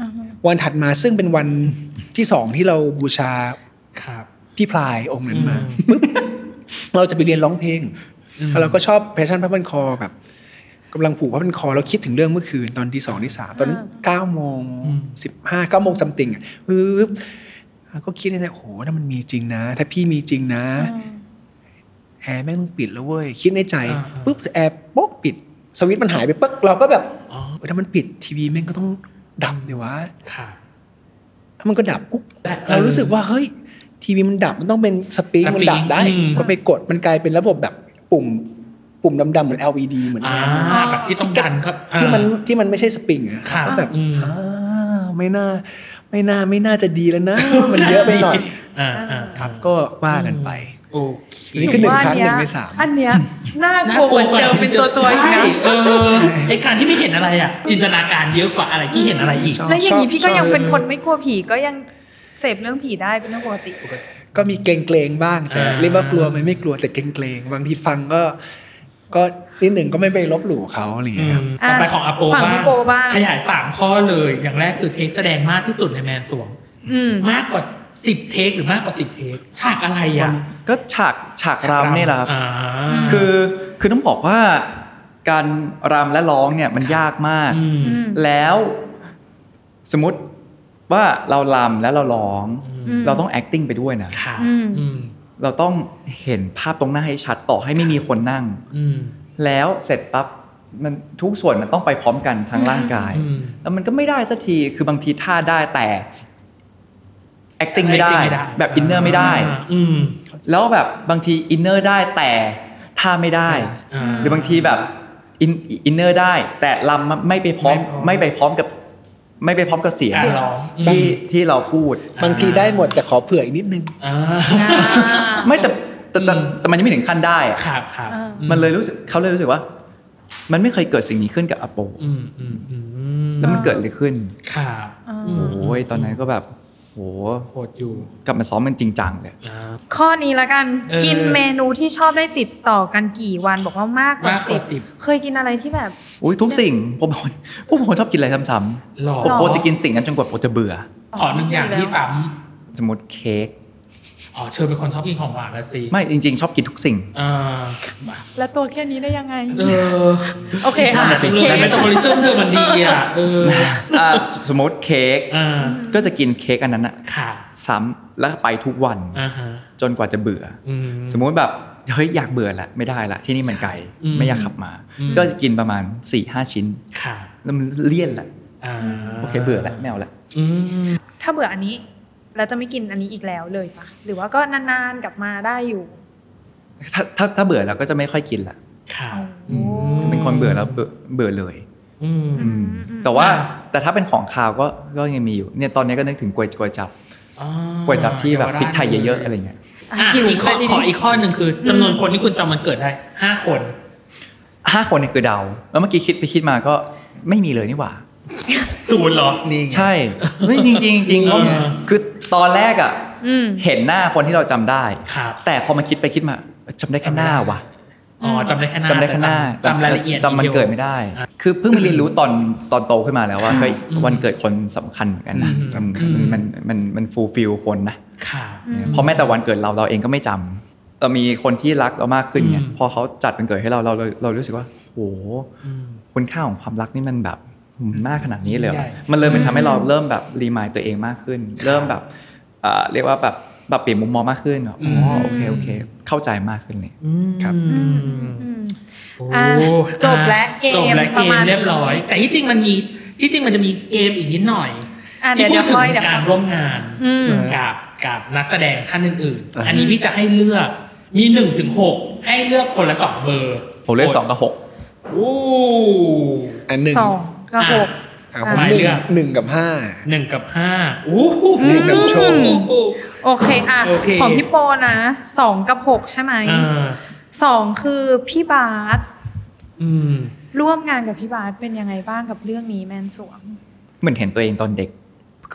อือฮึ วันถัดมาซึ่งเป็นวันที่สองที่เราบูชา ครับ พี่พลายองค์นั้นมา อืม ปึ๊บ เราจะไปเรียนร้องเพลง อืม แล้วเราก็ชอบแพชชั่นพับพันคอแบบกำลังผูกพับพันคอแล้วคิดถึงเรื่องเมื่อคืนตอนที่สองที่สามตอนนั้นเก้าโมงสิบห้าเก้าโมงซัมติงอ่ะปึ๊บแล้วก็คิดในใจโอ้โหถ้ามันมีจริงนะ ถ้าพี่มีจริงนะ แอร์แม่งต้องปิดแล้วเว้ย คิดในใจ อ่าอ่า ปุ๊บแอร์โป๊กปิด สวิตช์มันหายไปปึ๊กเราก็แบบ อ๋อ เออถ้ามันปิดทีวีแม่งก็ต้องดับเดี๋ยววะ ครับ ถ้ามันก็ดับปุ๊บ ดับ เรารู้สึกว่าเฮ้ย ทีวีมันดับมันต้องเป็นสปริง สปริง มันดับได้ อืม ก็ไปกดมันกลายเป็นระบบแบบปุ่ม ปุ่มดำๆเหมือน LED เหมือน อ่าแบบที่ต้องดันครับอ่า ที่มันที่มันไม่ใช่สปริงอะ ครับ แล้วแบบ อืม อ่าไม่น่า ไม่น่าไม่น่าจะดีแล้วนะ มันเยอะไปหน่อย อ่าอ่าค ค รั รับ บ ก็ว่ากันไป โอเค นี่คือหนึ่งครั้ง เย หนึ่งในสาม อันเนี้ยน่ากลัวกว่าเจอเป็นตัวตัวๆอีก ใช่ นะ เออไอการที่ไม่เห็นอะไรอ่ะ จินตนาการเยอะกว่าอะไรที่เห็นอะไรอีก ชอบ แล้วอย่างนี้พี่ก็ ชอบ ยังเป็นคนไม่กลัวผีก็ยังเสพเรื่องผีได้เป็นเรื่องปกติ ก็มีเกรงเกรงๆบ้างแต่ อ่า เรียกว่ากลัวไหมไม่กลัวแต่เกรงเกรงๆบางทีฟังก็ ก็นิดหนึ่งก็ไม่ไปลบหลู่เขาอะไรอย่าง อื เงี้ยค ม รับ ต่อไปของอาโป ฝั่งพี่โปบ้าง ขยายสามข้อเลย อย่างแรกคือเทคแสดงมากที่สุดในแมนสวง อืม มากกว่าสิบเทคหรือมากกว่าสิบเทคฉากอะไรอ่ะ ก็ฉากฉากรำเนี่ยแหละครับ อ่า คือคือต้องบอกว่าการรำและร้องเนี่ยมันยากมาก อืม อืม แล้วสมมติว่าเรารำและเราร้อง อืม เราต้อง acting ไปด้วยนะ ค่ะ อืม อืม เราต้องเห็นภาพตรงหน้าให้ชัดต่อให้ไม่มีคนนั่ง อืม แล้วเสร็จปั๊บมันทุกส่วนมันต้องไปพร้อมกันทางร่างกาย อืม แล้วมันก็ไม่ได้สักทีคือบางทีท่าได้แต่ acting ไม่ได้ acting แบบอินเนอร์ไม่ได้ าอืม แล้วแบบบางทีอินเนอร์ได้แต่ท่าไม่ได้ อ่า หรือบางทีแบบอินอินเนอร์ได้ แต่ลำไม่ไปพร้อม ไม่ ไม่ พร้อมไปพร้อมกับ ไม่ไปพร้อมกับเสียง การร้องอืม ที่ที่เราพูด บางทีได้หมดแต่ขอเผื่ออีกนิดนึง อ่า ไม่แต่แต่แต่ อืม แต่มันยังไม่ถึงขั้นได้อะ ครับครับ อ่า อื มันเลยรู้สึกเขาเลยรู้สึกว่า มันไม่เคยเกิดสิ่งนี้ขึ้นกับอโป อืมอืมอืม แล้วมันเกิดอะไรขึ้น ครับ อ่า ม โอ้ยตอนนั้นก็แบบโห โหดอยู่ กลับมาซ้อมมันจริงจังเลย อ่า ข้อนี้ละกัน เออ กินเมนูที่ชอบได้ติดต่อกันกี่วันบอกว่ามากกว่าม ากกว่าสิบ เคยกินอะไรที่แบบ อุ้ยทุกสิ่งผมผมผมผมชอบกินอะไรซ้ำ หล่อ ๆ ห ผม ล่ โปรจะกินสิ่งนั้นจนกว่าโปรจะเบื่อ ขอหนึ่งอย่างที่ซ้ สมมติเค้ก ำอ๋อเชิญเป็นคนชอบกินของหวานละสิ ไม่จริง ๆ ชอบกินทุกสิ่ง อ่า แล้วตัวแค่นี้ได้ยังไง เออ โอเค ฉัน สิ รู้เลยไม่ต้องบริสุทธิ์เธอมันดีอ่ะเออ อ่าสสมมติเค้ก อ่า ก็จะกินเค้กอันนั้นอะ ค่ะ ซ้ำแล้วไปทุกวัน อ่าฮะ จนกว่าจะเบื่ออ อืม สมมุติแบบเฮ้ยอยากเบื่อละไม่ได้ละที่นี่มันไกล อืม ไม่อยากขับมา อืม ก็จะกินประมาณ4ี่ห้าชิ้น ค่ะ แล้วมันเลี่ยนละ อ่า โอเคเบื่อละไม่เอาละ อืม ถ้าเบื่ออันนี้เราจะไม่กินอันนี้อีกแล้วเลยปะหรือว่าก็นานๆกลับมาได้อยู่ ถ้าถ้าถ้าเบื่อเราก็จะไม่ค่อยกินละ ค่ะ โอ้ อืม เป็นคนเบื่อแล้วเบื่อเบื่อเลย อืม อืม อืม แต่ว่า อ่า แต่ถ้าเป็นของคาวก็ก็ยังมีอยู่เนี่ยตอนนี้ก็นึกถึงกวยกวยจับ อ่าก วยจับที่แบบพริกไทยเยอะๆอะไร อ่ เงี้ย อ่ะ ะ หิว อีกข้อ ไปที ขอ นี้ อีกข้อหนึ่งคือจำนวนคนที่คุณจำมันเกิดได้ห้าคน ห้าคนนี่คือเดาแล้วเมื่อกี้คิดไปคิดมาก็ไม่มีเลยนี่หว่า ศูนย์เหรอ นี่ไง ใช่ไม่จริงจริงจริง เออ คือตอนแรกอ่ะ อืม เห็นหน้าคนที่เราจำได้ ครับ แต่พอมาคิดไปคิดมาจำได้แค่หน้าว่ะ อ๋อจำได้แค่หน้า จำได้แค่หน้า แต่จำจำรายละเอียด จำมันเกิดไม่ได้ คือเพิ่งมาเรียนรู้ตอนตอนโตขึ้นมาแล้วว่าเฮ้ย อืม วันเกิดคนสำคัญเหมือนกันนะ อืมสำคัญ มันมันมันฟูลฟิลคนนะ ครับ เพราะแม้แต่วันเกิดเราเราเองก็ไม่จำเรามีคนที่รักเรามากขึ้นไง อืม พอเขาจัดวันเกิดให้เราเราเราเรารู้สึกว่าโหคุณค่าของความรักนี่มันแบบมากขนาดนี้เลยเหรอ มันเลยมันทำให้เราเริ่มแบบรีมายตัวเองมากขึ้น เริ่มแบบเอ่อเรียกว่าแบบแบบเปลี่ยนมุมมองมากขึ้นอ๋ออ ม โอเคโอเค เข้าใจมากขึ้นเลย ครับ อืม อืม โอ้ อ่ะจบและเกม จบและ ป เก ระ ม มาณนี้ เรียบร้อย แต่ที่จริงมันมีที่จริงมันจะมีเกมอีกนิดหน่อย อ่ะ ที่ เดี๋ยว พู เดี๋ยวค่อยดถึง เดี๋ยว การร่วมงาน อืม กับกับนักแสดงท่านอื่นๆอ่าฮะ อันนี้พี่จะให้เลือกมีหนึ่งถึงหกให้เลือกคนละสองเบอร์ ผมเลือกสองกับหก โอ้ อันหนึ่ง สองกับหก อ่ะผม อ่ะ หนึ่ เลื ง อก หนึ่งกับห้า หนึ่งกับห้าโอ้โห เรียกแบบโชว์ โอ้โห โอเคอ่ะ โอเค ของพี่โปนะสองกับหกใช่ไหม อ่า สองคือพี่บาส อืม ร่วมงานกับพี่บาสเป็นยังไงบ้างกับเรื่องนี้แมนสวง เหมือนเห็นตัวเองตอนเด็ก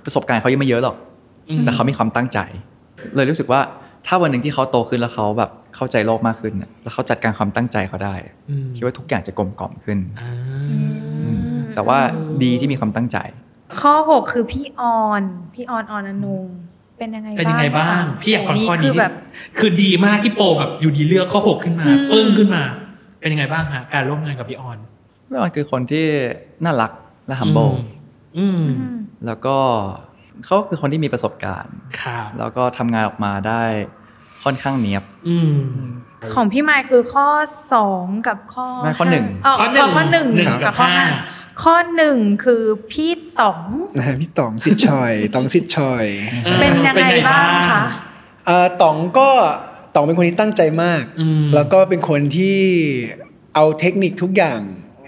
ประสบการณ์เขายังไม่เยอะหรอก อืม แต่เขามีความตั้งใจ เลยรู้สึกว่าถ้าวันหนึ่งที่เขาโตขึ้นแล้วเขาแบบเข้าใจโลกมากขึ้นน่ะแล้วเขาจัดการความตั้งใจเขาได้ อืม คิดว่าทุกอย่างจะกลมกล่อมขึ้น อ่า แต่ว่าดีที่มีความตั้งใจ ข้อ 6 คือพี่ออน พี่ออนออนอนงเป็นยังไง เป็นยังไงบ้าง คะ พี่อยากฟังข้อ คื นี้ แบบ คือดีมากที่โปรแบบอยู่ดีเลือกข้อหกขึ้นมา อืม เอิ้งขึ้นมา เป็นยังไงบ้างฮะการร่วมงานกับพี่ออน พี่ออนคือคนที่น่ารักและ humble อืม อื อืม ม แล้วก็เขาคือคนที่มีประสบการณ์ ครับ แล้วก็ทำงานออกมาได้ค่อนข้างเนียบ อืม ของพี่ไมค์คือข้อ 2 กับข้อ ไม่ข้อหนึ่ง เอ ข้อหนึ่ง ข้อหนึ่ง หนึ่งกับ กับข้อห้าห้าข้อหนึ่งคือพี่ต๋อง นะฮะพี่ต๋องสิทธิ์ช อยต๋องสิทธิ์ชอย เป็นยังไงบ้างคะ เอ่อต๋องก็ต๋องเป็นคนที่ตั้งใจมาก อืม แล้วก็เป็นคนที่เอาเทคนิคทุกอย่าง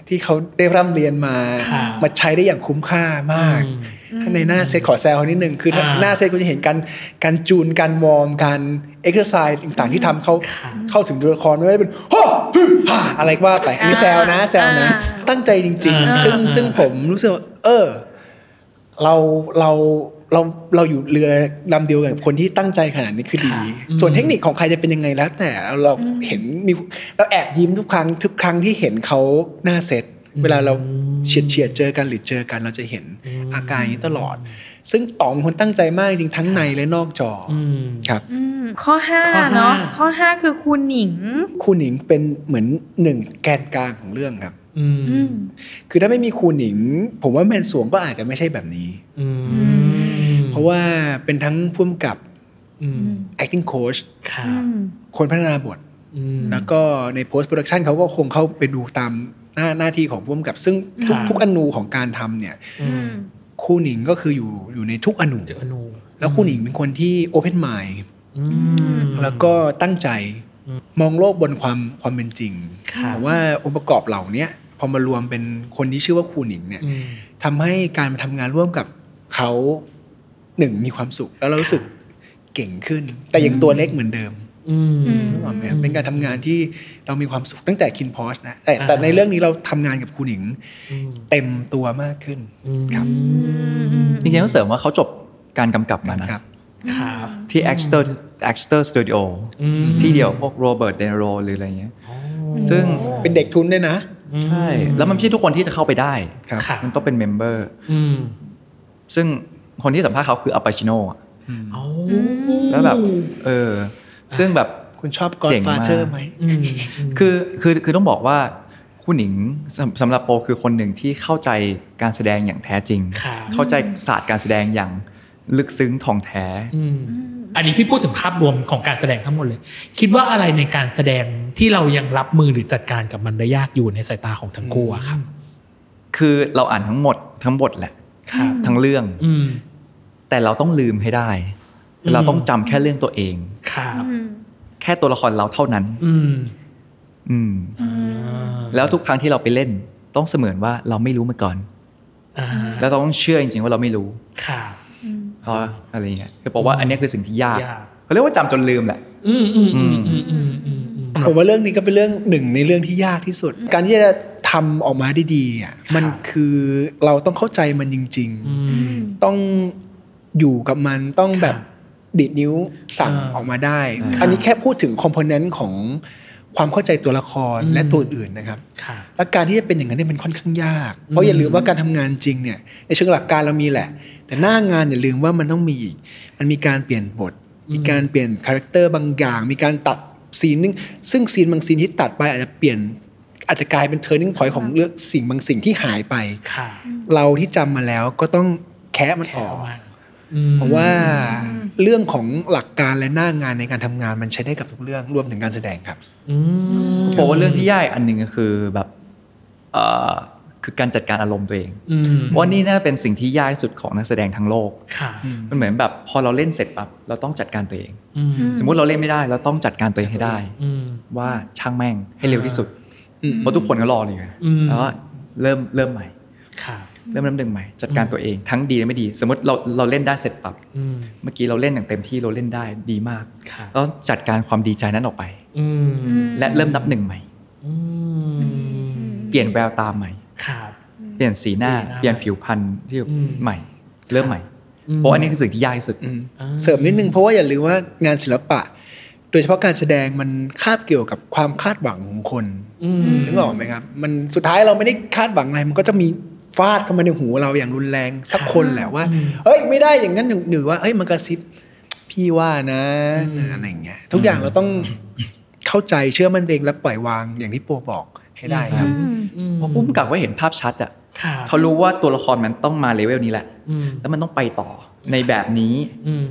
ที่เขาได้ร่ำเรียนมา ค่ะ มาใช้ได้อย่างคุ้มค่ามาก อืม ถ้าในหน้าเซตขอแซวเขานิดนึง คือถ้า อ่า หน้าเซตก็จะเห็นการการจูนการวอร์มการเอ็กซ์ไซส์ต่างๆที่ทำเขา ค่ะ เข้าถึงตัวละครไม่ได้เป็นโฮ่ฮึ่มฮ่าอะไรก็ว่าไปอันนี้แซวนะแซวนะ อ่า ตั้งใจจริง อ่า ๆ ซึ่ง อ่า ซึ่งผมรู้สึกว่าเออ เราเราเราเราอยู่เรือลำเดียวกับคนที่ตั้งใจขนาดนี้คือดี อืม ส่วนเทคนิคของใครจะเป็นยังไงแล้ว แต่เราเห็นมีเราแอบยิ้มทุกครั้งทุกครั้งที่เห็นเขาหน้าเซตเวลาเราเฉียดเฉียดๆเจอกันหรือเจอกันเราจะเห็นอาการอย่างนี้ตลอด ซึ่งต๋องคนตั้งใจมากจริงๆทั้งในและนอกจออ อืม ครับ อืมข้อห้า ข้อห้า เนาะข้อห้าคือคุณหนิง คุณหนิงเป็นเหมือนหนึ่งแกนกลางของเรื่องครับ อืม อืม คือถ้าไม่มีคุณหนิง ผมว่าแมนสวงก็อาจจะไม่ใช่แบบนี้ อืม เพราะว่าเป็นทั้งพ่วกับ อืม acting coach ค่ะ อืม คนพัฒนาบท อืม แล้วก็ใน post production เขาก็คงเข้าไปดูตามหน้าหน้าที่ของพ่วกับ ซึ่งทุก ค่ะ ทุกอนูของการทำเนี่ย อืม คู่หนิงก็คืออยู่อยู่ในทุกอนู เจออนู แล้วคู่หนิงเป็นคนที่ open mind อืม แล้วก็ตั้งใจ อืม มองโลกบนความความเป็นจริง ค่ะ ผมว่าองค์ประกอบเหล่าเนี้ยพอมารวมเป็นคนที่ชื่อว่าคู่หนิงเนี่ย อืม ทำให้การมาทำงานร่วมกับเขาหนึ่งมีความสุข แล้วเรารู้สึกเก่งขึ้น แต่ยังตัวเล็กเหมือนเดิม อืม นึกออกไหมครับเป็นการทำงานที่เรามีความสุขตั้งแต่คินพอสนะแต่แต่ อ่า ในเรื่องนี้เราทำงานกับครูหนิง อืม เต็มตัวมากขึ้น ครับ จริงๆต้องเสริมว่าเขาจบการกำกับมานะครับ ครับ ที่ Axter Axter Studio อืม ที่เดียวพวกโรเบิร์ตเดนโรหรืออะไรเงี้ย อ๋อ ซึ่ง เป็นเด็กทุนด้วยนะ ใช่แล้วมันไม่ใช่ทุกคนที่จะเข้าไปได้ ครับ ครับ มันต้องเป็นเมมเบอร์ อืม ซึ่งคนที่สัมภาษณ์เขาคืออัปปาชิโนอะ เอา แล้วแบบ เออ ซึ่งแบบ คุณชอบ Godfather เก่งมาก ไหม อืม คือคือคือต้องบอกว่าคุณหนิงสำสำหรับโปคือคนหนึ่งที่เข้าใจการแสดงอย่างแท้จริง ครับ เข้าใจศาสตร์การแสดงอย่างลึกซึ้งท่องแท้ อืมอันนี้พี่พูดถึงภาพรวมของการแสดงทั้งหมดเลย คิดว่าอะไรในการแสดงที่เรายังรับมือหรือจัดการกับมันได้ยากอยู่ในสายตาของทั้งคู่อะครับ คือเราอ่านทั้งหมดทั้งบทแหละ ครับ ทั้งเรื่อง อืม แต่เราต้องลืมให้ได้ อืม เราต้องจำแค่เรื่องตัวเอง ครับ อืม แค่ตัวละครเราเท่านั้น อืม อืม แล้ว แล้วทุกครั้งที่เราไปเล่น ต้องเสมือนว่าเราไม่รู้มาก่อน อ่า แล้วเราต้องเชื่อจริงๆว่าเราไม่รู้ ครับ เพราะอะไรเงี้ยคือบอกว่าอันเนี้ยคือสิ่งที่ยาก ยาก เขาเรียกว่าจำจนลืมแหละ อืมอืมอืมอืมอืมอืมอืม ผมว่าเรื่องนี้ก็เป็นเรื่องหนึ่งในเรื่องที่ยากที่สุด การที่จะทำออกมาได้ดีเนี่ยมัน ครับ คือเราต้องเข้าใจมันจริง ๆ อืม ต้องอยู่กับมันต้องแบบดีดนิ้วสั่ง อ่า ออกมาได้ อ่า อันนี้แค่พูดถึงคอมโพเนนต์ของความเข้าใจตัวละคร อืม และตัวอื่นนะครับ ครับ และการที่จะเป็นอย่างนั้นเนี่ยมันค่อนข้างยาก อืม เพราะอย่าลืมว่าการทำงานจริงเนี่ยในเชิงหลักการเรามีแหละ แต่หน้างานอย่าลืมว่ามันต้องมีอีก มันมีการเปลี่ยนบท มีการเปลี่ยนคาแรคเตอร์บางอย่าง มีการตัดซีนนึงซึ่งซีนบางซีนที่ตัดไปอาจจะเปลี่ยนอาจจะกลายเป็นเทอร์นิ่งพอยของเรื่องสิ่งบางสิ่งที่หายไป ครับ เราที่จำมาแล้วก็ต้องแคะมันออก มาอืม เพราะว่าเรื่องของหลักการและหน้างานในการทำงานมันใช้ได้กับทุกเรื่องรวมถึงการแสดงครับ อืม ผมว่าเรื่องที่ยากอันหนึ่งก็คือแบบเอ่อคือการจัดการอารมณ์ตัวเอง อืม ว่านี่น่าเป็นสิ่งที่ยากที่สุดของนักแสดงทั้งโลก ค่ะ มันเหมือนแบบพอเราเล่นเสร็จปั๊บเราต้องจัดการตัวเอง อืม สมมุติเราเล่นไม่ได้ เราต้องจัดการตัวเองให้ได้ อืม ว่าช่างแม่งให้เร็วที่สุด อืม เพราะทุกคนก็รอเลยไง อืม แล้วก็เริ่มเริ่มใหม่ ค่ะ เริ่มเริ่มหนึ่งใหม่จัดการตัวเองทั้งดีและไม่ดี สมมติเราเราเล่นได้เสร็จปั๊บ อืม เมื่อกี้เราเล่นอย่างเต็มที่เราเล่นได้ดีมาก ค่ะ เราจัดการความดีใจนั้นออกไป อืม และเริ่มนับหนึ่งใหม่ อืม เปลี่ยนแววตาใหม่ ครับ เปลี่ยนสีหน้า สีหน้า เปลี่ยนผิวพรรณที่ อืม ใหม่ เริ่มใหม่ เพราะอันนี้คือสิ่งที่ยากที่สุด เสริมนิดนึงเพราะว่าอย่าลืมว่างานศิลปะ โดยเฉพาะการแสดงมันคาบเกี่ยวกับความคาดหวังของคน อืม นึกออกไหมครับ มันสุดท้ายเราไม่ได้คาดหวังอะไร มันก็จะมีฟาดเข้ามาในหูเราอย่างรุนแรงสักคนแหละว่าเฮ้ยไม่ได้อย่างนั้นหนึ่งหรือว่าเฮ้ยมันกระซิบพี่ว่านะ อืม อะไรอย่างเงี้ยทุกอย่างเราต้องเข้าใจเชื่อมันตัวเองและปล่อยวางอย่างที่โปบอกให้ได้ครับ อืม อื เพราะผู้กำกับก็เห็นภาพชัดอ่ะ ค่ะ เขารู้ว่าตัวละครมันต้องมาเลเวลนี้แหละ อืม แล้วมันต้องไปต่อในแบบนี้ อืม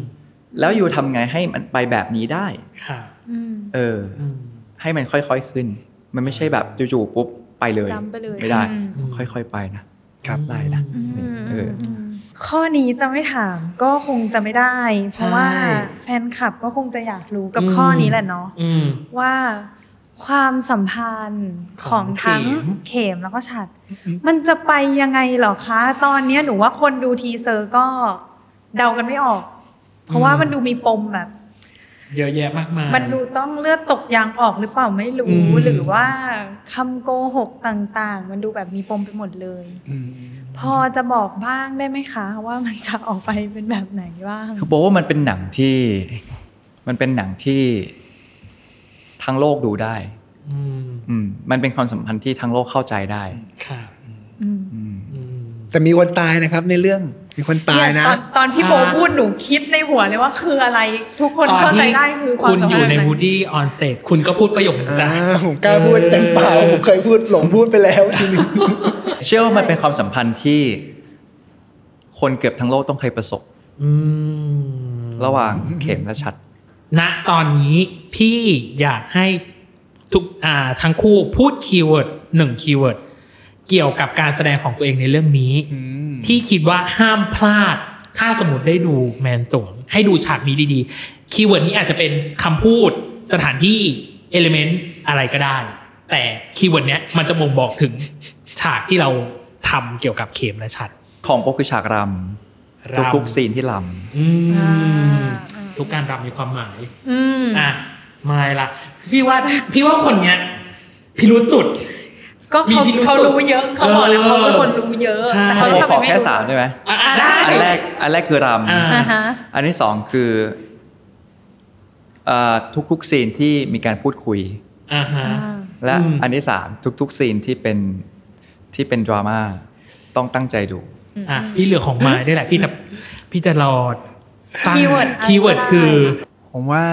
แล้วอยู่ทำไงให้มันไปแบบนี้ได้ ค่ะ อืม เออ อืม ให้มันค่อยๆขึ้น มันไม่ใช่แบบจู่ๆปุ๊บไปเลย จำไปเลย ไม่ได้ อืม ค่อยๆไปนะ ครับ ได้นะ อืม เอออื มข้อนี้จะไม่ถามก็คงจะไม่ได้ เพ ใช่ ราะว่าแฟนคลับก็คงจะอยากรู้กับ อืม ข้อนี้แหละเนาะ อืม ว่าความสัมพันธ์ของ ของเข็ ทั้ง ม เข็มแล้วก็ฉัด มันจะไปยังไงเหรอคะ ตอนเนี้ยหนูว่าคนดูทีเซอร์ก็เดากันไม่ออก เพราะว่ามันดูมีปมแบบ เยอะแยะมากมาย มันดูต้องเลือดตกยางออกหรือเปล่าไม่ อื รู้ ม หรือว่าคำโกหกต่างๆ มันดูแบบมีปมไปหมดเลย อืม พอจะบอกบ้างได้ไหมคะ ว่ามันจะออกไปเป็นแบบไหนบ้าง เขาบอกว่ามันเป็นหนังที่ มันเป็นหนังที่ทั้งโลกดูได้ อืม อืม มันเป็นความสัมพันธ์ที่ทั้งโลกเข้าใจได้ ค่ะ อืม อืม อืม แต่มีคนตายนะครับในเรื่องมีคนตายนะ เตอนตอนพี่โบ อ่า พูดหนูคิดในหัวเลยว่าคืออะไรทุกคน ตอ เข้าใจ ที่ ได้คือความ คุณ สัม อ พัน ยู่ ธ์ ใน แบบ w ู ไห ดี้ออนสเตจคุณก็พูดประโยคนั้นจ้ะ อ่าผมกล้าพูดเต็มปาก เออ ผมเคยพูดหลงพูดไปแล้วทีนึง เชื่อว่ามันเป็นความสัมพันธ์ที่ คนเกือบทั้งโลกต้องเคยประสบ อืม ระหว่างเข็มและชัด ณตอนนี้พี่อยากให้ทุกอ่าทั้งคู่พูดคีย์เวิร์ดหนึ่งคีย์เวิร์ดเกี่ยวกับการแสดงของตัวเองในเรื่องนี้ ที่คิดว่าห้ามพลาด ถ้าสมมติได้ดูแมนสวง ให้ดูฉากนี้ดีๆ คีย์เวิร์ดนี้อาจจะเป็นคำพูดสถานที่เอลิเมนต์อะไรก็ได้ แต่คีย์เวิร์ดเนี้ยมันจะบ่งบอกถึงฉากที่เราทำเกี่ยวกับเข็มและชัด ของโปคือฉากรำทุกๆซีนที่ร อื อ่ มา ทุกการรำมีความหมาย อืม อ่ะไม่ละพี่ว่าพี่ว่าคนเนี้ยพิรุษสุด ก็ มี เขา พิรุษ เขารู้เยอะเขาบอกแล้ว เออ เขาเป็นคนรู้เยอะ ใช่ แต่ ำ เขา โป ทำ ข ไป อ ไม่ แค่ รู้ สามได้ไหม อ่ะอ่ะได้ อันแรกอันแรกคือร อ่า อ่าฮะ ำอันที่สองคือเอ่อทุกๆซีนที่มีการพูดคุย อ่าฮะ อ่า และ อืม อันที่สามทุกๆซีนที่เป็นที่เป็นดราม่าต้องตั้งใจดู อ่ะพี่เหลือของไม้ได้แหละพี่จะพี่จะรอตั้ง คีย์เวิร์ด คีย์เวิร์ดคือ ผมว่า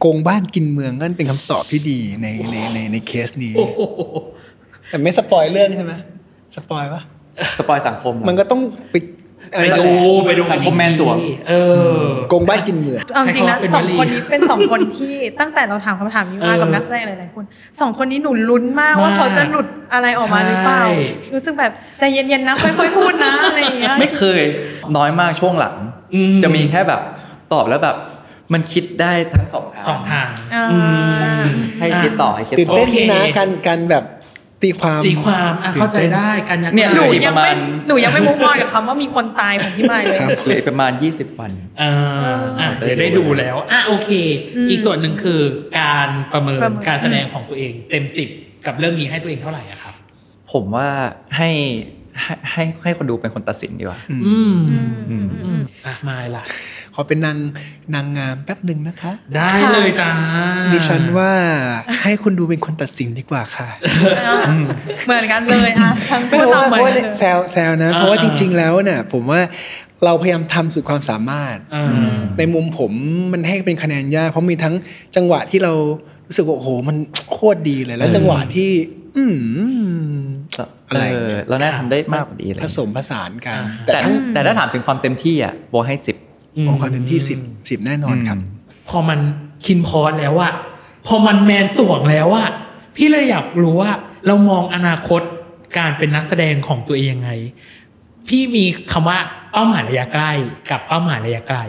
โกงบ้านกินเมืองก็เป็นคำตอบที่ดีในในในในเคสนี้ โอ้โห แต่ไม่สปอยเรื่องใช่ไหมสปอยปะ สปอยสังคมเหรอ มันก็ต้องไปอะ ไป ไร ดูไปดู สังคมแมนสวง เออ โกงบ้านกินเมือง เอาจริงนะ ใช้คำว่าเป็น สอง วลี คนนี้เป็นสองคนที่ตั้งแต่เราถามคำถามนี้มา เออ กับนักแสดงหลายๆคนสองคนนี้หนูลุ้นมากว่า ว่า เขาจะหลุดอะไรออกมาหรือเปล่า ใช่ รู้สึกแบบใจเย็นๆนะค่อยๆพูดนะอะไรอย่างเงี้ย ไม่เคยน้อยมากช่วงหลัง อืม จะมีแค่แบบตอบแล้วแบบ มันคิดได้ทั้งสองทาง สองทาง อ่า อืม ให้คิดต่อให้คิด ตื่น ต่อ เต้นดีนะ โอเค การการแบบตีความ ตีความอ่ะเข้าใจได้การยัก เนี่ย ห เหลื น่ อ อย อีก ยั ป ง ระมา ไม่ ณ หนูยังไม่มุกมอนกับคำว่ามีคนตายของพี่มายเลย ครับ เหลืออีกประมาณ 20 วัน อ่าอ่ะเดี๋ยวได้ดูแล้วอ่ะโอเค อืม อีกส่วนหนึ่งคือการประเมิน ประเมิน การแสดงของตัวเองเต็มสิบกับเรื่องนี้ให้ตัวเองเท่าไหร่อะครับ ผมว่าให้ให้ให้ให้คนดูเป็นคนตัดสินดีกว่า อืม อืมอืมอืม อ่ะไมายล่ะ ขอเป็นนางนางงามแป๊บหนึ่งนะคะ ได้ ค่ะ เลยจ้า ดิฉันว่าให้คุณดูเป็นคนตัดสินดีกว่าค่ะ อ่ะเหมือนกันเลยอ่ะทั้ง ไม่ คู่ เพราะ สอง ว่า เหมือนเพราะว่า กันเล เนี่ย ย แซวแซวนะ เพราะว่าจริง ๆ แล้วเนี่ยผมว่าเราพยายามทำสุดความสามารถ อ่า ในมุมผมมันให้เป็นคะแนนยากเพราะมีทั้งจังหวะที่เรารู้สึกว่าโอ้โหมันโคตรดีเลยแล้ว เออ จังหวะที่ อืม อะไร เออแล้วน่าทำได้มากกว่านี้เลย ผสมผสานกัน อ่า แต่ แต่ ทั้ง แต่ถ้าถามถึงความเต็มที่อ่ะบอกให้ โองค์ความเต็มที่สิบสิบแน่นอนครับ อืม พอมันคินพอสแล้วอะพอมันแมนสวงแล้วอะพี่เลยอยากรู้ว่า เรามองอนาคตการเป็นนักแสดงของตัวเองยังไง พี่มีคำว่าเป้าหมายระยะใกล้ กับเป้าหมายระยะไกล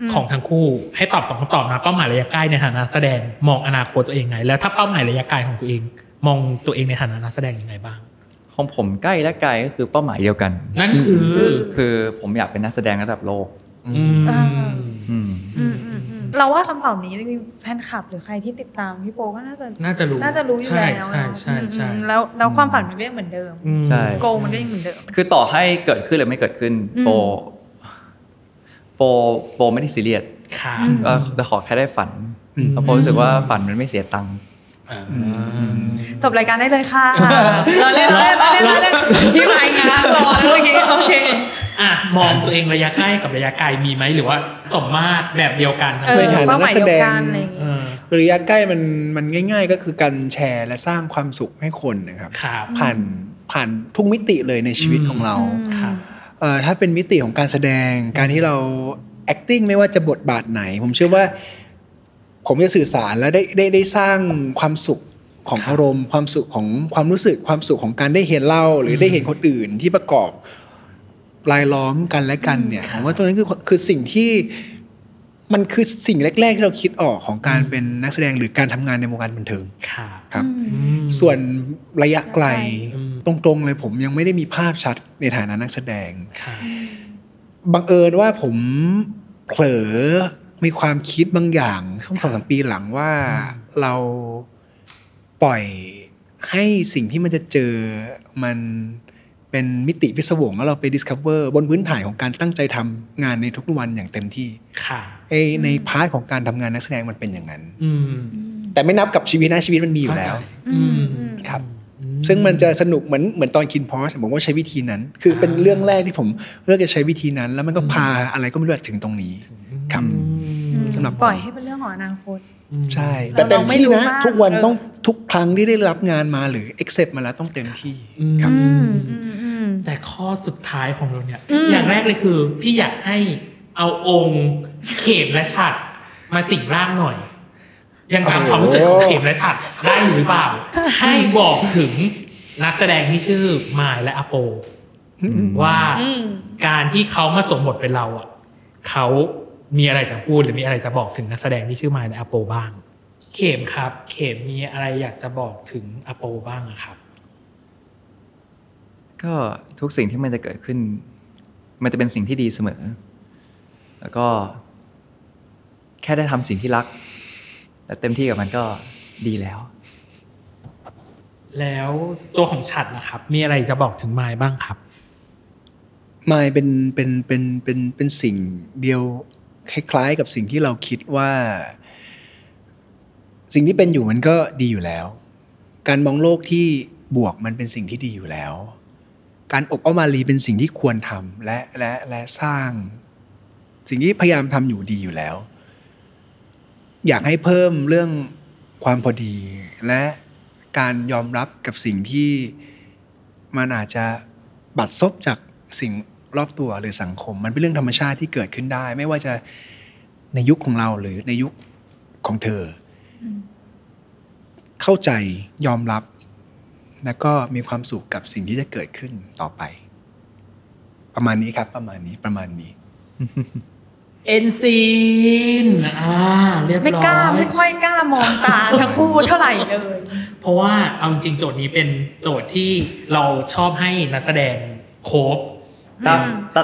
อืม ของทั้งคู่ ให้ตอบสองคำตอบนะเป้าหมายระยะใกล้ในฐานะนักแสดงมองอนาคตตัวเองไง แล้วถ้าเป้าหมายระยะไกลของตัวเอง มองตัวเองในฐานะนักแสดงยังไงบ้าง 10 ของผมใกล้และไกลก็คือเป้าหมายเดียวกัน นั่นคือ คือผมอยากเป็นนักแสดงระดับโลก อืม อ่า อืม อืมอืมอืมเราว่าคำตอบนี้จริงๆแฟนคลับหรือใครที่ติดตามพี่โปก็น่าจะ น่าจะรู้ น่าจะรู้อยู่แล้ว ใช่ใช่ใช่ อืม ใช่ แล้วแล้วความฝันมันก็ยังเหมือนเดิม อืม ใช่ โกมันก็ยังเหมือนเดิม คือต่อให้เกิดขึ้นหรือไม่เกิดขึ้น อืม โป โปโปไม่ได้ซีเรียส ค่ะ ก็แต่ขอแค่ได้ฝันเพราะโปรู้สึกว่าฝันมันไม่เสียตังค์ จบรายการได้เลยค่ะ เราเล่นเราเล่นเราเล่นเราเล่นพี่ไม้นะรอเมื่อกี้โอเค อ่ะมองตัวเองระยะใกล้กับระยะไกลมีไหมหรือว่าสมมาตรแบบเดียวกันนะ เออ ในฐานะ เป้าหมายเดียวกัน นักแสดง อะไรอย่าง เอ เงี้ย อ ระยะใกล้มันมันง่าย ๆ ก็คือการแชร์และสร้างความสุขให้คนนะครับ ครับ ผ่านผ่านทุกมิติเลยในชีวิต อืม ของเรา ครับ เอ่อถ้าเป็นมิติของการแสดงการที่เรา acting ไม่ว่าจะบทบาทไหน ผมเชื่อว่า ผมจะสื่อสารและได้ได้ได้สร้างความสุขของอารมณ์ ความสุขของความรู้สึกความสุขของการได้เห็นเล่า หรืออ ม ได้เห็นคนอื่นที่ประกอบรายล้อมกันและกันเนี่ย ค ผ รับ มว่าตรงนั้นคือคือสิ่งที่มันคือสิ่งแรก ๆ ที่เราคิดออกของการ อืม เป็นนักแสดงหรือการทำงานในวงการบันเทิง ครับ ครับ อืม ส่วนระยะไกล อืม ตรงๆเลยผมยังไม่ได้มีภาพชัดในฐานะนักแสดง ครับ บังเอิญว่าผมเผลอมีความคิดบางอย่างช่วงสองสามปีหลังว่าเราปล่อยให้สิ่งที่มันจะเจอมันเป็นมิติพิศวงแล้วเราไป discover บนพื้นฐานของการตั้งใจทำงานในทุกวันอย่างเต็มที่ ค่ะ ไอในพาร์ทของการทำงานนักแสดงมันเป็นอย่างนั้น อืม แต่ไม่นับกับชีวิตนะชีวิตมันมีอยู่แล้ว อืม อืม ครับ อื ซึ่งมันจะสนุกเหมือนเหมือนตอนคินพอสผมก็ใช้วิธีนั้น คือเป็นเรื่องแรกที่ผมเลือกจะใช้วิธีนั้น แล้วมันก็พาอะไรก็ไม่รู้ถึงตรงนี้ครับ อืม สำหรับ ปล่อยให้เป็นเรื่องของอนาคต ใช่ แต่เต็มที่ เราไม่รู้ นะ มาก ทุกวัน เออ ต้องทุกครั้งที่ได้รับงานมาหรือ accept มาแล้วต้องเต็มที่ อืม ครับ อืมอืมอืม แต่ข้อสุดท้ายของเราเนี่ย อืม อย่างแรกเลยคือ พี่อยากให้เอาองค์เข็มและฉัดมาสิงร่างหน่อย ยังจำความรู้สึกของเข็มและฉัดได้อยู่หรือเปล่า ให้บอกถึงนักแสดงที่ชื่อมายและอโป ว่า อืม การที่เขามาสวมบทเป็นเราอ่ะเขามีอะไรจะพูดหรือมีอะไรจะบอกถึงนักแสดงที่ชื่อมายและอโปบ้าง เข็มครับ เข็มมีอะไรอยากจะบอกถึงอโปบ้างอะครับ ก็ทุกสิ่งที่มันจะเกิดขึ้น มันจะเป็นสิ่งที่ดีเสมอ แล้วก็ แค่ได้ทำสิ่งที่รัก และเต็มที่กับมันก็ดีแล้ว แล้วตัวของฉัดนะครับ มีอะไรจะบอกถึงมายบ้างครับ ไม่เป็นเป็นเป็นเป็นเป็นสิ่งเดียวคล้ายๆ กับสิ่งที่เราคิดว่า สิ่งที่เป็นอยู่มันก็ดีอยู่แล้ว การมองโลกที่บวกมันเป็นสิ่งที่ดีอยู่แล้ว การอบอ้อมอารีเป็นสิ่งที่ควรทำและและและสร้าง สิ่งที่พยายามทำอยู่ดีอยู่แล้ว อยากให้เพิ่มเรื่องความพอดี และการยอมรับกับสิ่งที่มันอาจจะบัดซบจากสิ่งรอบตัวหรือสังคม มันเป็นเรื่องธรรมชาติที่เกิดขึ้นได้ ไม่ว่าจะในยุคของเราหรือในยุคของเธออเข้าใจยอมรับ แล้วก็มีความสุขกับสิ่งที่จะเกิดขึ้นต่อไป ประมาณนี้ครับ ประมาณนี้ประมาณนี้ เอ็นซีนอ่าเรียบร้อย ไม่กล้าไม่ค่อยกล้ามองตาทั้งคู่เท่าไหร่เลย เพราะว่าเอาจริงๆโจทย์นี้เป็นโจทย์ที่เราชอบให้นักแสดงโคบ ตาตา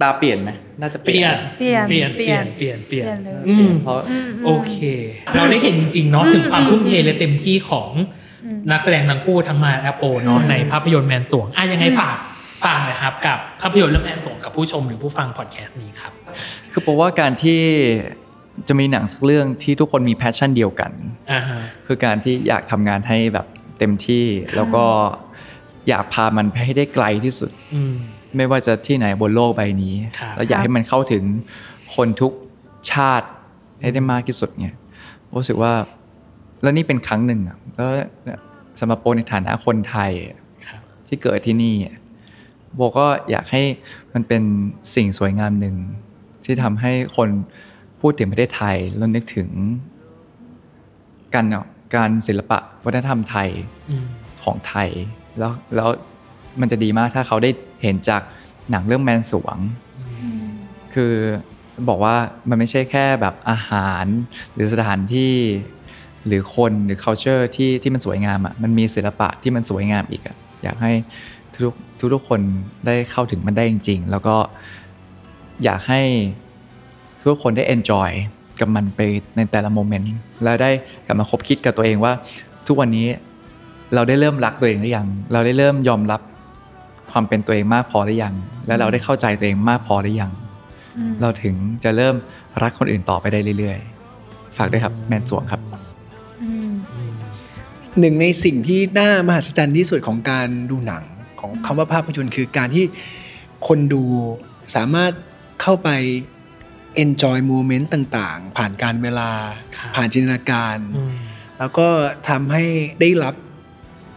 ตาเปลี่ยนไหมน่าจะเป เป ลี่ ลี่ ย ย น น เปลี่ยน เปลี่ยน เป เป ลี่ยลี่ย น นเปลี่ยนเปเปลี่ยนเลลี่ยนย อืม เพราะ อืมม โอเค เราได้เห็นจริงๆเนาะถึงความทุ่มเทและเต็มที่ของ อืม นักแสดงทั้งคู่ทั้งมาแอปโปเนาะในภาพยนตร์แมนสวงอ่ะยังไงฝากฝากหนะครับ กับภาพยนตร์เรื่องแมนสวงกับผู้ชมหรือผู้ฟังพอดแคสต์นี้ครับ คือเพราะว่าการที่จะมีหนังสักเรื่องที่ทุกคนมีแพชชั่นเดียวกัน อ่าฮะ คือการที่อยากทำงานให้แบบเต็มที่ แล้วก็อยากพามันไปให้ได้ไกลที่สุด อืม ไม่ว่าจะที่ไหนบนโลกใบนี้ ครับ แล้วอยากให้มันเข้าถึงคนทุกชาติให้ได้มากที่สุดเนี่ยรู้สึกว่า แล้วนี่เป็นครั้งหนึ่งอะแล้วสำหรับโปในฐานะคนไทย ครับ ที่เกิดที่นี่อะโบก็อยากให้มันเป็นสิ่งสวยงามหนึ่ง ที่ทำให้คนพูดถึงประเทศไทย แล้วนึกถึงการเอาการศิลปะวัฒนธรรมไทย อืม ของไทยแล้วแล้วมันจะดีมากถ้าเขาได้เห็นจากหนังเรื่องแมนสวง คือบอกว่ามันไม่ใช่แค่แบบอาหาร หรือสถานที่หรือคนหรือ culture ที่ที่มันสวยงามอะ่ะมันมีศิลปะที่มันสวยงามอีกอะ่ะอยากให้ทุกทุกทุกคนได้เข้าถึงมันได้จริง ๆ แล้วก็อยากให้ทุกคนได้ enjoy กับมันไปในแต่ละโมเมนต์แล้วได้กลับมาคบคิดกับตัวเองว่า ทุกวันนี้เราได้เริ่มรักตัวเองหรือยัง เราได้เริ่มยอมรับความเป็นตัวเองมากพอหรือยัง และเราได้เข้าใจตัวเองมากพอหรือยัง อืม เราถึงจะเริ่มรักคนอื่นต่อไปได้เรื่อยๆ ฝากด้วยครับแมนสวงครับ อืม หนึ่งในสิ่งที่น่ามหัศจรรย์ที่สุดของการดูหนังของคำว่าภาพยนตร์คือการที่คนดูสามารถเข้าไป enjoy moment ต่างๆ ผ่านการเวลา ครับ ผ่านจินตนาการ อืม แล้วก็ทำให้ได้รับ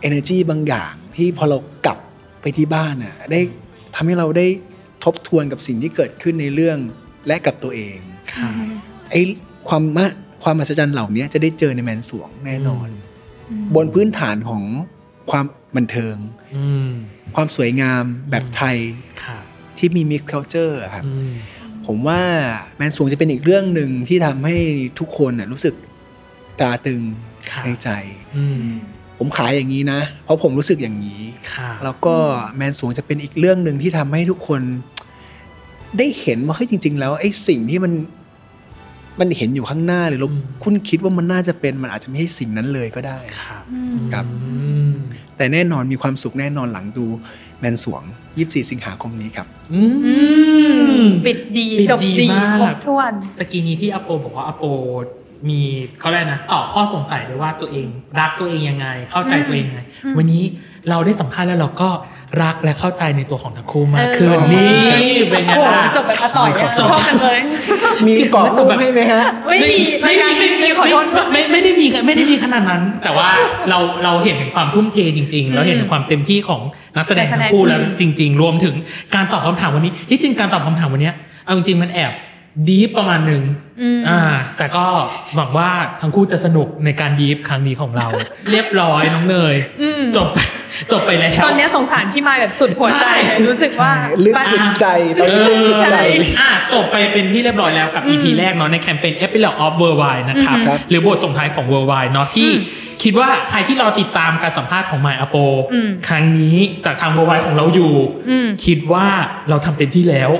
energy บางอย่าง ที่พอเรากลับไปที่บ้านน่ะได้ทำให้เราได้ทบทวนกับสิ่งที่เกิดขึ้นในเรื่องและกับตัวเอง ค่ะ ไอ้ความมะความมหัศจรรย์เหล่านี้จะได้เจอในแมนสวงแน่นอน อืม บนพื้นฐานของความบันเทิง อืม ความสวยงามแบบไทย ค่ะ ที่มีมิกซ์เคาเจอร์ครับ อืม ผมว่าแมนสวงจะเป็นอีกเรื่องหนึ่งที่ทำให้ทุกคนน่ะรู้สึกตราตรึง ค่ะ ในใจ อืม ผมขายอย่างนี้นะ เพราะผมรู้สึกอย่างนี้ ค่ะ แล้วก็แมนสวงจะเป็นอีกเรื่องหนึ่งที่ทำให้ทุกคน ได้เห็นว่าเฮ้ยจริง ๆ แล้วไอ้สิ่งที่มันมันเห็นอยู่ข้างหน้าหรือเราคุณคิดว่ามันน่าจะเป็นมันอาจจะไม่ใช่สิ่งนั้นเลยก็ได้ ค่ะ อืม ครับ อืม แต่แน่นอนมีความสุขแน่นอนหลังดูแมนสวง 24 สิงหาคมนี้ครับ อื อื ม มปิดดี ปิด จบ ดี ดี มาก ครบถ้วน ตะกี้นี้ที่อัปโอบอกว่าอัปโอมีเขาเรียกนะตอบข้อสงสัยเลยว่าตัวเองรักตัวเองยังไง เข้าใจตัวเองยังไง อืม วันนี้เราได้สัมภาษณ์แล้วเราก็รักและเข้าใจในตัวของทั้งคู่มาเอกอ ขึ้นนี่เป็นไง โอ้โห ล่ะ จบไปค่ะต่อยอะ จบ ชอบกันเลย มีกรอบรูปให้ไหมฮะ ไม่มี ไม่มี รายการนี้ขอโทษด้วย ไม่ไม่ได้มีไม่ได้มีขนาดนั้น แต่ว่าเราเราเห็นถึงความทุ่มเทจริง ๆ เราเห็นถึงความเต็มที่ของนักแสดงทั้งคู่แล้วจริง ๆ รวมถึงการตอบคำถามวันนี้ที่จริงการตอบคำถามวันเนี้ยเอาจริงๆมันแอบดีประมาณหนึ่ง อืม อ่าแต่ก็หวังว่าทั้งคู่จะสนุกในการดีฟครั้งนี้ของ เรา เรียบร้อยน้องเนย อืม จบไป จบไปแล้ว ตอนเนี้ยสงสารพี่มายแบบสุดหัวใจ ใช่ เลยรู้สึกว่า ลึกจุดใจตอนนี้ลึกจุดใจ อ่ะจบไปเป็นที่เรียบร้อยแล้วกับ EP แรกเนาะในแคมเปญ Epilogue of Worldwide นะครับ อืมครับ หรือบทส่งท้ายของ Worldwide เนาะที่คิดว่าใครที่รอติดตามการสัมภาษณ์ของไมอโป อืม ครั้งนี้จากทาง Worldwide ของเราอยู่ อืม คิดว่าเราทำเต็มที่แล้ว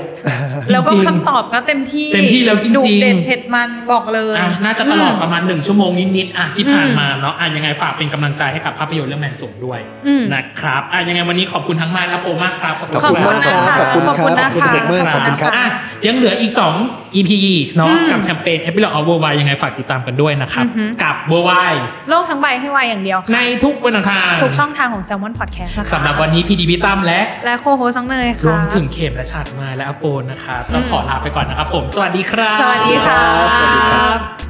แล้วก็ จริงๆ คำตอบก็เต็มที่ เต็มที่แล้วจริงๆ ดุเด็ดเผ็ดมันบอกเลย อ่ะน่าจะตลอด ม ประมาณหนึ่งชั่วโมงนิดๆอ่ะที่ผ่าน อืม มาเนาะอ่ะยังไงฝากเป็นกำลังใจให้กับภาพยนตร์เรื่องแมนสูงด้วย อืม นะครับอ่ะยังไงวันนี้ขอบคุณทั้งมากครับโอมากครับ ขอบคุณมากครับ รั ขอบคุณครัขบอบคุณนะคะ สนุกมากข ขออบบ คุ คุณ ณ ค ค่ะ รับ อ่ะยังเหลืออีก 2 EP เนาะกับแคมเปญ Apple of w o r l d w i d e ยังไงฝากติดตามกันด้วยนะครับ กับ w o r l d w i d e โลกทั้งใบให้วายอย่างเดียว ใน ค่ะ ทุกวันอังคาร ทุกช่องทางของ Salmon Podcast นะคะ สำหรับวันนี้พี่ดีพี่ตั้มและ และโคโฮซังเนยค่ะ รวมถึงเขมและฉัดมาและอโปนนะครับต้องขอลาไปก่อนนะครับผม สวัสดีครับ สวัสดีค่ะ สวัสดีครับ